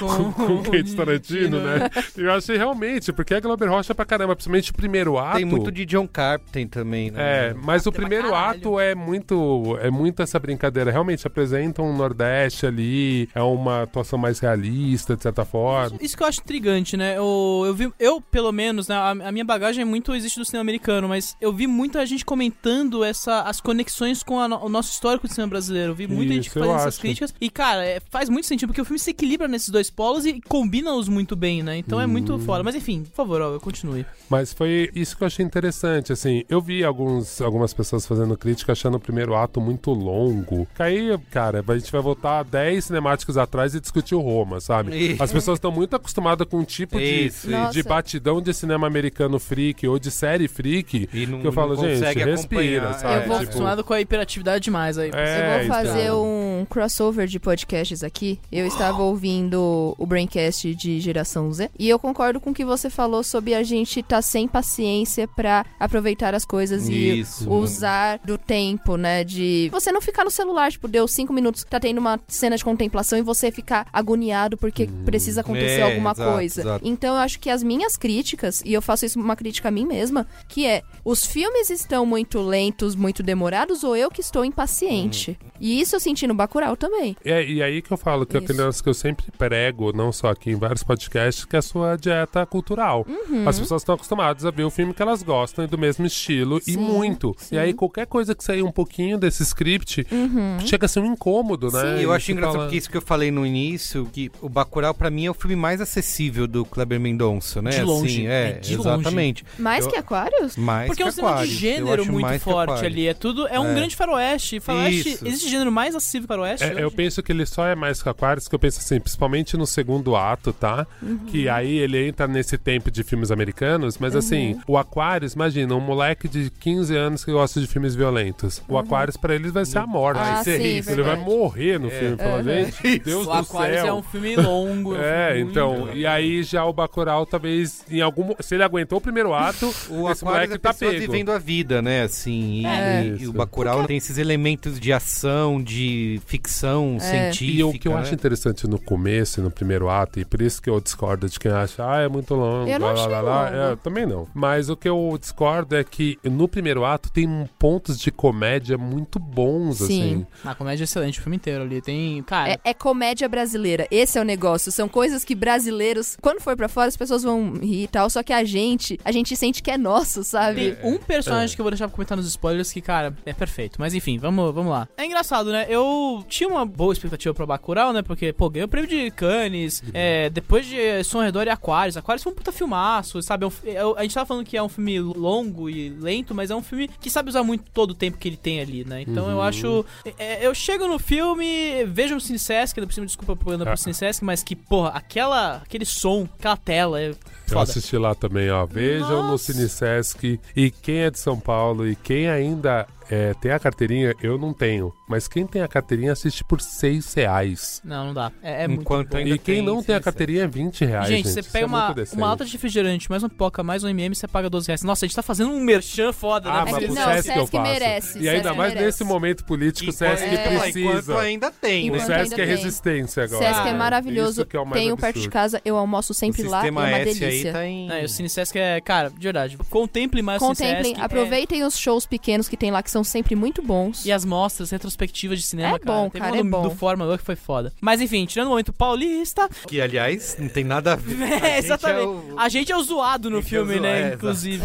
S6: com, com o Kate Tarantino, né? Eu achei realmente, porque é Glauber Rocha pra caramba, principalmente o primeiro ato.
S3: Tem muito de John Carpenter também, né?
S6: É, mas o primeiro ato é muito é muito essa brincadeira. Realmente apresentam o Nordeste ali, é uma atuação mais realista, de certa forma.
S5: Isso que eu acho intrigante, né? Eu, eu vi, eu pelo menos, né? A, a minha bagagem é muito existe do cinema americano, mas eu vi muita gente comentando essa, as conexões com a no- o nosso histórico de cinema brasileiro. Eu vi muita gente
S6: Isso, eu
S5: fazendo essas
S6: acho.
S5: críticas. E, cara, é- faz muito sentido, porque o filme se equilibra nesses dois polos e combina-os muito bem, né? Então é muito
S6: Hum.
S5: foda. Mas enfim, por favor, Olga, continue.
S6: Mas foi isso que eu achei interessante, assim. Eu vi alguns, algumas pessoas fazendo crítica achando o primeiro ato muito longo. Que aí, cara, a gente vai voltar 10 cinemáticos atrás e discutir o Roma, sabe?
S3: Isso.
S6: As pessoas estão muito acostumadas com um tipo de,
S3: Isso, isso.
S6: de batidão de cinema americano freak ou de série freak.
S3: não-
S6: que eu falo,
S3: não consegue
S6: gente, respira,
S3: acompanhar.
S6: sabe?
S5: eu vou
S6: Tipo,
S5: acostumado com a hiperatividade demais aí.
S6: É,
S13: então.
S4: Vou fazer um crossover de podcasts aqui. Eu estava ouvindo o Braincast de Geração Z e eu concordo com o que você falou sobre a gente tá sem paciência pra aproveitar as coisas
S13: Isso,
S4: e
S13: mano.
S4: usar do tempo, né? De você não ficar no celular, tipo, deu cinco minutos, tá tendo uma cena de contemplação e você ficar agoniado porque precisa acontecer
S13: é,
S4: alguma
S13: exato,
S4: coisa.
S13: exato.
S4: Então eu acho que as minhas críticas, e eu faço isso uma crítica a mim mesma, que é os filmes estão muito lentos, muito demorados, ou eu que estou impaciente.
S6: Hum.
S4: E isso eu senti no Bacurau também.
S6: É, e aí que eu falo que
S4: Isso.
S6: aquele lance que eu sempre prego, não só aqui em vários podcasts, que é a sua dieta cultural.
S4: Uhum.
S6: As pessoas estão acostumadas a ver o filme que elas gostam e do mesmo estilo e
S4: Sim,
S6: muito. E aí qualquer coisa que sair um pouquinho desse script
S4: Uhum.
S6: chega a ser um incômodo, né?
S3: Sim, eu
S6: E
S3: acho
S6: você
S3: engraçado
S6: fala-
S3: porque isso que eu falei no início, que o Bacurau pra mim é o filme mais acessível do Kleber Mendonça, né?
S5: De longe,
S3: Assim, é,
S5: é de longe.
S3: exatamente.
S4: Mais
S3: Eu-
S4: que Aquarius?
S3: Mais
S5: Porque é
S3: que
S5: um cinema de
S3: Aquarius, eu
S5: gênero
S3: acho
S5: muito
S3: mais que
S5: forte
S3: Aquarius.
S5: ali. É tudo. É um
S6: É.
S5: grande faroeste. Faroeste.
S6: Isso.
S5: Existe gênero mais acessível que faroeste?
S6: É, eu penso que ele só é mais que Aquarius, que eu penso assim, principalmente no segundo ato, tá?
S5: Uhum.
S6: Que aí ele entra nesse tempo de filmes americanos, mas assim, o Aquarius, imagina, um moleque de 15 anos que gosta de filmes violentos. O Aquarius pra eles vai ser a morte.
S5: Uhum. Ah, sim,
S6: ele vai
S5: verdade.
S6: morrer no
S5: É.
S6: filme, pela
S5: Uhum.
S6: gente. Deus
S5: O
S6: do
S5: Aquarius
S6: céu.
S5: é um filme longo, é um
S6: É,
S5: filme
S6: então,
S5: muito.
S6: e aí já o Bacurau talvez em algum, mo- se ele aguentou o primeiro ato,
S3: O
S6: esse
S3: Aquarius
S6: moleque
S3: é
S6: tá
S3: pessoas
S6: pego.
S3: vivendo a vida, né? Assim, e,
S6: É.
S3: e o Bacurau tem esses elementos de ação, de ficção
S4: É.
S3: científica.
S6: E o que eu
S3: né?
S6: acho interessante no começo e no primeiro ato, e por isso que eu discordo de quem acha, ah, é muito longo,
S3: Eu não
S6: lá, lá,
S3: achei
S6: lá, lá.
S3: longo.
S6: É, eu também não. Mas o que eu discordo é que no primeiro ato tem um- pontos de comédia muito bons, assim.
S5: A comédia é excelente o filme inteiro ali. Tem. Cara.
S4: É, é comédia brasileira. Esse é o negócio. São coisas que brasileiros, quando for pra fora, as pessoas vão rir e tal. Só que a gente, a gente sente que é nosso, sabe?
S5: Tem um personagem que eu vou deixar pra comentar nos spoilers que, cara, é perfeito. Mas enfim, vamos, vamos lá. É engraçado, né? Eu tinha uma boa expectativa pra Bacurau, né? Porque, pô, ganhei o prêmio de Cannes, é, depois de Som ao Redor e Aquarius. Aquarius foi um puta filmaço, sabe? É um fi- é o- a gente tava falando que é um filme longo e lento, mas é um filme que sabe usar muito todo o tempo que ele tem ali, né? Então eu
S6: Uhum.
S5: acho... é, é, eu chego no filme, vejo o CineSesc, ainda por cima, desculpa por andar pro CineSesc, mas que, porra, aquela, aquele som, aquela tela... É
S6: Eu
S5: foda.
S6: assisti lá também, ó. Vejam no Cinesesc. E quem é de São Paulo e quem ainda é, tem a carteirinha, eu não tenho. Mas quem tem a carteirinha assiste por 6 reais.
S5: Não, não dá. É, é muito
S6: Enquanto
S5: bom.
S6: ainda E quem tem não tem a carteirinha é 20 reais.
S5: gente,
S6: Gente,
S5: você
S6: Isso
S5: pega
S6: é
S5: uma,
S6: muito decente.
S5: uma lata de refrigerante, mais uma poca, mais um MM, você paga 12 reais. Nossa, a gente tá fazendo um merchan foda,
S6: Ah,
S5: né?
S6: mas
S5: Porque-
S6: pro Sesc, eu faço.
S4: merece,
S6: E ainda
S4: Sesc
S6: mais
S4: merece.
S6: nesse momento político, o Sesc
S4: é,
S6: precisa.
S3: enquanto ainda tem,
S6: O
S3: né?
S6: Sesc
S4: Enquanto
S6: é
S4: ainda tem.
S6: resistência agora.
S4: Sesc
S6: né?
S4: é maravilhoso. um
S6: Isso que é o mais
S4: Tenho perto de
S6: absurdo.
S4: casa, eu almoço sempre lá, é uma
S6: tá
S4: delícia.
S3: um
S5: É, o CineSesc é, cara, de verdade. Contemple
S6: é
S5: mais o é,
S4: Contemplem,
S5: CineSesc.
S4: aproveitem os shows pequenos que tem lá, que são sempre muito bons.
S5: E as mostras retrospectivas de cinema,
S4: É bom,
S5: Teve
S4: cara,
S5: uma
S4: é
S5: do,
S4: bom.
S5: do Fórmula que foi foda. Mas enfim, tirando o momento paulista...
S3: Que, aliás, não tem nada a ver. A gente
S5: É, exatamente.
S3: o-
S5: A gente é o zoado no
S3: gente é o
S5: filme,
S3: zoado, é,
S5: né?
S3: exato.
S5: Inclusive.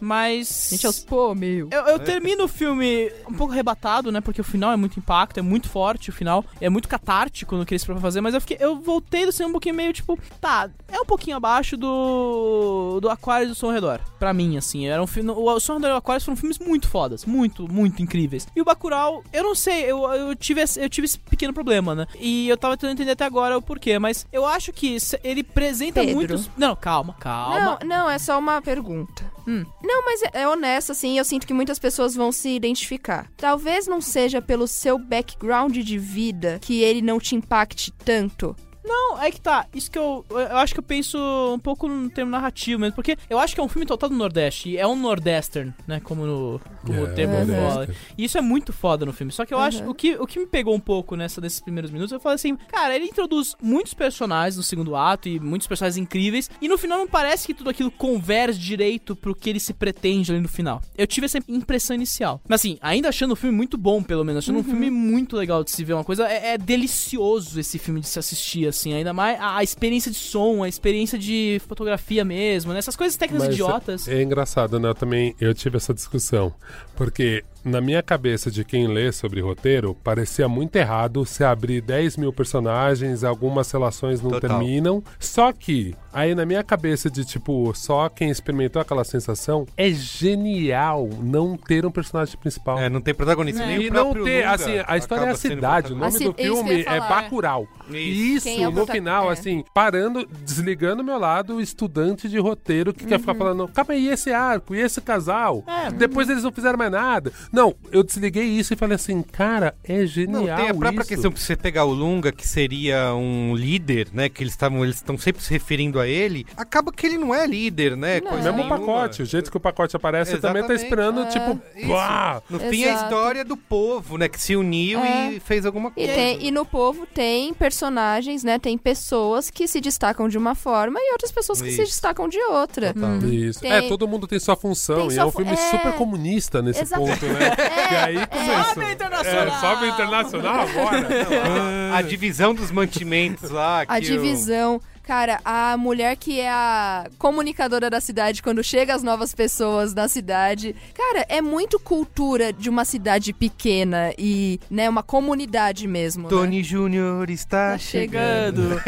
S5: Mas.
S4: Gente, é os pô, meu.
S5: Eu, eu termino o filme um pouco arrebatado, né? Porque o final é muito impacto, é muito forte o final, é muito catártico no que eles propõem fazer, mas eu fiquei. Eu voltei do cinema um pouquinho meio tipo. Tá, é um pouquinho abaixo do. do Aquarius e do Som ao Redor. Pra mim, assim. Era um filme. O Som ao Redor e o Aquarius foram filmes muito fodas. Muito, muito incríveis. E o Bacurau, eu não sei, eu, eu, tive, esse- eu tive esse pequeno problema, né? E eu tava tentando entender até agora o porquê, mas eu acho que se- ele apresenta
S4: Pedro.
S5: muitos. Não, calma, calma.
S4: Não, não, é só uma pergunta.
S6: Hum.
S4: Não, mas é, é honesto, assim, eu sinto que muitas pessoas vão se identificar. Talvez não seja pelo seu background de vida que ele não te impacte tanto.
S5: Não, é que tá. Isso que eu. Eu acho que eu penso um pouco no termo narrativo mesmo. Porque eu acho que é um filme total do Nordeste. E é um Nordestern, né? Como no. o
S6: É,
S5: roteiro
S6: parece.
S5: é foda. E isso é muito foda no filme. Só que eu acho.
S4: Uhum.
S5: O que, o que me pegou um pouco nessa, nesses primeiros minutos, eu falei assim, cara, ele introduz muitos personagens no segundo ato e muitos personagens incríveis. E no final não parece que tudo aquilo converge direito pro que ele se pretende ali no final. Eu tive essa impressão inicial. Mas assim, ainda achando o filme muito bom, pelo menos. Achando um
S13: Uhum.
S5: filme muito legal de se ver. Uma coisa. É, é delicioso esse filme de se assistir, assim. Ainda mais a, a experiência de som, a experiência de fotografia mesmo, né? Essas coisas técnicas
S6: Mas
S5: idiotas.
S6: É, é engraçado, né? Eu também eu tive essa discussão. Porque na minha cabeça de quem lê sobre roteiro, parecia muito errado se abrir 10 mil personagens, algumas relações não
S14: Total.
S6: terminam. Só que, aí na minha cabeça de tipo, só quem experimentou aquela sensação, é genial não ter um personagem principal. É,
S3: não tem protagonista
S6: E não ter, assim, a história é a cidade. O nome do filme é Bacurau. E isso,
S3: Quem é o
S6: no
S3: prota-
S6: final, assim, parando, desligando o meu lado, o estudante de roteiro que quer ficar falando, calma aí, esse arco, e esse casal? Depois eles não fizeram mais nada. Não, eu desliguei isso e falei assim, cara, é genial
S3: Não, tem a própria
S6: isso.
S3: questão que você pegar o Lunga, que seria um líder, né? Que eles estavam, eles estão sempre se referindo a ele. Acaba que ele não é líder, né?
S6: O mesmo pacote, o jeito que o pacote aparece, você também tá
S3: Exatamente.
S6: esperando,
S3: É,
S6: tipo,
S3: isso.
S6: "Uá!"
S3: No fim, é a
S4: Exato.
S3: história do povo, né? Que se uniu
S4: É.
S3: e fez alguma
S4: E,
S3: coisa.
S4: tem, e no povo tem personagens, né? Tem pessoas que se destacam de uma forma e outras pessoas que se
S6: Isso.
S4: destacam de outra.
S3: Uhum.
S6: Isso.
S4: Tem-
S6: É, todo mundo tem sua função.
S4: tem
S6: e
S4: sua
S6: é um
S4: fu-
S6: filme
S4: é.
S6: super comunista nesse
S4: Exato.
S6: ponto, né? e aí começa.
S4: É, Sobe
S6: internacional! É, sobe internacional agora! Tá
S3: A divisão dos mantimentos lá.
S4: A
S3: que o-
S4: divisão. Cara, a mulher que é a comunicadora da cidade quando chega as novas pessoas na cidade. Cara, é muito cultura de uma cidade pequena e, né, uma comunidade mesmo. né? Tá
S3: Tony Júnior está chegando.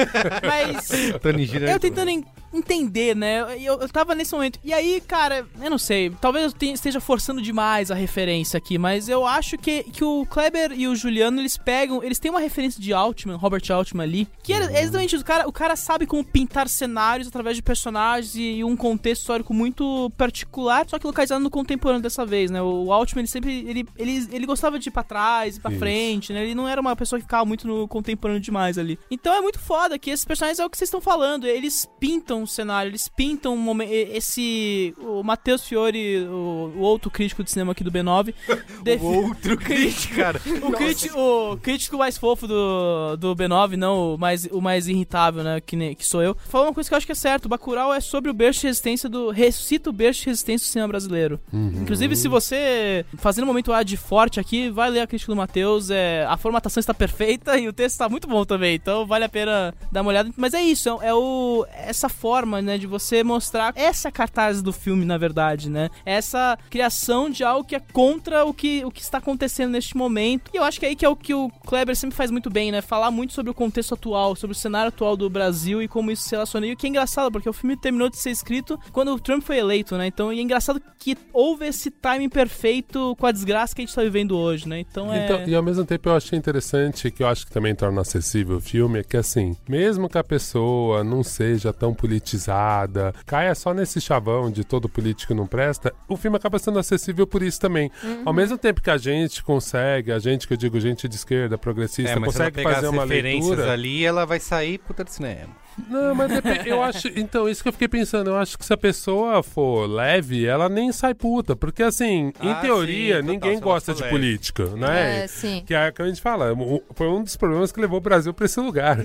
S5: Mas.
S3: Tony Júnior. é
S5: Eu tentando en- entender, né? Eu, eu tava nesse momento. E aí, cara, eu não sei. Talvez eu tenha- esteja forçando demais a referência aqui, mas eu acho que, que o Kleber e o Juliano, eles pegam. Eles têm uma referência de Altman, Robert Altman ali. Que era é exatamente isso. O cara, o cara sabe como pintar cenários através de personagens e, e um contexto histórico muito particular, só que localizado no contemporâneo dessa vez, né? O, Altman, ele sempre. Ele, ele, ele gostava de ir pra trás, ir pra
S13: Isso.
S5: frente, né? Ele não era uma pessoa que ficava muito no contemporâneo demais ali. Então é muito foda que esses personagens é o que vocês estão falando. Eles pintam o cenário, eles pintam o momen- e- esse. O Matheus Fiore, o, o outro crítico de cinema aqui do B9. defi-
S3: outro crítico, cara.
S5: o, crítico, o crítico mais fofo do, do B9, não o mais, o mais irritável, né? Que, nem- que sou eu. Falou uma coisa que eu acho que é certo. Bacurau é sobre o berço de resistência do. Ressuscita o berço de resistência do cinema brasileiro. Inclusive, se você. Fazendo um momento A de forte aqui, vai ler a crítica do Matheus. É, a formatação está perfeita e o texto está muito bom também. Então vale a pena dar uma olhada. Mas é isso, é, é o, essa forma, né, de você mostrar essa cartaz do filme, na verdade, né? Essa criação de algo que é contra o que, o que está acontecendo neste momento. E eu acho que é aí que é o que o Kleber sempre faz muito bem, né? Falar muito sobre o contexto atual, sobre o cenário atual do Brasil e como isso se relaciona. E o que é engraçado, porque o filme terminou de ser escrito quando o Trump foi eleito, né? Então, e é engraçado que houve esse timing perfeito com a desgraça que a gente tá vivendo hoje, né? Então é.
S6: Então, e ao mesmo tempo eu achei interessante, que eu acho que também torna acessível o filme, é que assim, mesmo que a pessoa não seja tão politizada, caia só nesse chavão de todo político não presta, o filme acaba sendo acessível por isso também. Ao mesmo tempo que a gente consegue, a gente que eu digo gente de esquerda, progressista,
S3: É, mas se ela
S6: consegue
S3: pegar
S6: fazer
S3: as
S6: uma
S3: referências
S6: leitura...
S3: ali, ela vai sair puta de cinema.
S6: Não, mas depende- eu acho. Então, isso que eu fiquei pensando. Eu acho que se a pessoa for leve, ela nem sai puta. Porque, assim, em
S3: Ah,
S6: teoria,
S3: sim, total, se
S6: ninguém
S3: ela
S6: gosta
S3: for
S6: de
S3: leve.
S6: política, né?
S3: É, sim.
S6: Que é o que a gente fala. o- Foi um dos problemas que levou o Brasil pra esse lugar.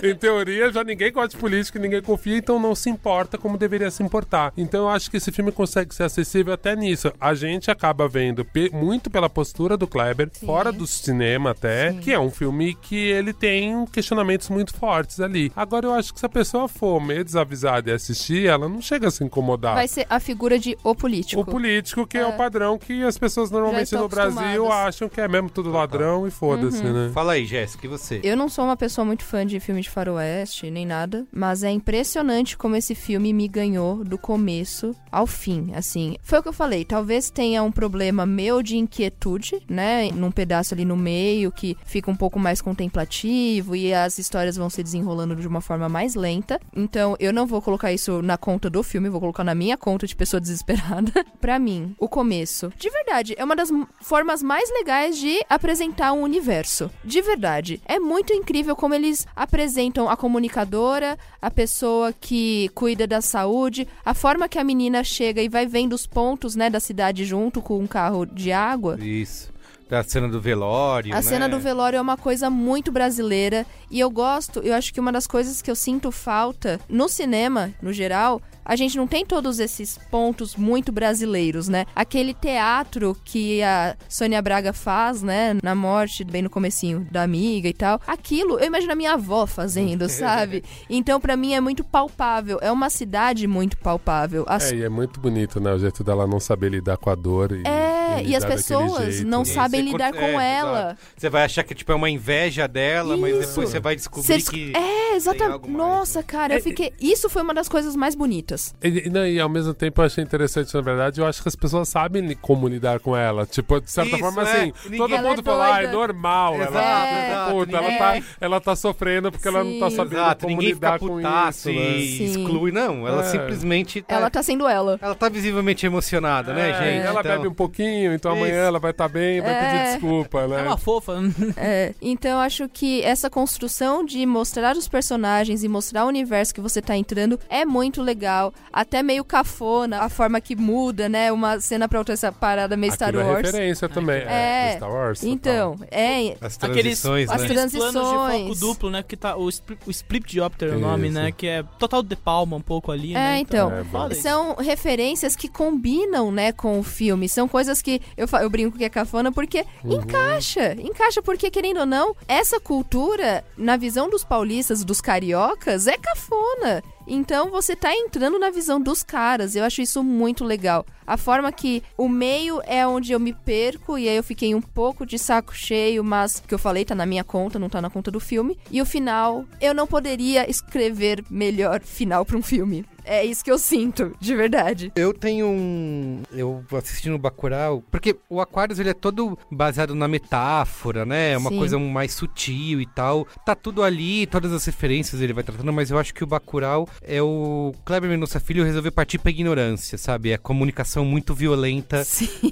S6: em teoria, já ninguém gosta de política, ninguém confia, então não se importa como deveria se importar. Então, eu acho que esse filme consegue ser acessível até nisso. A gente acaba vendo pe- muito pela postura do Kleber, fora do cinema até, que é um filme que ele tem questionamentos muito fortes ali. Agora, eu acho que se a pessoa for meio desavisada e assistir, ela não chega a se incomodar.
S4: Vai ser a figura de o político.
S6: O político, que é. o padrão que as pessoas normalmente
S4: Já estão
S6: no Brasil
S4: acostumadas.
S6: acham que é mesmo tudo ladrão e foda-se,
S4: Uhum.
S6: né?
S3: Fala aí, Jéssica, e você?
S4: Eu não sou uma pessoa muito fã de filme de faroeste, nem nada, mas é impressionante como esse filme me ganhou do começo ao fim, assim. Foi o que eu falei, talvez tenha um problema meu de inquietude, né, num pedaço ali no meio que fica um pouco mais contemplativo e as histórias vão se desenrolando de uma forma mais mais lenta. Então eu não vou colocar isso na conta do filme, vou colocar na minha conta de pessoa desesperada. pra mim, o começo, de verdade, é uma das m- formas mais legais de apresentar um universo. De verdade. É muito incrível como eles apresentam a comunicadora, a pessoa que cuida da saúde, a forma que a menina chega e vai vendo os pontos, né, da cidade junto com um carro de água.
S3: Isso. Da cena do velório.
S4: A
S3: né?
S4: cena do velório é uma coisa muito brasileira e eu gosto, eu acho que uma das coisas que eu sinto falta no cinema, no geral, a gente não tem todos esses pontos muito brasileiros, né? Aquele teatro que a Sônia Braga faz, né, na morte, bem no comecinho da amiga e tal. Aquilo, eu imagino a minha avó fazendo, sabe? Então pra mim é muito palpável, é uma cidade muito palpável. As
S6: É, e é muito bonito, né? O jeito dela não saber lidar com a dor. E,
S4: É, e as
S6: lidar daquele
S4: pessoas
S6: jeito,
S4: não
S6: né?
S4: sabem
S3: Você
S4: lidar
S3: curte-
S4: com
S3: é,
S4: ela.
S3: exato. Você vai achar que tipo, é uma inveja dela, mas depois
S4: Isso.
S3: você vai
S4: Você
S3: descobrir
S4: discu-
S3: que.
S4: É, exatamente. Nossa, cara, eu fiquei. Isso foi uma das coisas mais bonitas.
S6: E, e não, e ao mesmo tempo eu achei interessante, na verdade, eu acho que as pessoas sabem li- como lidar com ela. Tipo, de certa
S3: Isso,
S6: forma,
S3: é.
S6: assim,
S3: Ninguém-
S6: todo
S3: Ela é
S6: mundo fala, ah, é
S3: doida."
S6: normal. ela,
S3: Exato,
S6: é
S3: exato,
S6: puta, ela,
S3: ninguém-
S6: tá, ela tá sofrendo porque ela não tá
S3: Sim.
S6: sabendo
S3: Exato,
S6: como
S3: ninguém fica
S6: lidar com
S3: putaço
S6: isso. né? É.
S3: e Sim. exclui, não. Ela simplesmente tá-
S4: Ela tá sendo ela.
S3: Ela tá visivelmente emocionada, né,
S6: É,
S3: gente?
S6: Ela
S3: Então-
S6: bebe um pouquinho, então amanhã
S3: Isso.
S6: ela vai estar bem, vai
S4: É.
S6: pedir desculpa, né?
S4: É uma
S5: fofa.
S4: É, então eu acho que essa construção de mostrar os personagens e mostrar o universo que você tá entrando é muito legal. Até meio cafona, a forma que muda, né? Uma cena pra outra, essa parada meio Star
S6: Aquilo é
S4: Wars.
S6: referência também.
S4: É,
S6: É, Star Wars.
S4: Então, é.
S3: As
S5: Aqueles,
S3: transições, né?
S5: aqueles planos de foco
S4: transições.
S5: duplo, né? Que tá o, spri- o Splipjopter é o
S3: Isso.
S5: nome, né? Que é total de palma um pouco ali, né?
S4: É, então.
S5: foda isso.
S4: são referências que combinam, né, com o filme. São coisas que eu, fa- eu brinco que é cafona porque
S5: Uhum.
S4: encaixa. Encaixa porque, querendo ou não, essa cultura, na visão dos paulistas, dos cariocas, é cafona. Então você tá entrando na visão dos caras. Eu acho isso muito legal. A forma que o meio é onde eu me perco e aí eu fiquei um pouco de saco cheio, mas que eu falei tá na minha conta, não tá na conta do filme. E o final, eu não poderia escrever melhor final pra um filme. É isso que eu sinto, de verdade.
S3: Eu tenho um. Eu assistindo o Bacurau. Porque o Aquarius ele é todo baseado na metáfora, né? É uma
S6: Sim.
S3: coisa mais sutil e tal. Tá tudo ali, todas as referências ele vai tratando, mas eu acho que o Bacurau é o. Kleber Mendonça Filho resolveu partir pra ignorância, sabe? É a comunicação muito violenta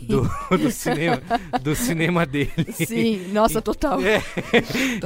S3: do- do cinema do cinema dele.
S4: Sim, nossa, total.
S3: É.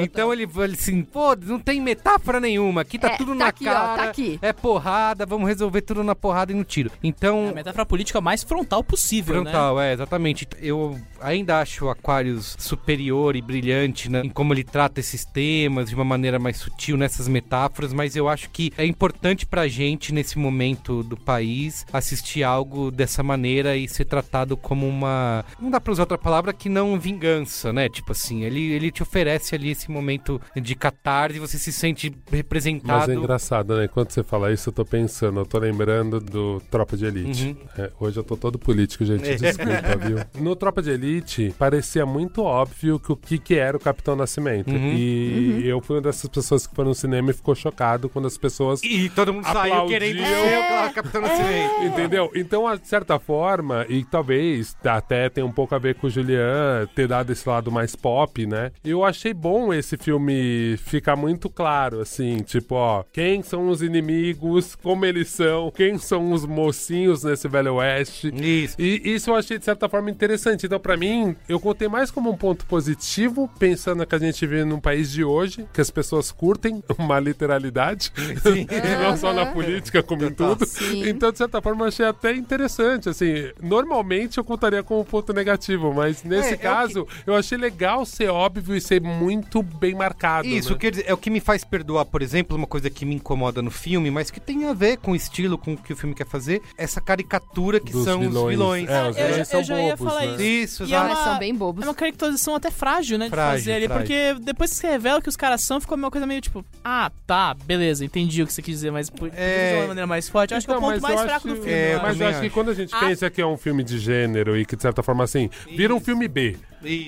S3: Então ele vai assim, pô, não tem metáfora nenhuma. Aqui tá
S4: É,
S3: tudo
S4: tá
S3: na
S4: aqui, ó,
S3: cara.
S4: tá aqui.
S3: É porrada, vamos resolver tudo na porrada e no tiro. Então. É a
S5: metáfora política mais frontal possível, né?
S3: Frontal, é, exatamente. Eu ainda acho o Aquarius superior e brilhante né, em como ele trata esses temas de uma maneira mais sutil nessas metáforas, mas eu acho que é importante pra gente, nesse momento do país, assistir algo dessa maneira e ser tratado como uma. Não dá pra usar outra palavra que não vingança, né? Tipo assim, ele, ele te oferece ali esse momento de catarse e você se sente
S6: Mas
S3: representado.
S6: é engraçado, né? Enquanto você fala isso, eu tô pensando, eu tô lembrando do Tropa de Elite.
S3: Uhum.
S6: É, hoje eu tô todo político, gente,
S3: É.
S6: desculpa, viu? No Tropa de Elite, parecia muito óbvio que o que, que era o Capitão Nascimento.
S3: Uhum.
S6: E
S3: Uhum.
S6: eu fui uma dessas pessoas que foi no cinema e ficou chocado quando as pessoas.
S3: E todo mundo saiu querendo
S6: aplaudiam.
S3: ser o Capitão Nascimento.
S6: Entendeu? Então, de certa forma, e talvez até tenha um pouco a ver com o Julian ter dado esse lado mais pop, né? Eu achei bom esse filme ficar muito claro, assim, tipo, ó, quem são os inimigos, como eles são, quem são os mocinhos nesse Velho Oeste.
S3: Isso.
S6: E isso eu achei, de certa forma, interessante. Então, pra mim, eu contei mais como um ponto positivo, pensando que a gente vive num país de hoje, que as pessoas curtem uma literalidade, não só na política, como em tudo. Então, de certa forma, eu achei até interessante. Assim, normalmente eu contaria como um ponto negativo, mas nesse
S3: É, é o
S6: caso, eu achei legal ser óbvio e ser muito bem marcado.
S3: Isso,
S6: né?
S3: quer dizer, é o que me faz perdoar, por exemplo, uma coisa que me incomoda no filme, mas que tem a ver com o estilo, com o que o filme quer fazer, essa caricatura que
S6: Dos
S3: são os
S6: vilões.
S3: vilões.
S6: É, os Eu vilões já- são né? eu
S5: Ah, já ia falar isso.
S3: Isso,
S5: E é
S3: exato.
S5: uma,
S4: são bem bobos.
S5: É uma caracterização até frágil, né? De
S3: Frágil,
S5: fazer ali,
S3: frágil.
S5: porque depois que você revela que os caras são, ficou uma coisa meio tipo, ah, tá, beleza, entendi o que você quis dizer, mas por,
S3: É.
S5: de uma maneira mais forte. Eu acho
S6: Então,
S5: que é o
S6: mas
S5: ponto mais
S6: eu
S5: fraco do
S6: acho-
S5: filme.
S6: é,
S5: eu Ah.
S6: mas eu acho que quando a gente pensa que é um filme de gênero e que, de certa forma, assim, vira um filme B.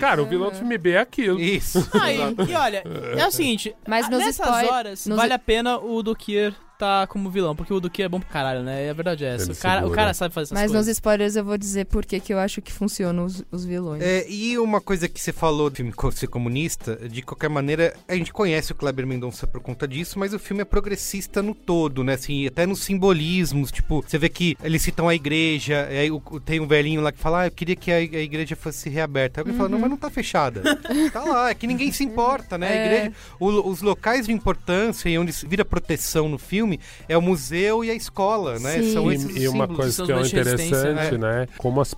S6: Cara, o vilão do filme B é aquilo.
S3: Isso.
S5: Ah, e, e olha, é o seguinte,
S4: Mas
S5: a-
S4: nos
S5: nessas
S4: spoil-
S5: horas
S4: nos-
S5: vale a pena o Doquier citar como vilão, porque o Duque é bom pra caralho, né? E a verdade é essa.
S6: Ele
S5: O cara, o
S6: segura.
S5: cara sabe fazer essas
S4: Mas nos
S5: coisas.
S4: spoilers eu vou dizer por que que eu acho que funcionam os, os vilões.
S3: É, e uma coisa que você falou do filme co- ser comunista, de qualquer maneira, a gente conhece o Kleber Mendonça por conta disso, mas o filme é progressista no todo, né? Assim, até nos simbolismos, tipo, você vê que eles citam a igreja, e aí o- o- tem um velhinho lá que fala, ah, eu queria que a, i- a igreja fosse reaberta. Aí alguém fala, não, mas não tá fechada. tá lá, é que ninguém se importa, né? A
S13: É.
S3: igreja, o- os locais de importância e onde se vira proteção no filme é o museu e a escola, né? São esses os
S6: e, e uma
S3: símbolos.
S6: coisa que é interessante, né? Como as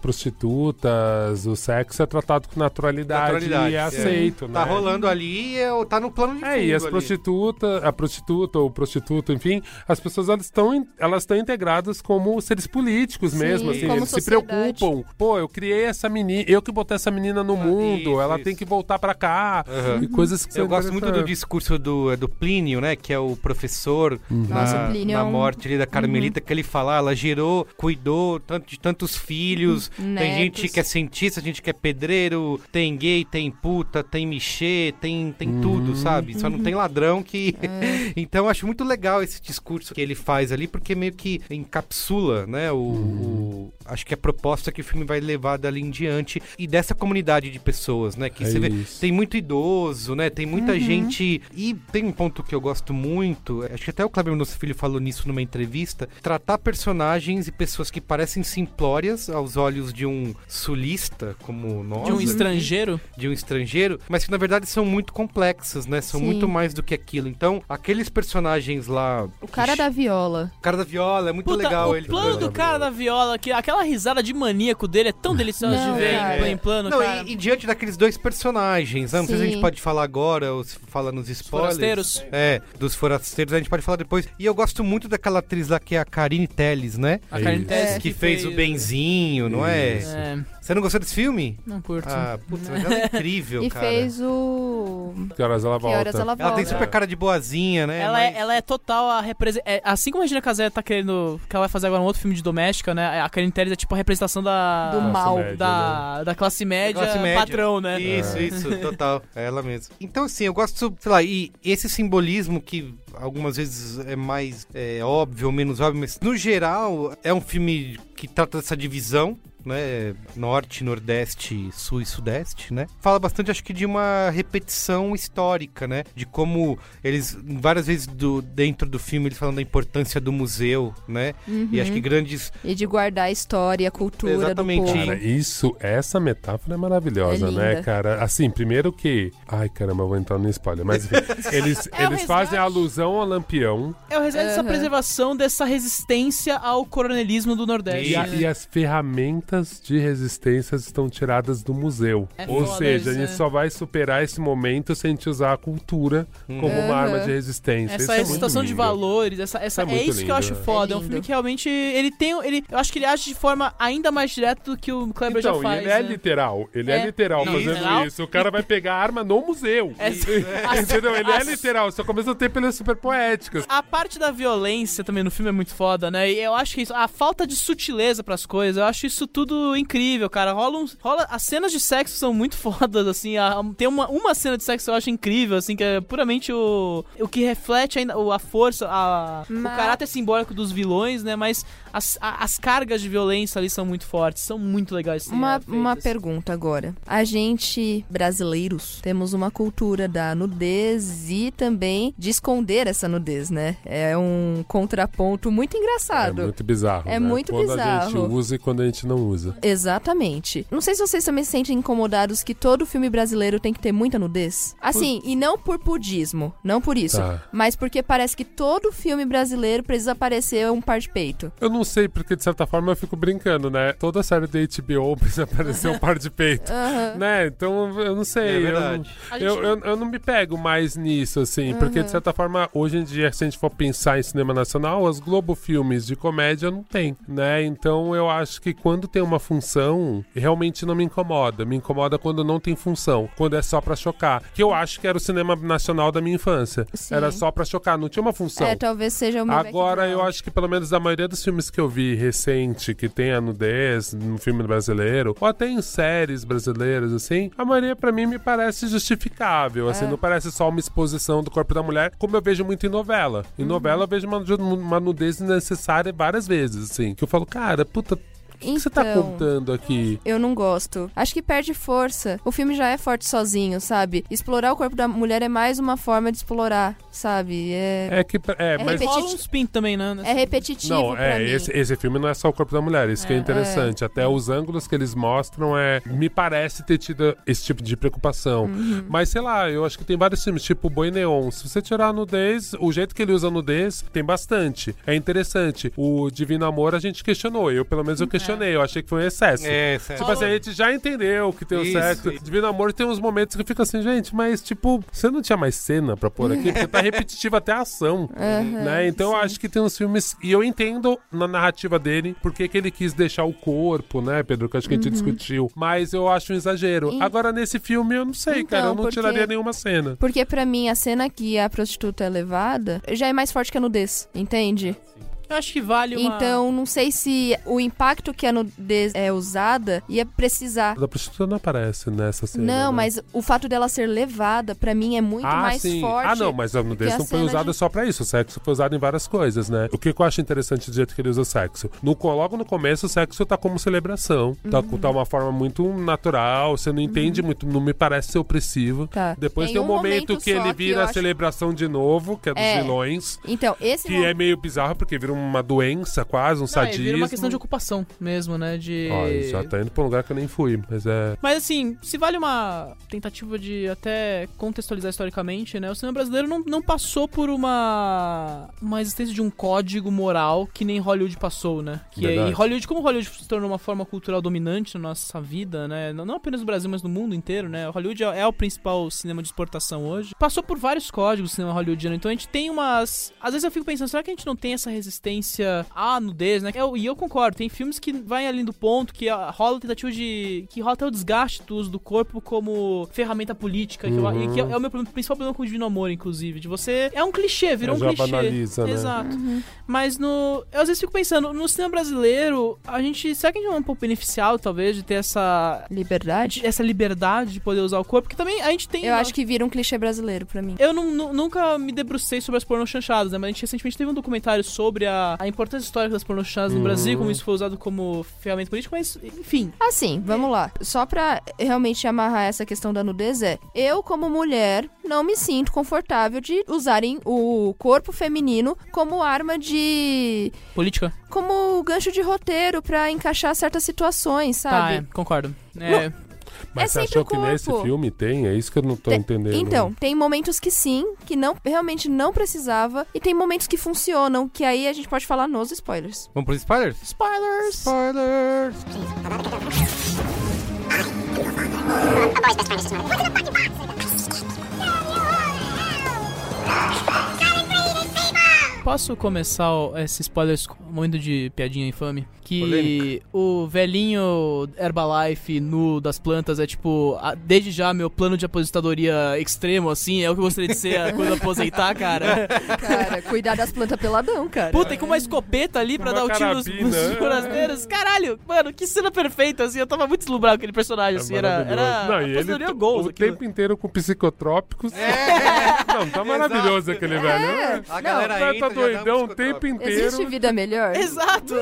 S6: prostitutas, o sexo é tratado com naturalidade,
S3: Naturalidade,
S6: e é
S3: é.
S6: aceito, né?
S3: Tá rolando ali e é o- tá no plano de
S6: É, e
S3: fundo
S6: as
S3: ali.
S6: prostitutas, a prostituta ou prostituto, enfim, as pessoas elas estão elas estão integradas como seres políticos
S13: Sim,
S6: mesmo, assim,
S13: como
S6: eles se
S13: sociedade.
S6: preocupam. Pô, eu criei essa menina, eu que botei essa menina no mundo, ela tem que voltar pra cá.
S3: Aham.
S6: E coisas que são
S3: Eu gosto muito do
S6: interessantes.
S3: discurso do, do Plínio, né? Que é o professor na,
S6: Nossa, o Plínio
S3: na
S6: é um-
S3: morte ali da Carmelita, que ele fala, "Ah, ela gerou, cuidou tanto, de tantos filhos.
S6: Uhum.
S3: Tem
S13: Netos.
S3: gente que é cientista, gente que é pedreiro, tem gay, tem puta, tem michê, tem, tem tudo, sabe? Só não
S13: Uhum.
S3: tem ladrão que.
S6: É.
S3: então eu acho muito legal esse discurso que ele faz ali, porque meio que encapsula, né? O,
S6: Uhum.
S3: o- Acho que é a proposta que o filme vai levar dali em diante e dessa comunidade de pessoas, né? Que
S6: É
S3: você vê,
S6: isso.
S3: tem muito idoso, né? Tem muita
S6: Uhum.
S3: gente. E tem um ponto que eu gosto muito, acho que até o Cláudio nosso filho falou nisso numa entrevista: tratar personagens e pessoas que parecem simplórias aos olhos de um sulista, como nós.
S5: De um
S3: aqui,
S5: estrangeiro?
S3: De um estrangeiro, mas que na verdade são muito complexas, né? São
S4: Sim.
S3: muito mais do que aquilo. Então, aqueles personagens lá.
S4: O cara da viola.
S3: O cara da viola, é muito
S5: Puta,
S3: legal
S5: o
S3: ele.
S5: plano do cara da viola, que aquela risada de maníaco dele é tão deliciosa
S3: Não,
S5: de ver em
S3: cara.
S5: plano- em plano,
S3: Não,
S5: cara.
S3: e, e diante daqueles dois personagens, né? não sei se a gente
S5: Sim.
S3: pode falar agora ou se fala nos spoilers.
S5: forasteiros.
S3: É, dos forasteiros, a gente pode falar depois. E eu gosto muito daquela atriz lá que é a Karine Telles, né?
S5: A
S6: É
S5: Karine Isso. Telles
S3: Que
S5: É, que
S3: fez o
S5: fez-
S3: Benzinho, não é?
S5: Isso. É.
S3: Você não gostou desse filme?
S5: Não curto.
S3: Ah, putz, mas ela é incrível,
S4: e
S3: cara.
S4: fez o.
S6: Que horas ela
S4: Que horas
S6: volta?
S4: ela
S3: Ela tem
S4: volta.
S3: super cara de boazinha, né?
S5: Ela, é, ela é total a representação. assim como a Regina Casé tá querendo. que ela vai fazer agora um outro filme de doméstica, né? A Karen Telles é tipo a representação da.
S4: Do
S6: é
S4: mal.
S5: Da,
S6: né?
S5: da, classe média,
S3: Classe média.
S5: patrão, né?
S3: Isso, isso, total. É ela mesmo. Então, assim, eu gosto, sei lá, e esse simbolismo que algumas vezes é mais é, óbvio ou menos óbvio, mas no geral é um filme que trata dessa divisão. Né? Norte, Nordeste, Sul e Sudeste, né? Fala bastante, acho que, de uma repetição histórica, né? De como eles, várias vezes do, dentro do filme, eles falam da importância do museu, né? E acho que
S4: Uhum.
S3: grandes
S4: E de guardar a história, a cultura do povo.
S6: Cara, isso, essa metáfora é maravilhosa,
S4: É
S6: né,
S4: linda.
S6: cara? Assim, primeiro que. Ai, caramba, eu vou entrar no spoiler, mas enfim, eles,
S5: É o
S6: eles fazem alusão ao Lampião.
S5: É o resgate dessa preservação dessa resistência ao coronelismo do Nordeste. né.
S6: E, a- e as ferramentas de resistência estão tiradas do museu.
S5: É
S6: Ou
S5: foda
S6: seja,
S5: isso,
S6: a gente
S5: né?
S6: só vai superar esse momento se a gente usar a cultura como uma
S5: Aham.
S6: arma de resistência.
S5: Essa
S6: isso é
S5: situação
S6: muito
S5: de
S6: lindo.
S5: valores, essa,
S6: É
S5: essa é,
S6: muito
S5: isso que eu acho
S6: lindo, é.
S5: foda. É,
S6: É
S5: um filme que realmente ele tem, ele, eu acho que ele age de forma ainda mais direta do que o Kleber
S6: Então,
S5: já
S6: e
S5: faz.
S6: ele é
S5: né?
S6: literal, ele é,
S5: É.
S6: literal
S5: Isso.
S6: fazendo
S5: Literal.
S6: isso. O cara vai pegar a arma no museu.
S5: É.
S6: Entendeu? Ele é
S5: As-
S6: literal, só que ao mesmo tempo ele é super poético.
S5: A parte da violência também no filme é muito foda, né? E eu acho que isso, a falta de sutileza pras coisas, eu acho isso tudo incrível, cara. Rola, uns- rola as cenas de sexo são muito fodas, assim. a- tem uma, uma cena de sexo que eu acho incrível, assim, que é puramente o, o que reflete ainda o- a força, a- o caráter simbólico dos vilões, né? Mas as, a- as cargas de violência ali são muito fortes, são muito legais. de serem
S4: Uma,
S5: feitas.
S4: uma pergunta agora. A gente, brasileiros, temos uma cultura da nudez e também de esconder essa nudez, né? É um contraponto muito engraçado.
S6: É muito bizarro.
S4: É
S6: né?
S4: muito
S6: quando a gente
S4: bizarro.
S6: usa e quando a gente não usa.
S4: Exatamente. Não sei se vocês também se sentem incomodados que todo filme brasileiro tem que ter muita nudez. Assim, e não por pudismo, não por isso,
S6: Tá.
S4: mas porque parece que todo filme brasileiro precisa aparecer um par de peito.
S6: Eu não sei, porque de certa forma eu fico brincando, né? Toda série da HBO precisa aparecer um par de peito.
S4: Aham.
S6: Né? Então eu não sei.
S3: É
S6: eu
S3: verdade.
S6: não-
S3: A gente-
S6: Eu, eu, eu não me pego mais nisso, assim. Porque de
S3: Aham.
S6: certa forma, hoje em dia, se a gente for pensar em cinema nacional, as Globo Filmes de comédia não tem, né? Então eu acho que quando tem uma função, realmente não me incomoda. Me incomoda quando não tem função, quando é só pra chocar. Que eu acho que era o cinema nacional da minha infância.
S4: Sim.
S6: Era só pra chocar, não tinha uma função.
S4: É, talvez seja o meu
S6: Agora,
S4: background.
S6: eu acho que pelo menos a maioria dos filmes que eu vi recente, que tem a nudez no filme brasileiro, ou até em séries brasileiras, assim, a maioria pra mim me parece justificável. Assim,
S13: É.
S6: não parece só uma exposição do corpo da mulher, como eu vejo muito em novela. Em novela eu vejo uma, ju- uma nudez necessária várias vezes, assim, que eu falo, cara, puta, o que que você tá
S4: Então.
S6: contando aqui?
S4: Eu não gosto. Acho que perde força. O filme já é forte sozinho, sabe? Explorar o corpo da mulher é mais uma forma de explorar, sabe? É,
S6: É que. É,
S4: É
S6: mas.
S4: repeti-
S5: Rola uns pintos também, né?
S4: é repetitivo
S6: Não,
S4: pra
S6: é,
S4: mim.
S6: esse, esse filme não é só o corpo da mulher, isso que é interessante. Até os ângulos que eles mostram é. Me parece ter tido esse tipo de preocupação.
S13: Uhum.
S6: Mas sei lá, eu acho que tem vários filmes, tipo Boi Neon. Se você tirar a nudez, o jeito que ele usa a nudez, tem bastante. É interessante. O Divino Amor a gente questionou. Eu, pelo menos, eu questionei. Eu achei que foi um excesso.
S3: É, excesso.
S6: tipo assim, a gente já entendeu que tem o
S3: Isso.
S6: sexo. Divino Amor tem uns momentos que fica assim, gente, mas tipo, você não tinha mais cena pra pôr aqui, porque tá repetitivo até a ação.
S13: Uhum.
S6: né? Então eu acho que tem uns filmes. E eu entendo na narrativa dele porque que ele quis deixar o corpo, né, Pedro? Que eu acho que a gente
S13: Uhum.
S6: discutiu. Mas eu acho um exagero.
S4: E-
S6: Agora, nesse filme, eu não sei, cara.
S4: Então,
S6: Eu não
S4: porque-
S6: tiraria nenhuma cena.
S4: Porque pra mim, a cena que a prostituta é levada já é mais forte que a nudez, entende?
S5: Eu acho que vale uma...
S4: Então, não sei se o impacto que a nudez é usada ia precisar.
S6: A da prostituta não aparece nessa cena.
S4: Não,
S6: né?
S4: mas o fato dela ser levada, pra mim, é muito
S6: ah,
S4: mais
S6: sim.
S4: forte.
S6: Ah, não, mas a
S4: que
S6: nudez
S4: a
S6: não foi
S4: cena
S6: usada só pra isso. O sexo foi usado em várias coisas, né? O que que eu acho interessante do jeito que ele usa o sexo? No, co- logo no começo, o sexo tá como celebração. Tá
S4: Uhum.
S6: com tá uma forma muito natural, você não entende muito, não me parece ser opressivo.
S4: Tá.
S6: Depois
S4: Tem
S6: tem,
S4: um
S6: um momento,
S4: momento
S6: que
S4: só
S6: ele
S4: que eu
S6: vira a
S4: acho-
S6: celebração de novo, que é dos
S4: É.
S6: vilões.
S4: Então, esse
S6: Que
S4: mo-
S6: é meio bizarro, porque vira uma doença quase, um
S5: Ah, e
S6: sadismo.
S5: vira uma questão de ocupação mesmo, né? De...
S6: Olha, já tá indo pra um lugar que eu nem fui, mas é...
S5: Mas assim, se vale uma tentativa de até contextualizar historicamente, né? O cinema brasileiro não, não passou por uma uma existência de um código moral que nem Hollywood passou, né? Que
S13: Verdade.
S5: e Hollywood, como Hollywood se tornou uma forma cultural dominante na nossa vida, né? Não não apenas no Brasil, mas no mundo inteiro, né? Hollywood é é o principal cinema de exportação hoje. Passou por vários códigos o cinema hollywoodiano, então a gente tem umas... Às vezes eu fico pensando, será que a gente não tem essa resistência à nudez, né? Eu- e eu concordo, tem filmes que vai além do ponto, que ah, rola tentativa de... que rola até o desgaste do uso do corpo como ferramenta política, que eu-
S6: Uhum.
S5: e que é o meu problema- principal problema com o Divino Amor, inclusive, de você... É um clichê, virou
S6: Já
S5: um clichê.
S6: banaliza, né?
S5: Exato. Mas no. Eu às vezes fico pensando, no cinema brasileiro, a gente. Será que a gente não é um pouco beneficiado, talvez, de ter essa.
S4: Liberdade?
S5: Essa liberdade de poder usar o corpo? Porque também a gente tem.
S4: Eu acho que vira um clichê brasileiro pra mim.
S5: Eu não- nu- nunca me debrucei sobre as pornôs chanchadas, né? Mas a gente recentemente teve um documentário sobre a, a importância histórica das pornôs chanchadas no
S4: Hum.
S5: Brasil, como isso foi usado como ferramenta política, mas, enfim.
S4: Assim, vamos lá. Só pra realmente amarrar essa questão da nudez é, eu como mulher não me sinto confortável de usarem o corpo feminino como arma de
S5: Política?
S4: como gancho de roteiro pra encaixar certas situações,
S5: Tá,
S4: sabe?
S5: é, concordo. É,
S6: Mas você
S4: sempre
S6: achou
S4: o
S6: que
S4: corpo.
S6: nesse filme tem? É isso que eu não tô entendendo.
S4: Então, tem momentos que sim, que não realmente não precisava e tem momentos que funcionam, que aí a gente pode falar nos spoilers.
S3: Vamos pros spoilers?
S4: Spoilers.
S3: Spoilers.
S5: Posso começar o- esse spoiler com um momento de piadinha infame? Que o velhinho Herbalife nu das plantas é tipo, a- desde já meu plano de aposentadoria extremo, assim, é o que eu gostaria de ser quando eu aposentar, cara.
S4: Cara, cuidar das plantas peladão, cara.
S5: Puta, e com uma escopeta ali pra
S4: Uma
S5: dar o tiro nos,
S4: carabina.
S5: nos forasteiros. Caralho, mano, que cena perfeita, assim. Eu tava muito deslumbrado com aquele personagem, assim. Era, era
S6: É Não, e ele
S5: aposentadoria
S6: t-
S5: goals
S6: o
S5: aquilo.
S6: tempo inteiro com psicotrópicos. Não, tá maravilhoso aquele velho.
S5: A
S6: É. galera Não, entra, tá já dá um doidão o tempo inteiro.
S4: Existe vida melhor?
S5: Exato.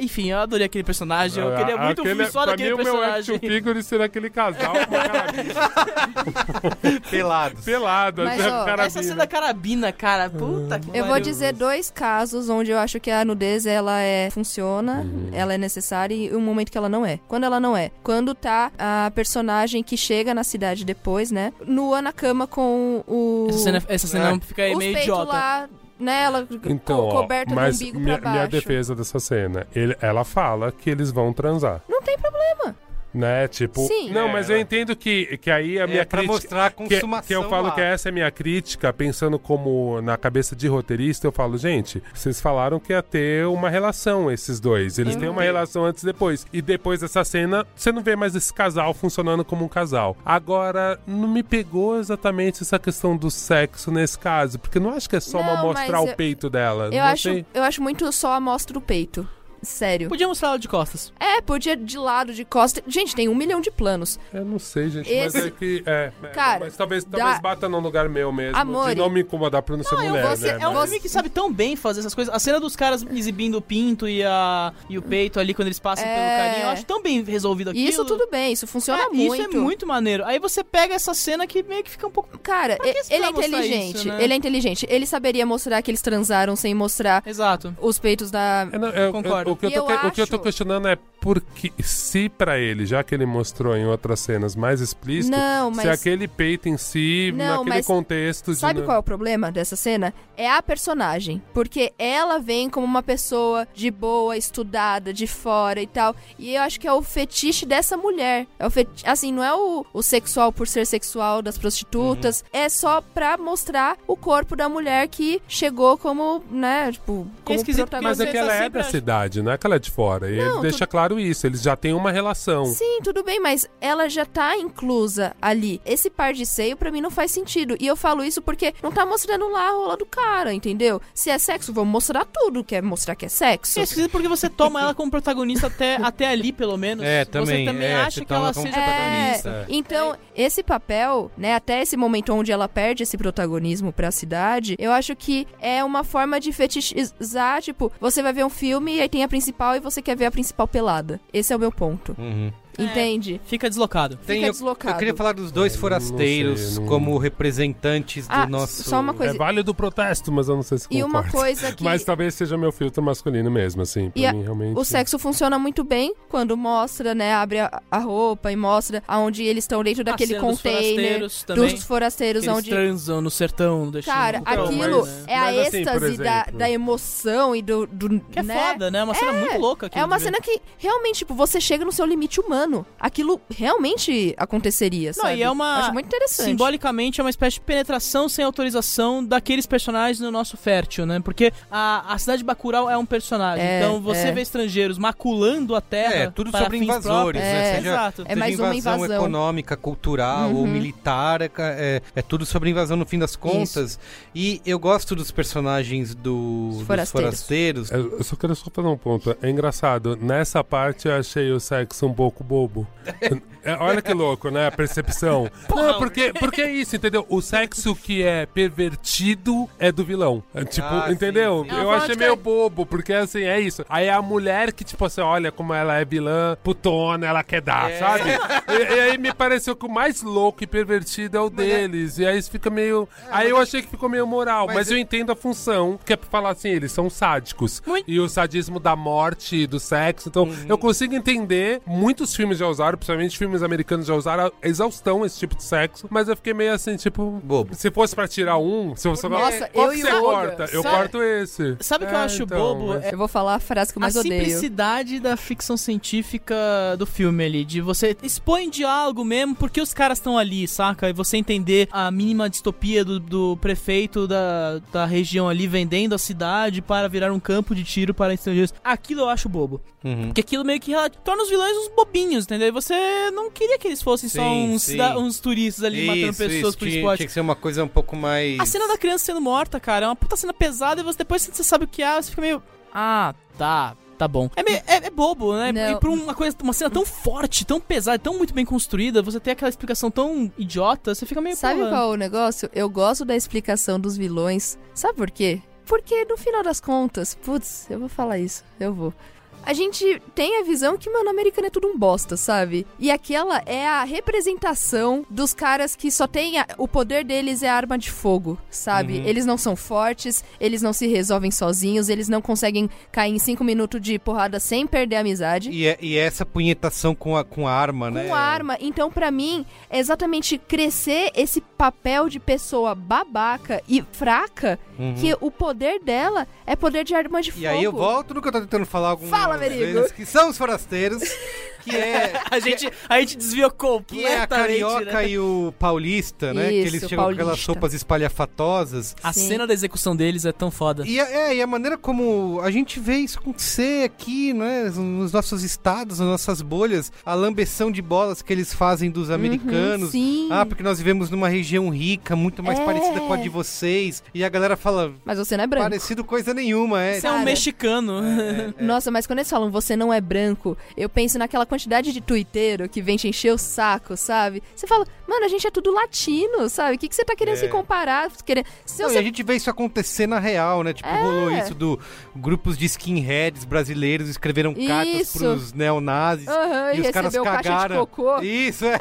S5: Enfim, eu adorei aquele personagem. Eu queria muito
S6: Ah, Aquele-
S5: filme só
S6: pra
S5: daquele
S6: mim,
S5: personagem.
S6: o meu action figure seria aquele casal
S3: Pelado.
S6: pelado.
S4: Mas,
S6: até
S4: ó,
S6: a carabina.
S5: Essa
S3: né?
S5: cena da carabina,
S4: Ah,
S5: cara, puta que
S4: Eu vou
S5: pariu.
S4: dizer dois casos onde eu acho que a nudez ela é funciona,
S5: Uhum.
S4: ela é necessária e um momento que ela não é. Quando ela não é, quando tá a personagem que chega na cidade depois, né, nua na cama com o
S5: Essa cena, essa cena
S3: Ah.
S4: É.
S5: fica meio
S4: os peitos
S5: idiota.
S4: lá, né, ela
S6: Então,
S4: co-
S6: ó,
S4: coberta do
S6: mas
S4: umbigo
S6: minha,
S4: pra baixo.
S6: minha defesa dessa cena, ele- ela fala que eles vão transar.
S4: Não tem problema.
S6: Né? Tipo.
S4: Sim.
S6: Não, mas eu entendo que, que aí a minha
S3: É. pra
S6: crítica.
S3: mostrar a
S6: que- Que,
S3: consumação
S6: eu falo
S3: lá.
S6: que essa é a minha crítica, pensando como na cabeça de roteirista, eu falo, gente, vocês falaram que ia ter uma relação esses dois. Eles
S3: Uhum.
S6: têm uma relação antes e depois. E depois dessa cena, você não vê mais esse casal funcionando como um casal. Agora, não me pegou exatamente essa questão do sexo nesse caso, porque eu não acho que é só uma
S4: Não,
S6: mostrar o
S4: mas eu-
S6: peito dela.
S4: Eu
S6: não
S4: acho,
S6: sei.
S4: eu acho muito só a mostra o peito. Sério.
S5: Podia mostrar ela de costas.
S4: É, podia de lado, de costas. Gente, tem um milhão de planos.
S6: Eu não sei, gente, mas
S4: Esse-
S6: é que. É, é,
S4: Cara,
S6: mas talvez,
S4: dá-
S6: talvez bata num lugar meu mesmo.
S4: Amore.
S6: De não me incomodar pra eu não ser mulher. né?
S5: é um
S6: Mas-
S5: filme que sabe tão bem fazer essas coisas. A cena dos caras exibindo o pinto e, a, e o peito ali quando eles passam
S4: É.
S5: pelo carinho, eu acho tão bem resolvido aquilo.
S4: E isso tudo bem, isso funciona
S5: É,
S4: muito.
S5: Isso é muito maneiro. Aí você pega essa cena que meio que fica um pouco.
S4: Cara,
S5: Pra que você
S4: ele é
S5: vai mostrar
S4: inteligente.
S5: isso, né?
S4: Ele é inteligente. Ele saberia mostrar que eles transaram sem mostrar
S5: Exato.
S4: os peitos da.
S6: É, não, é, é, o, que eu
S4: E
S6: tô, que- o que eu tô
S4: acho-
S6: questionando é por que, se pra ele, já que ele mostrou em outras cenas mais explícito,
S4: Não,
S6: se
S4: mas-
S6: aquele peito em si,
S4: Não,
S6: naquele
S4: mas
S6: contexto de.
S4: Sabe
S6: não-
S4: qual é o problema dessa cena? É a personagem. Porque ela vem como uma pessoa de boa, estudada, de fora e tal. E eu acho que é o fetiche dessa mulher. É o feti- Assim, não é o, o sexual por ser sexual das prostitutas.
S6: Uhum.
S4: É só pra mostrar o corpo da mulher que chegou como, né, tipo, como
S6: Mas
S4: protagonista.
S6: é que ela é da cidade, não é que ela é de fora. E
S4: Não,
S6: ele deixa claro isso, eles já têm uma relação.
S4: Sim, tudo bem, mas ela já tá inclusa ali. Esse par de seio pra mim não faz sentido. E eu falo isso porque não tá mostrando lá a rola do cara, entendeu? Se é sexo, vamos mostrar tudo. Quer mostrar que é sexo?
S5: É esquisito porque você toma ela como protagonista até, até ali, pelo menos.
S3: É,
S5: Você
S3: também,
S5: também
S3: é,
S5: acha
S3: você
S5: que
S3: toma
S5: ela
S3: como
S5: seja
S4: É,
S5: protagonista.
S4: então, esse papel, né, até esse momento onde ela perde esse protagonismo pra cidade, eu acho que é uma forma de fetichizar, tipo, você vai ver um filme e aí tem a principal e você quer ver a principal pelada. Esse é o meu ponto. Entende?
S5: Fica deslocado.
S4: Tem- Fica deslocado.
S3: Eu queria falar dos dois forasteiros
S6: não-
S3: como representantes
S4: Ah,
S3: do nosso.
S4: só uma coisa-
S6: É válido o protesto, mas eu não sei se
S4: E
S6: concordo.
S4: uma coisa que-
S6: Mas talvez seja meu filtro masculino mesmo, assim. Pra
S4: E a-
S6: mim, realmente.
S4: O sexo funciona muito bem quando mostra, né? Abre a, a roupa e mostra aonde eles estão dentro daquele
S5: cena Ah, dos
S4: container.
S5: forasteiros também.
S4: dos forasteiros,
S5: Eles
S4: onde.
S5: transam no sertão, deixando
S4: Cara,
S5: o pau,
S4: aquilo
S5: mas-
S4: é a
S5: mas assim, por
S4: êxtase da,
S5: exemplo.
S4: da emoção e do. do
S5: é foda, né? É uma cena muito louca aquilo
S4: É uma
S5: de ver.
S4: cena que realmente, tipo, você chega no seu limite humano. Aquilo realmente aconteceria,
S5: Não,
S4: sabe?
S5: e é uma.
S4: Acho muito interessante.
S5: Simbolicamente é uma espécie de penetração sem autorização daqueles personagens no nosso fértil, né? Porque a, a cidade de Bacurau é um personagem.
S4: É,
S5: então você
S4: é.
S5: vê estrangeiros maculando a terra.
S3: É, tudo
S5: para
S3: sobre
S5: fins
S3: invasores,
S5: próprios.
S4: É.
S5: É,
S3: né? Seja,
S5: Exato.
S3: seja invasão, econômica, cultural ou
S5: Uhum.
S3: militar, é, ca- é, é tudo sobre invasão no fim das contas. E eu gosto dos personagens do, dos forasteiros.
S6: É, Eu eu só quero só fazer um ponto. É engraçado, nessa parte eu achei o sexo um pouco bobo. É, olha que louco, né? A percepção. Não, porque, porque é isso, entendeu? O sexo que é pervertido é do vilão. É, tipo,
S3: Ah, sim,
S6: entendeu?
S3: sim.
S6: Eu achei meio bobo, porque assim, é isso. Aí a mulher que, tipo assim, olha como ela é vilã, putona, ela quer dar,
S3: É.
S6: sabe? E, e aí me pareceu que o mais louco e pervertido é o deles. E aí isso fica meio. aí eu achei que ficou meio moral, mas, é-
S3: Mas
S6: eu entendo a função, que é pra falar assim, eles são sádicos. E o sadismo da morte, e do sexo. Então, eu consigo entender. Muitos filmes já usaram, principalmente filmes americanos já usaram a exaustão esse tipo de sexo. Mas eu fiquei meio assim, tipo. Bobo. Se fosse pra tirar um, se você falar,
S4: Nossa,
S6: qual
S4: eu
S6: que
S4: e o
S6: você
S4: Yoga.
S6: corta? Eu
S4: Sabe-
S6: corto esse.
S5: Sabe o que eu
S6: É,
S5: acho
S6: então,
S5: bobo?
S6: mas-
S5: É-
S4: Eu vou falar a frase que eu mais
S5: a
S4: odeio.
S5: simplicidade da ficção científica do filme ali, de você expõe em diálogo mesmo porque os caras estão ali, saca? E você entender a mínima distopia do, do prefeito da, da região ali vendendo a cidade para virar um campo de tiro para estrangeiros. Aquilo eu acho bobo.
S3: Uhum.
S5: Porque aquilo meio que rela- torna os vilões uns bobinhos, entendeu? E você não queria que eles fossem só
S3: Sim,
S5: uns,
S3: sim.
S5: cida- uns turistas ali matando
S3: Isso,
S5: pessoas
S3: isso,
S5: por
S3: tinha,
S5: esporte.
S3: tinha que ser uma coisa um pouco mais.
S5: A cena da criança sendo morta, cara, é uma puta cena pesada e você, depois você sabe o que é, você fica meio. Ah, tá, tá bom. É, meio- é, é bobo, né?
S4: Não.
S5: E pra uma, coisa, uma cena tão forte, tão pesada, tão muito bem construída, você ter aquela explicação tão idiota, você fica meio.
S4: Sabe
S5: porra.
S4: qual é o negócio? Eu gosto da explicação dos vilões. Sabe por quê? Porque no final das contas, putz, eu vou falar isso, eu vou. A gente tem a visão que, mano, americano é tudo um bosta, sabe? E aquela é a representação dos caras que só tem. a- o poder deles é a arma de fogo, sabe?
S13: Uhum.
S4: Eles não são fortes, eles não se resolvem sozinhos, eles não conseguem cair em cinco minutos de porrada sem perder a amizade
S3: E, é- e é essa punhetação com a, com a arma, né?
S4: com arma. Então, pra mim, é exatamente crescer esse papel de pessoa babaca e fraca,
S3: Uhum.
S4: que o poder dela é poder de arma de fogo.
S3: E aí eu volto no que eu tô tentando falar algumas
S4: Fala, Merigo.
S3: vezes, que são os forasteiros, que é.
S5: a, gente, a gente desviou
S3: Que é a
S5: completamente.
S3: carioca
S5: né?
S3: e o paulista, né? que eles
S5: Isso,
S3: chegam com aquelas
S5: paulista.
S3: roupas espalhafatosas.
S5: A cena da execução deles é tão foda.
S3: E a, é, e a maneira como a gente vê isso acontecer aqui, né? Nos nossos estados, nas nossas bolhas, a lambeção de bolas que eles fazem dos americanos.
S4: Uhum, sim.
S3: Ah, porque nós vivemos numa região rica, muito mais
S4: É.
S3: parecida com a de vocês. E a galera fala.
S4: Mas você não é branco.
S3: Parecido coisa nenhuma, é.
S4: Você é um Cara.
S5: mexicano.
S4: Nossa, mas quando eles falam você não é branco, eu penso naquela quantidade de tuiteiro que vem te encher o saco, sabe? Você fala, mano, a gente é tudo latino, sabe? O que, que você tá querendo
S3: É.
S4: se comparar? Querendo... Se
S3: Não,
S4: você
S3: e a gente vê isso acontecer na real, né? Tipo,
S4: um É.
S3: rolou isso do grupos de skinheads brasileiros escreveram cartas
S4: Isso.
S3: pros neonazis
S4: Aham,
S3: e
S4: e
S3: os caras
S4: recebeu caixa de
S3: cagaram.
S4: cocô.
S3: Isso é.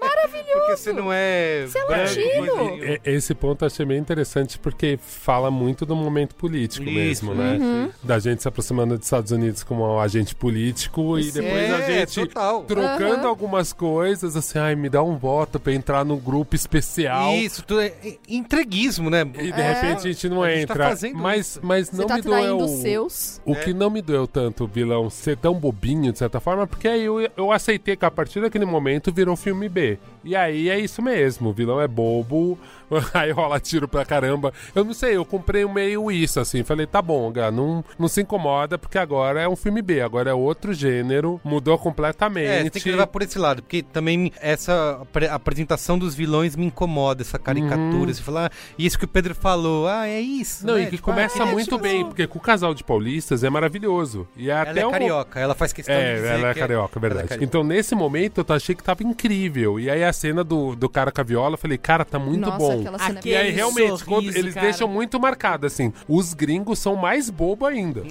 S3: Maravilhoso. Porque você não é.
S4: Você é
S3: branco, coisa nenhuma.
S6: E- Esse ponto eu achei bem interessante porque fala muito do momento político
S3: Isso,
S6: mesmo, né?
S3: uhum.
S6: Da gente se aproximando dos Estados Unidos como um agente político e
S3: Sim.
S6: depois a
S3: É,
S6: gente
S3: total.
S6: trocando
S3: Uhum.
S6: algumas coisas, assim, ai, me dá um voto pra entrar num grupo especial.
S3: Isso, tudo é é entreguismo, né?
S6: E de
S5: É.
S6: repente a gente não
S3: A gente tá
S6: entra.
S3: fazendo
S6: mas,
S3: isso.
S6: mas não
S4: tá
S6: me doeu.
S4: traindo os seus.
S6: O
S4: É.
S6: que não me doeu tanto, vilão, ser tão bobinho, de certa forma, porque aí eu, eu aceitei que a partir daquele momento virou filme B. E aí é isso mesmo, o vilão é bobo, aí rola tiro pra caramba. Eu não sei, eu comprei meio isso, assim, falei, tá bom, Gá, não, não se incomoda, porque agora é um filme B, agora é outro gênero, mudou completamente.
S3: É, você tem que levar por esse lado, porque também me- essa apre- apresentação dos vilões me incomoda, essa caricatura. Você fala, ah, isso que o Pedro falou, ah, é isso.
S6: Uhum. Não,
S3: né?
S6: e que
S3: Tipo,
S6: começa
S3: ah, é,
S6: muito
S3: tipo,
S6: bem, porque com o casal de paulistas é maravilhoso. E é
S3: Ela
S6: até
S3: é
S6: um-
S3: carioca, ela faz questão
S6: é,
S3: de Então, dizer
S6: ela é
S3: que
S6: carioca, é verdade.
S3: carioca.
S6: Então, nesse momento, eu achei que tava incrível. E aí, a cena do, do cara com a viola, eu falei, cara, tá muito
S4: Nossa,
S6: bom.
S4: aquela cena é
S6: e aí,
S4: bem-
S6: realmente,
S4: Sorriso,
S6: quando eles
S4: cara.
S6: deixam muito marcado, assim, os gringos são mais bobo ainda.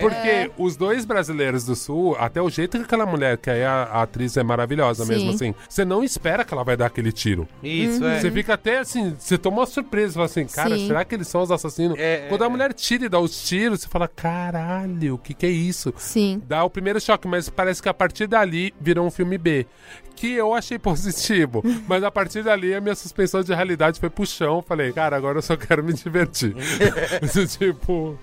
S6: Porque
S4: É.
S6: os dois brasileiros do Sul, até o jeito que aquela mulher, que aí a, a atriz é maravilhosa mesmo,
S4: Sim.
S6: assim, você não espera que ela vai dar aquele tiro.
S3: Isso, é.
S6: Uhum. Você fica até assim, você toma uma surpresa, fala assim, cara,
S3: Sim.
S6: será que eles são os assassinos? Quando a mulher tira e dá os tiros, você fala, caralho, o que que é isso?
S4: Sim.
S6: Dá o primeiro choque, mas parece que a partir dali virou um filme B. Que eu achei positivo, mas a partir dali a minha suspensão de realidade foi pro chão. Falei, cara, agora eu só quero me divertir. Isso, tipo,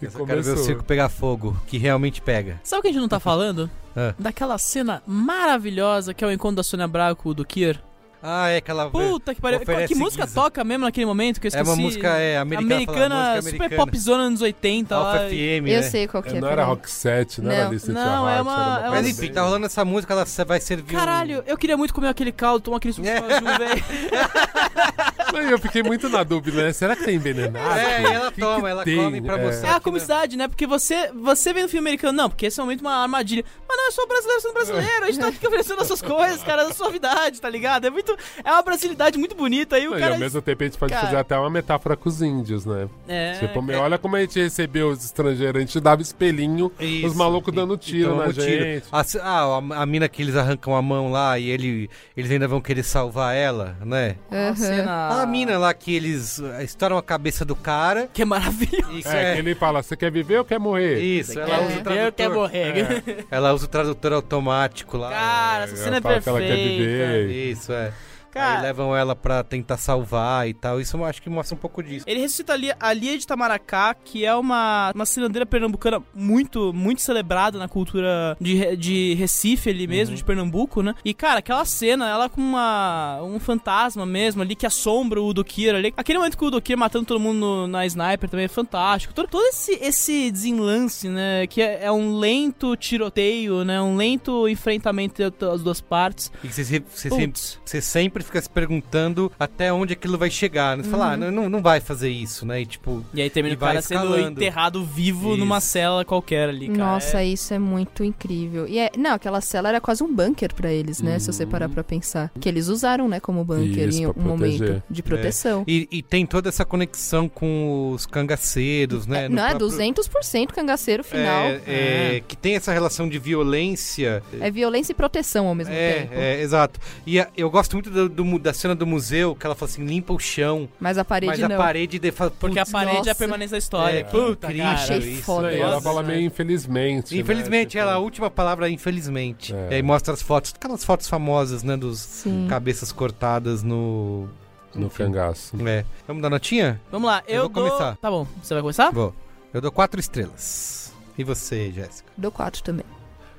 S6: e
S3: Eu quero ver o circo pegar fogo, que realmente pega.
S5: Sabe o que a gente não tá falando?
S3: Ah.
S5: Daquela cena maravilhosa que é o encontro da Sônia Braga com o do Kier.
S3: Ah, é aquela.
S5: Puta que pariu.
S3: Oferece
S5: Que música
S3: guisa.
S5: toca mesmo naquele momento que eu
S3: É
S5: esqueci?
S3: uma música, é, americana,
S5: Americana,
S3: fala, música
S5: super
S3: americana.
S5: popzona anos 80.
S3: Alpha
S5: lá.
S3: FM, Eu né? sei qual que é,
S6: Não era
S3: peraí.
S6: Rock 7, não, era
S5: Não,
S6: Lista de
S5: não, é uma- é uma-
S3: Mas enfim, tá rolando essa música, ela vai servir. um-
S5: Caralho, eu queria muito comer aquele caldo, tomar aquele suco de caju, velho.
S6: Eu fiquei muito na dúvida, né? Será que tem envenenado?
S3: É, e ela
S6: Que que
S3: toma, ela
S6: tem?
S3: come pra
S6: É.
S3: você.
S5: É a comicidade, né? Porque você, você vem no filme americano, não, porque esse é um momento uma armadilha. Mas não, eu sou brasileiro, eu sou brasileiro, a gente tá aqui oferecendo nossas coisas, cara, da suavidade, tá ligado? É muito. É uma brasilidade muito bonita aí, o
S6: Não, E
S5: cara. é
S6: ao mesmo tempo a gente pode
S5: Cara.
S6: fazer até uma metáfora com os índios, né?
S5: É,
S6: tipo, meu, olha como a gente recebeu os estrangeiros, a gente dava espelhinho, os malucos dando tiro
S3: Toma
S6: na
S3: um tiro.
S6: gente.
S3: A, se- ah, a, a mina que eles arrancam a mão lá e ele, eles ainda vão querer salvar ela, né?
S5: Uhum. cena-
S3: A mina lá que eles ah, estouram a cabeça do cara.
S5: Que é maravilhoso.
S6: É, que ele fala, você quer viver ou quer morrer?
S3: Isso, ela usa o tradutor. É, ela usa o tradutor automático lá.
S5: Cara, essa cena é
S3: fala que ela quer
S5: perfeita.
S3: viver. Isso, é. Aí levam ela pra tentar salvar e tal. Isso eu acho que mostra um pouco disso.
S5: Ele ressuscita ali a Lia de Tamaracá, que é uma, uma cirandeira pernambucana muito, muito celebrada na cultura de, Re- de Recife ali mesmo,
S3: Uhum.
S5: de Pernambuco, né? E, cara, aquela cena, ela com uma, um fantasma mesmo ali que assombra o Udokir ali. Aquele momento com o Udokir matando todo mundo no- na sniper também é fantástico. Todo, todo esse, esse desenlance, né? Que é, é um lento tiroteio, né? Um lento enfrentamento entre as duas partes.
S3: E você, se- você se-
S5: Putz.
S3: você sempre fica se perguntando até onde aquilo vai chegar. Né? Você fala,
S5: Uhum.
S3: ah, não, não- não vai fazer isso, né? E tipo.
S5: E aí termina
S3: e
S5: o
S3: vai
S5: cara sendo
S3: escalando.
S5: enterrado vivo
S3: Isso.
S5: numa cela qualquer ali, cara.
S4: Nossa,
S5: é...
S4: isso é muito incrível. E é- não, aquela cela era quase um bunker pra eles, né? Se você parar pra pensar. Que eles usaram, né, como bunker
S3: Isso,
S4: em
S3: pra
S4: um momento
S3: proteger.
S4: de proteção.
S3: É. E, e tem toda essa conexão com os cangaceiros, né? No
S4: Não, é
S3: próprio-
S4: 200% cangaceiro final. Ah.
S3: É, é, Que tem essa relação de violência.
S4: É violência e proteção ao mesmo
S3: É,
S4: tempo.
S3: é, exato. E a- eu gosto muito do- do mu- da cena do museu, que ela fala assim, limpa o chão.
S4: Mas a parede
S3: Mas
S4: não.
S3: a parede... De, fala,
S5: Porque a
S3: "Putz,
S5: parede é
S3: nossa."
S5: a permanência da história.
S3: É, que
S5: Puta,
S3: incrível
S5: cara.
S3: Achei isso, foda.
S6: E ela
S3: Nossa.
S6: fala meio infelizmente. né?
S3: Infelizmente, ela, a
S5: tipo-
S3: última palavra é infelizmente. E aí mostra as fotos, aquelas fotos famosas, né, dos
S4: Sim.
S3: cabeças cortadas no...
S6: No cangaço.
S3: É. Vamos dar notinha?
S5: Vamos lá, eu,
S3: vou
S5: dou...
S3: começar.
S5: Tá bom, você vai começar?
S3: Vou. Eu dou quatro estrelas. E você, Jéssica?
S4: Dou quatro também.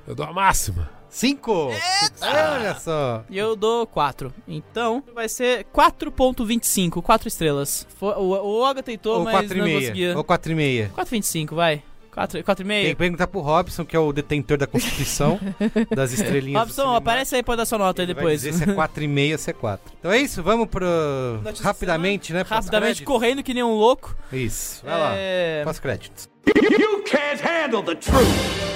S6: Eu dou a máxima.
S3: Cinco! Ah, Olha só.
S5: E eu dou 4. Então, vai ser 4.25, 4 estrelas. Fo- o, o Oga tentou,
S3: Ou
S5: mas não
S3: 4,5.
S5: conseguia.
S3: Ou 4,5.
S5: 4.25, vai. 4,
S3: Tem que
S5: 4,5.
S3: perguntar pro Robson, que é o detentor da Constituição, das estrelinhas. do
S5: Robson, aparece aí pra dar sua nota aí
S3: Vai
S5: depois.
S3: dizer se é 4,5 se é 4. Então é isso, vamos pro. rapidamente, né? pros
S5: Rapidamente,
S3: créditos.
S5: correndo que nem um louco.
S3: Isso, vai lá.
S5: É.
S3: Pós-créditos.
S13: You can't handle the truth.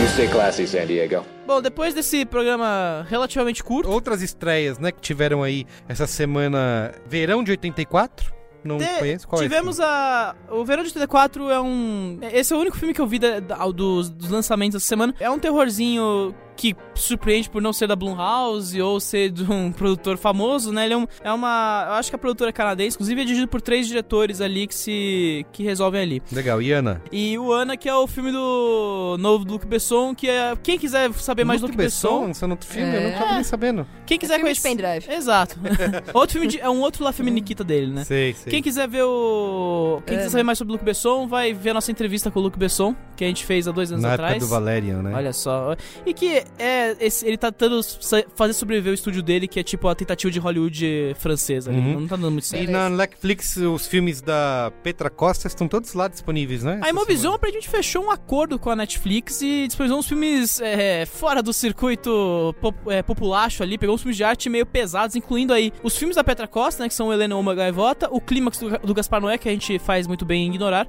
S14: You stay classy, San Diego.
S5: Bom, depois desse programa relativamente curto.
S3: Outras estreias, né, que tiveram aí essa semana. Verão de 84? Não
S5: Te-
S3: conheço qual
S5: tivemos
S3: é.
S5: a. O Verão de 84 é um. Esse é o único filme que eu vi da- da- dos, dos lançamentos dessa semana. É um terrorzinho que surpreende por não ser da Blumhouse ou ser de um produtor famoso, né? Ele é, um- é uma. Eu acho que a produtora é canadense, inclusive é dirigido por três diretores ali que se. que resolvem ali.
S3: Legal, e Ana?
S5: E o Ana, que é o filme do novo do Luc Besson, que é. Quem quiser saber mais do É. Luc
S3: Luc
S5: Besson.
S3: Besson, lançando outro filme? Eu não tava nem sabendo.
S5: Quem quiser
S4: É filme de
S5: conhecer. Exato. outro filme de- É um outro lá filme Nikita dele, né?
S3: Sei, sei.
S5: Quem quiser ver o. Quem
S3: É,
S5: quiser
S3: né?
S5: saber mais sobre o Luc Besson, vai ver a nossa entrevista com o Luc Besson, que a gente fez há dois anos
S3: Na época
S5: atrás.
S3: do Valerian, né?
S5: Olha só. E que é. esse- ele tá tentando sa- fazer sobreviver o estúdio dele, que é tipo a tentativa de Hollywood francesa. ali.
S3: Uhum.
S5: Não tá dando muito
S3: E
S5: certo.
S3: na Netflix, os filmes da Petra Costa estão todos lá disponíveis, né?
S5: A Imovision aparentemente fechou um acordo com a Netflix e disponibilizou uns filmes é, fora do circuito pop, é, populacho ali, pegou uns filmes de arte meio pesados, incluindo aí os filmes da Petra Costa, né, que são Helena Uma Gaivota, o Clímax do, do Gaspar Noé, que a gente faz muito bem em ignorar,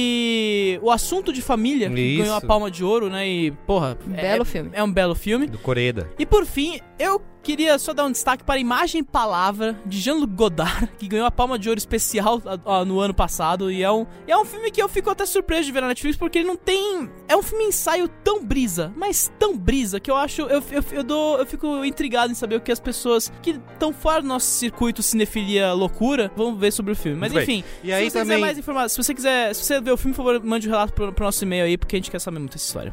S5: e o Assunto de Família, que
S3: Isso.
S5: ganhou a Palma de Ouro, né, e, porra...
S4: Belo
S5: é,
S4: filme.
S5: É um belo filme.
S3: Do Coreda.
S5: E por fim, eu queria só dar um destaque para a imagem e palavra de Jean-Luc Godard, que ganhou a Palma de Ouro especial ah, no ano passado. E é um, e é um filme que eu fico até surpreso de ver na Netflix, porque ele não tem. É um filme ensaio tão brisa, mas tão brisa, que eu acho. Eu, eu, eu, dou, eu fico intrigado em saber o que as pessoas que estão fora do nosso circuito cinefilia loucura vão ver sobre o filme. Mas
S3: Muito bem.
S5: enfim,
S3: E aí
S5: se você
S3: também-
S5: quiser mais informações, se você quiser. Se você ver o filme, por favor, mande o relato pro, pro nosso e-mail aí, porque a gente quer saber muito essa história.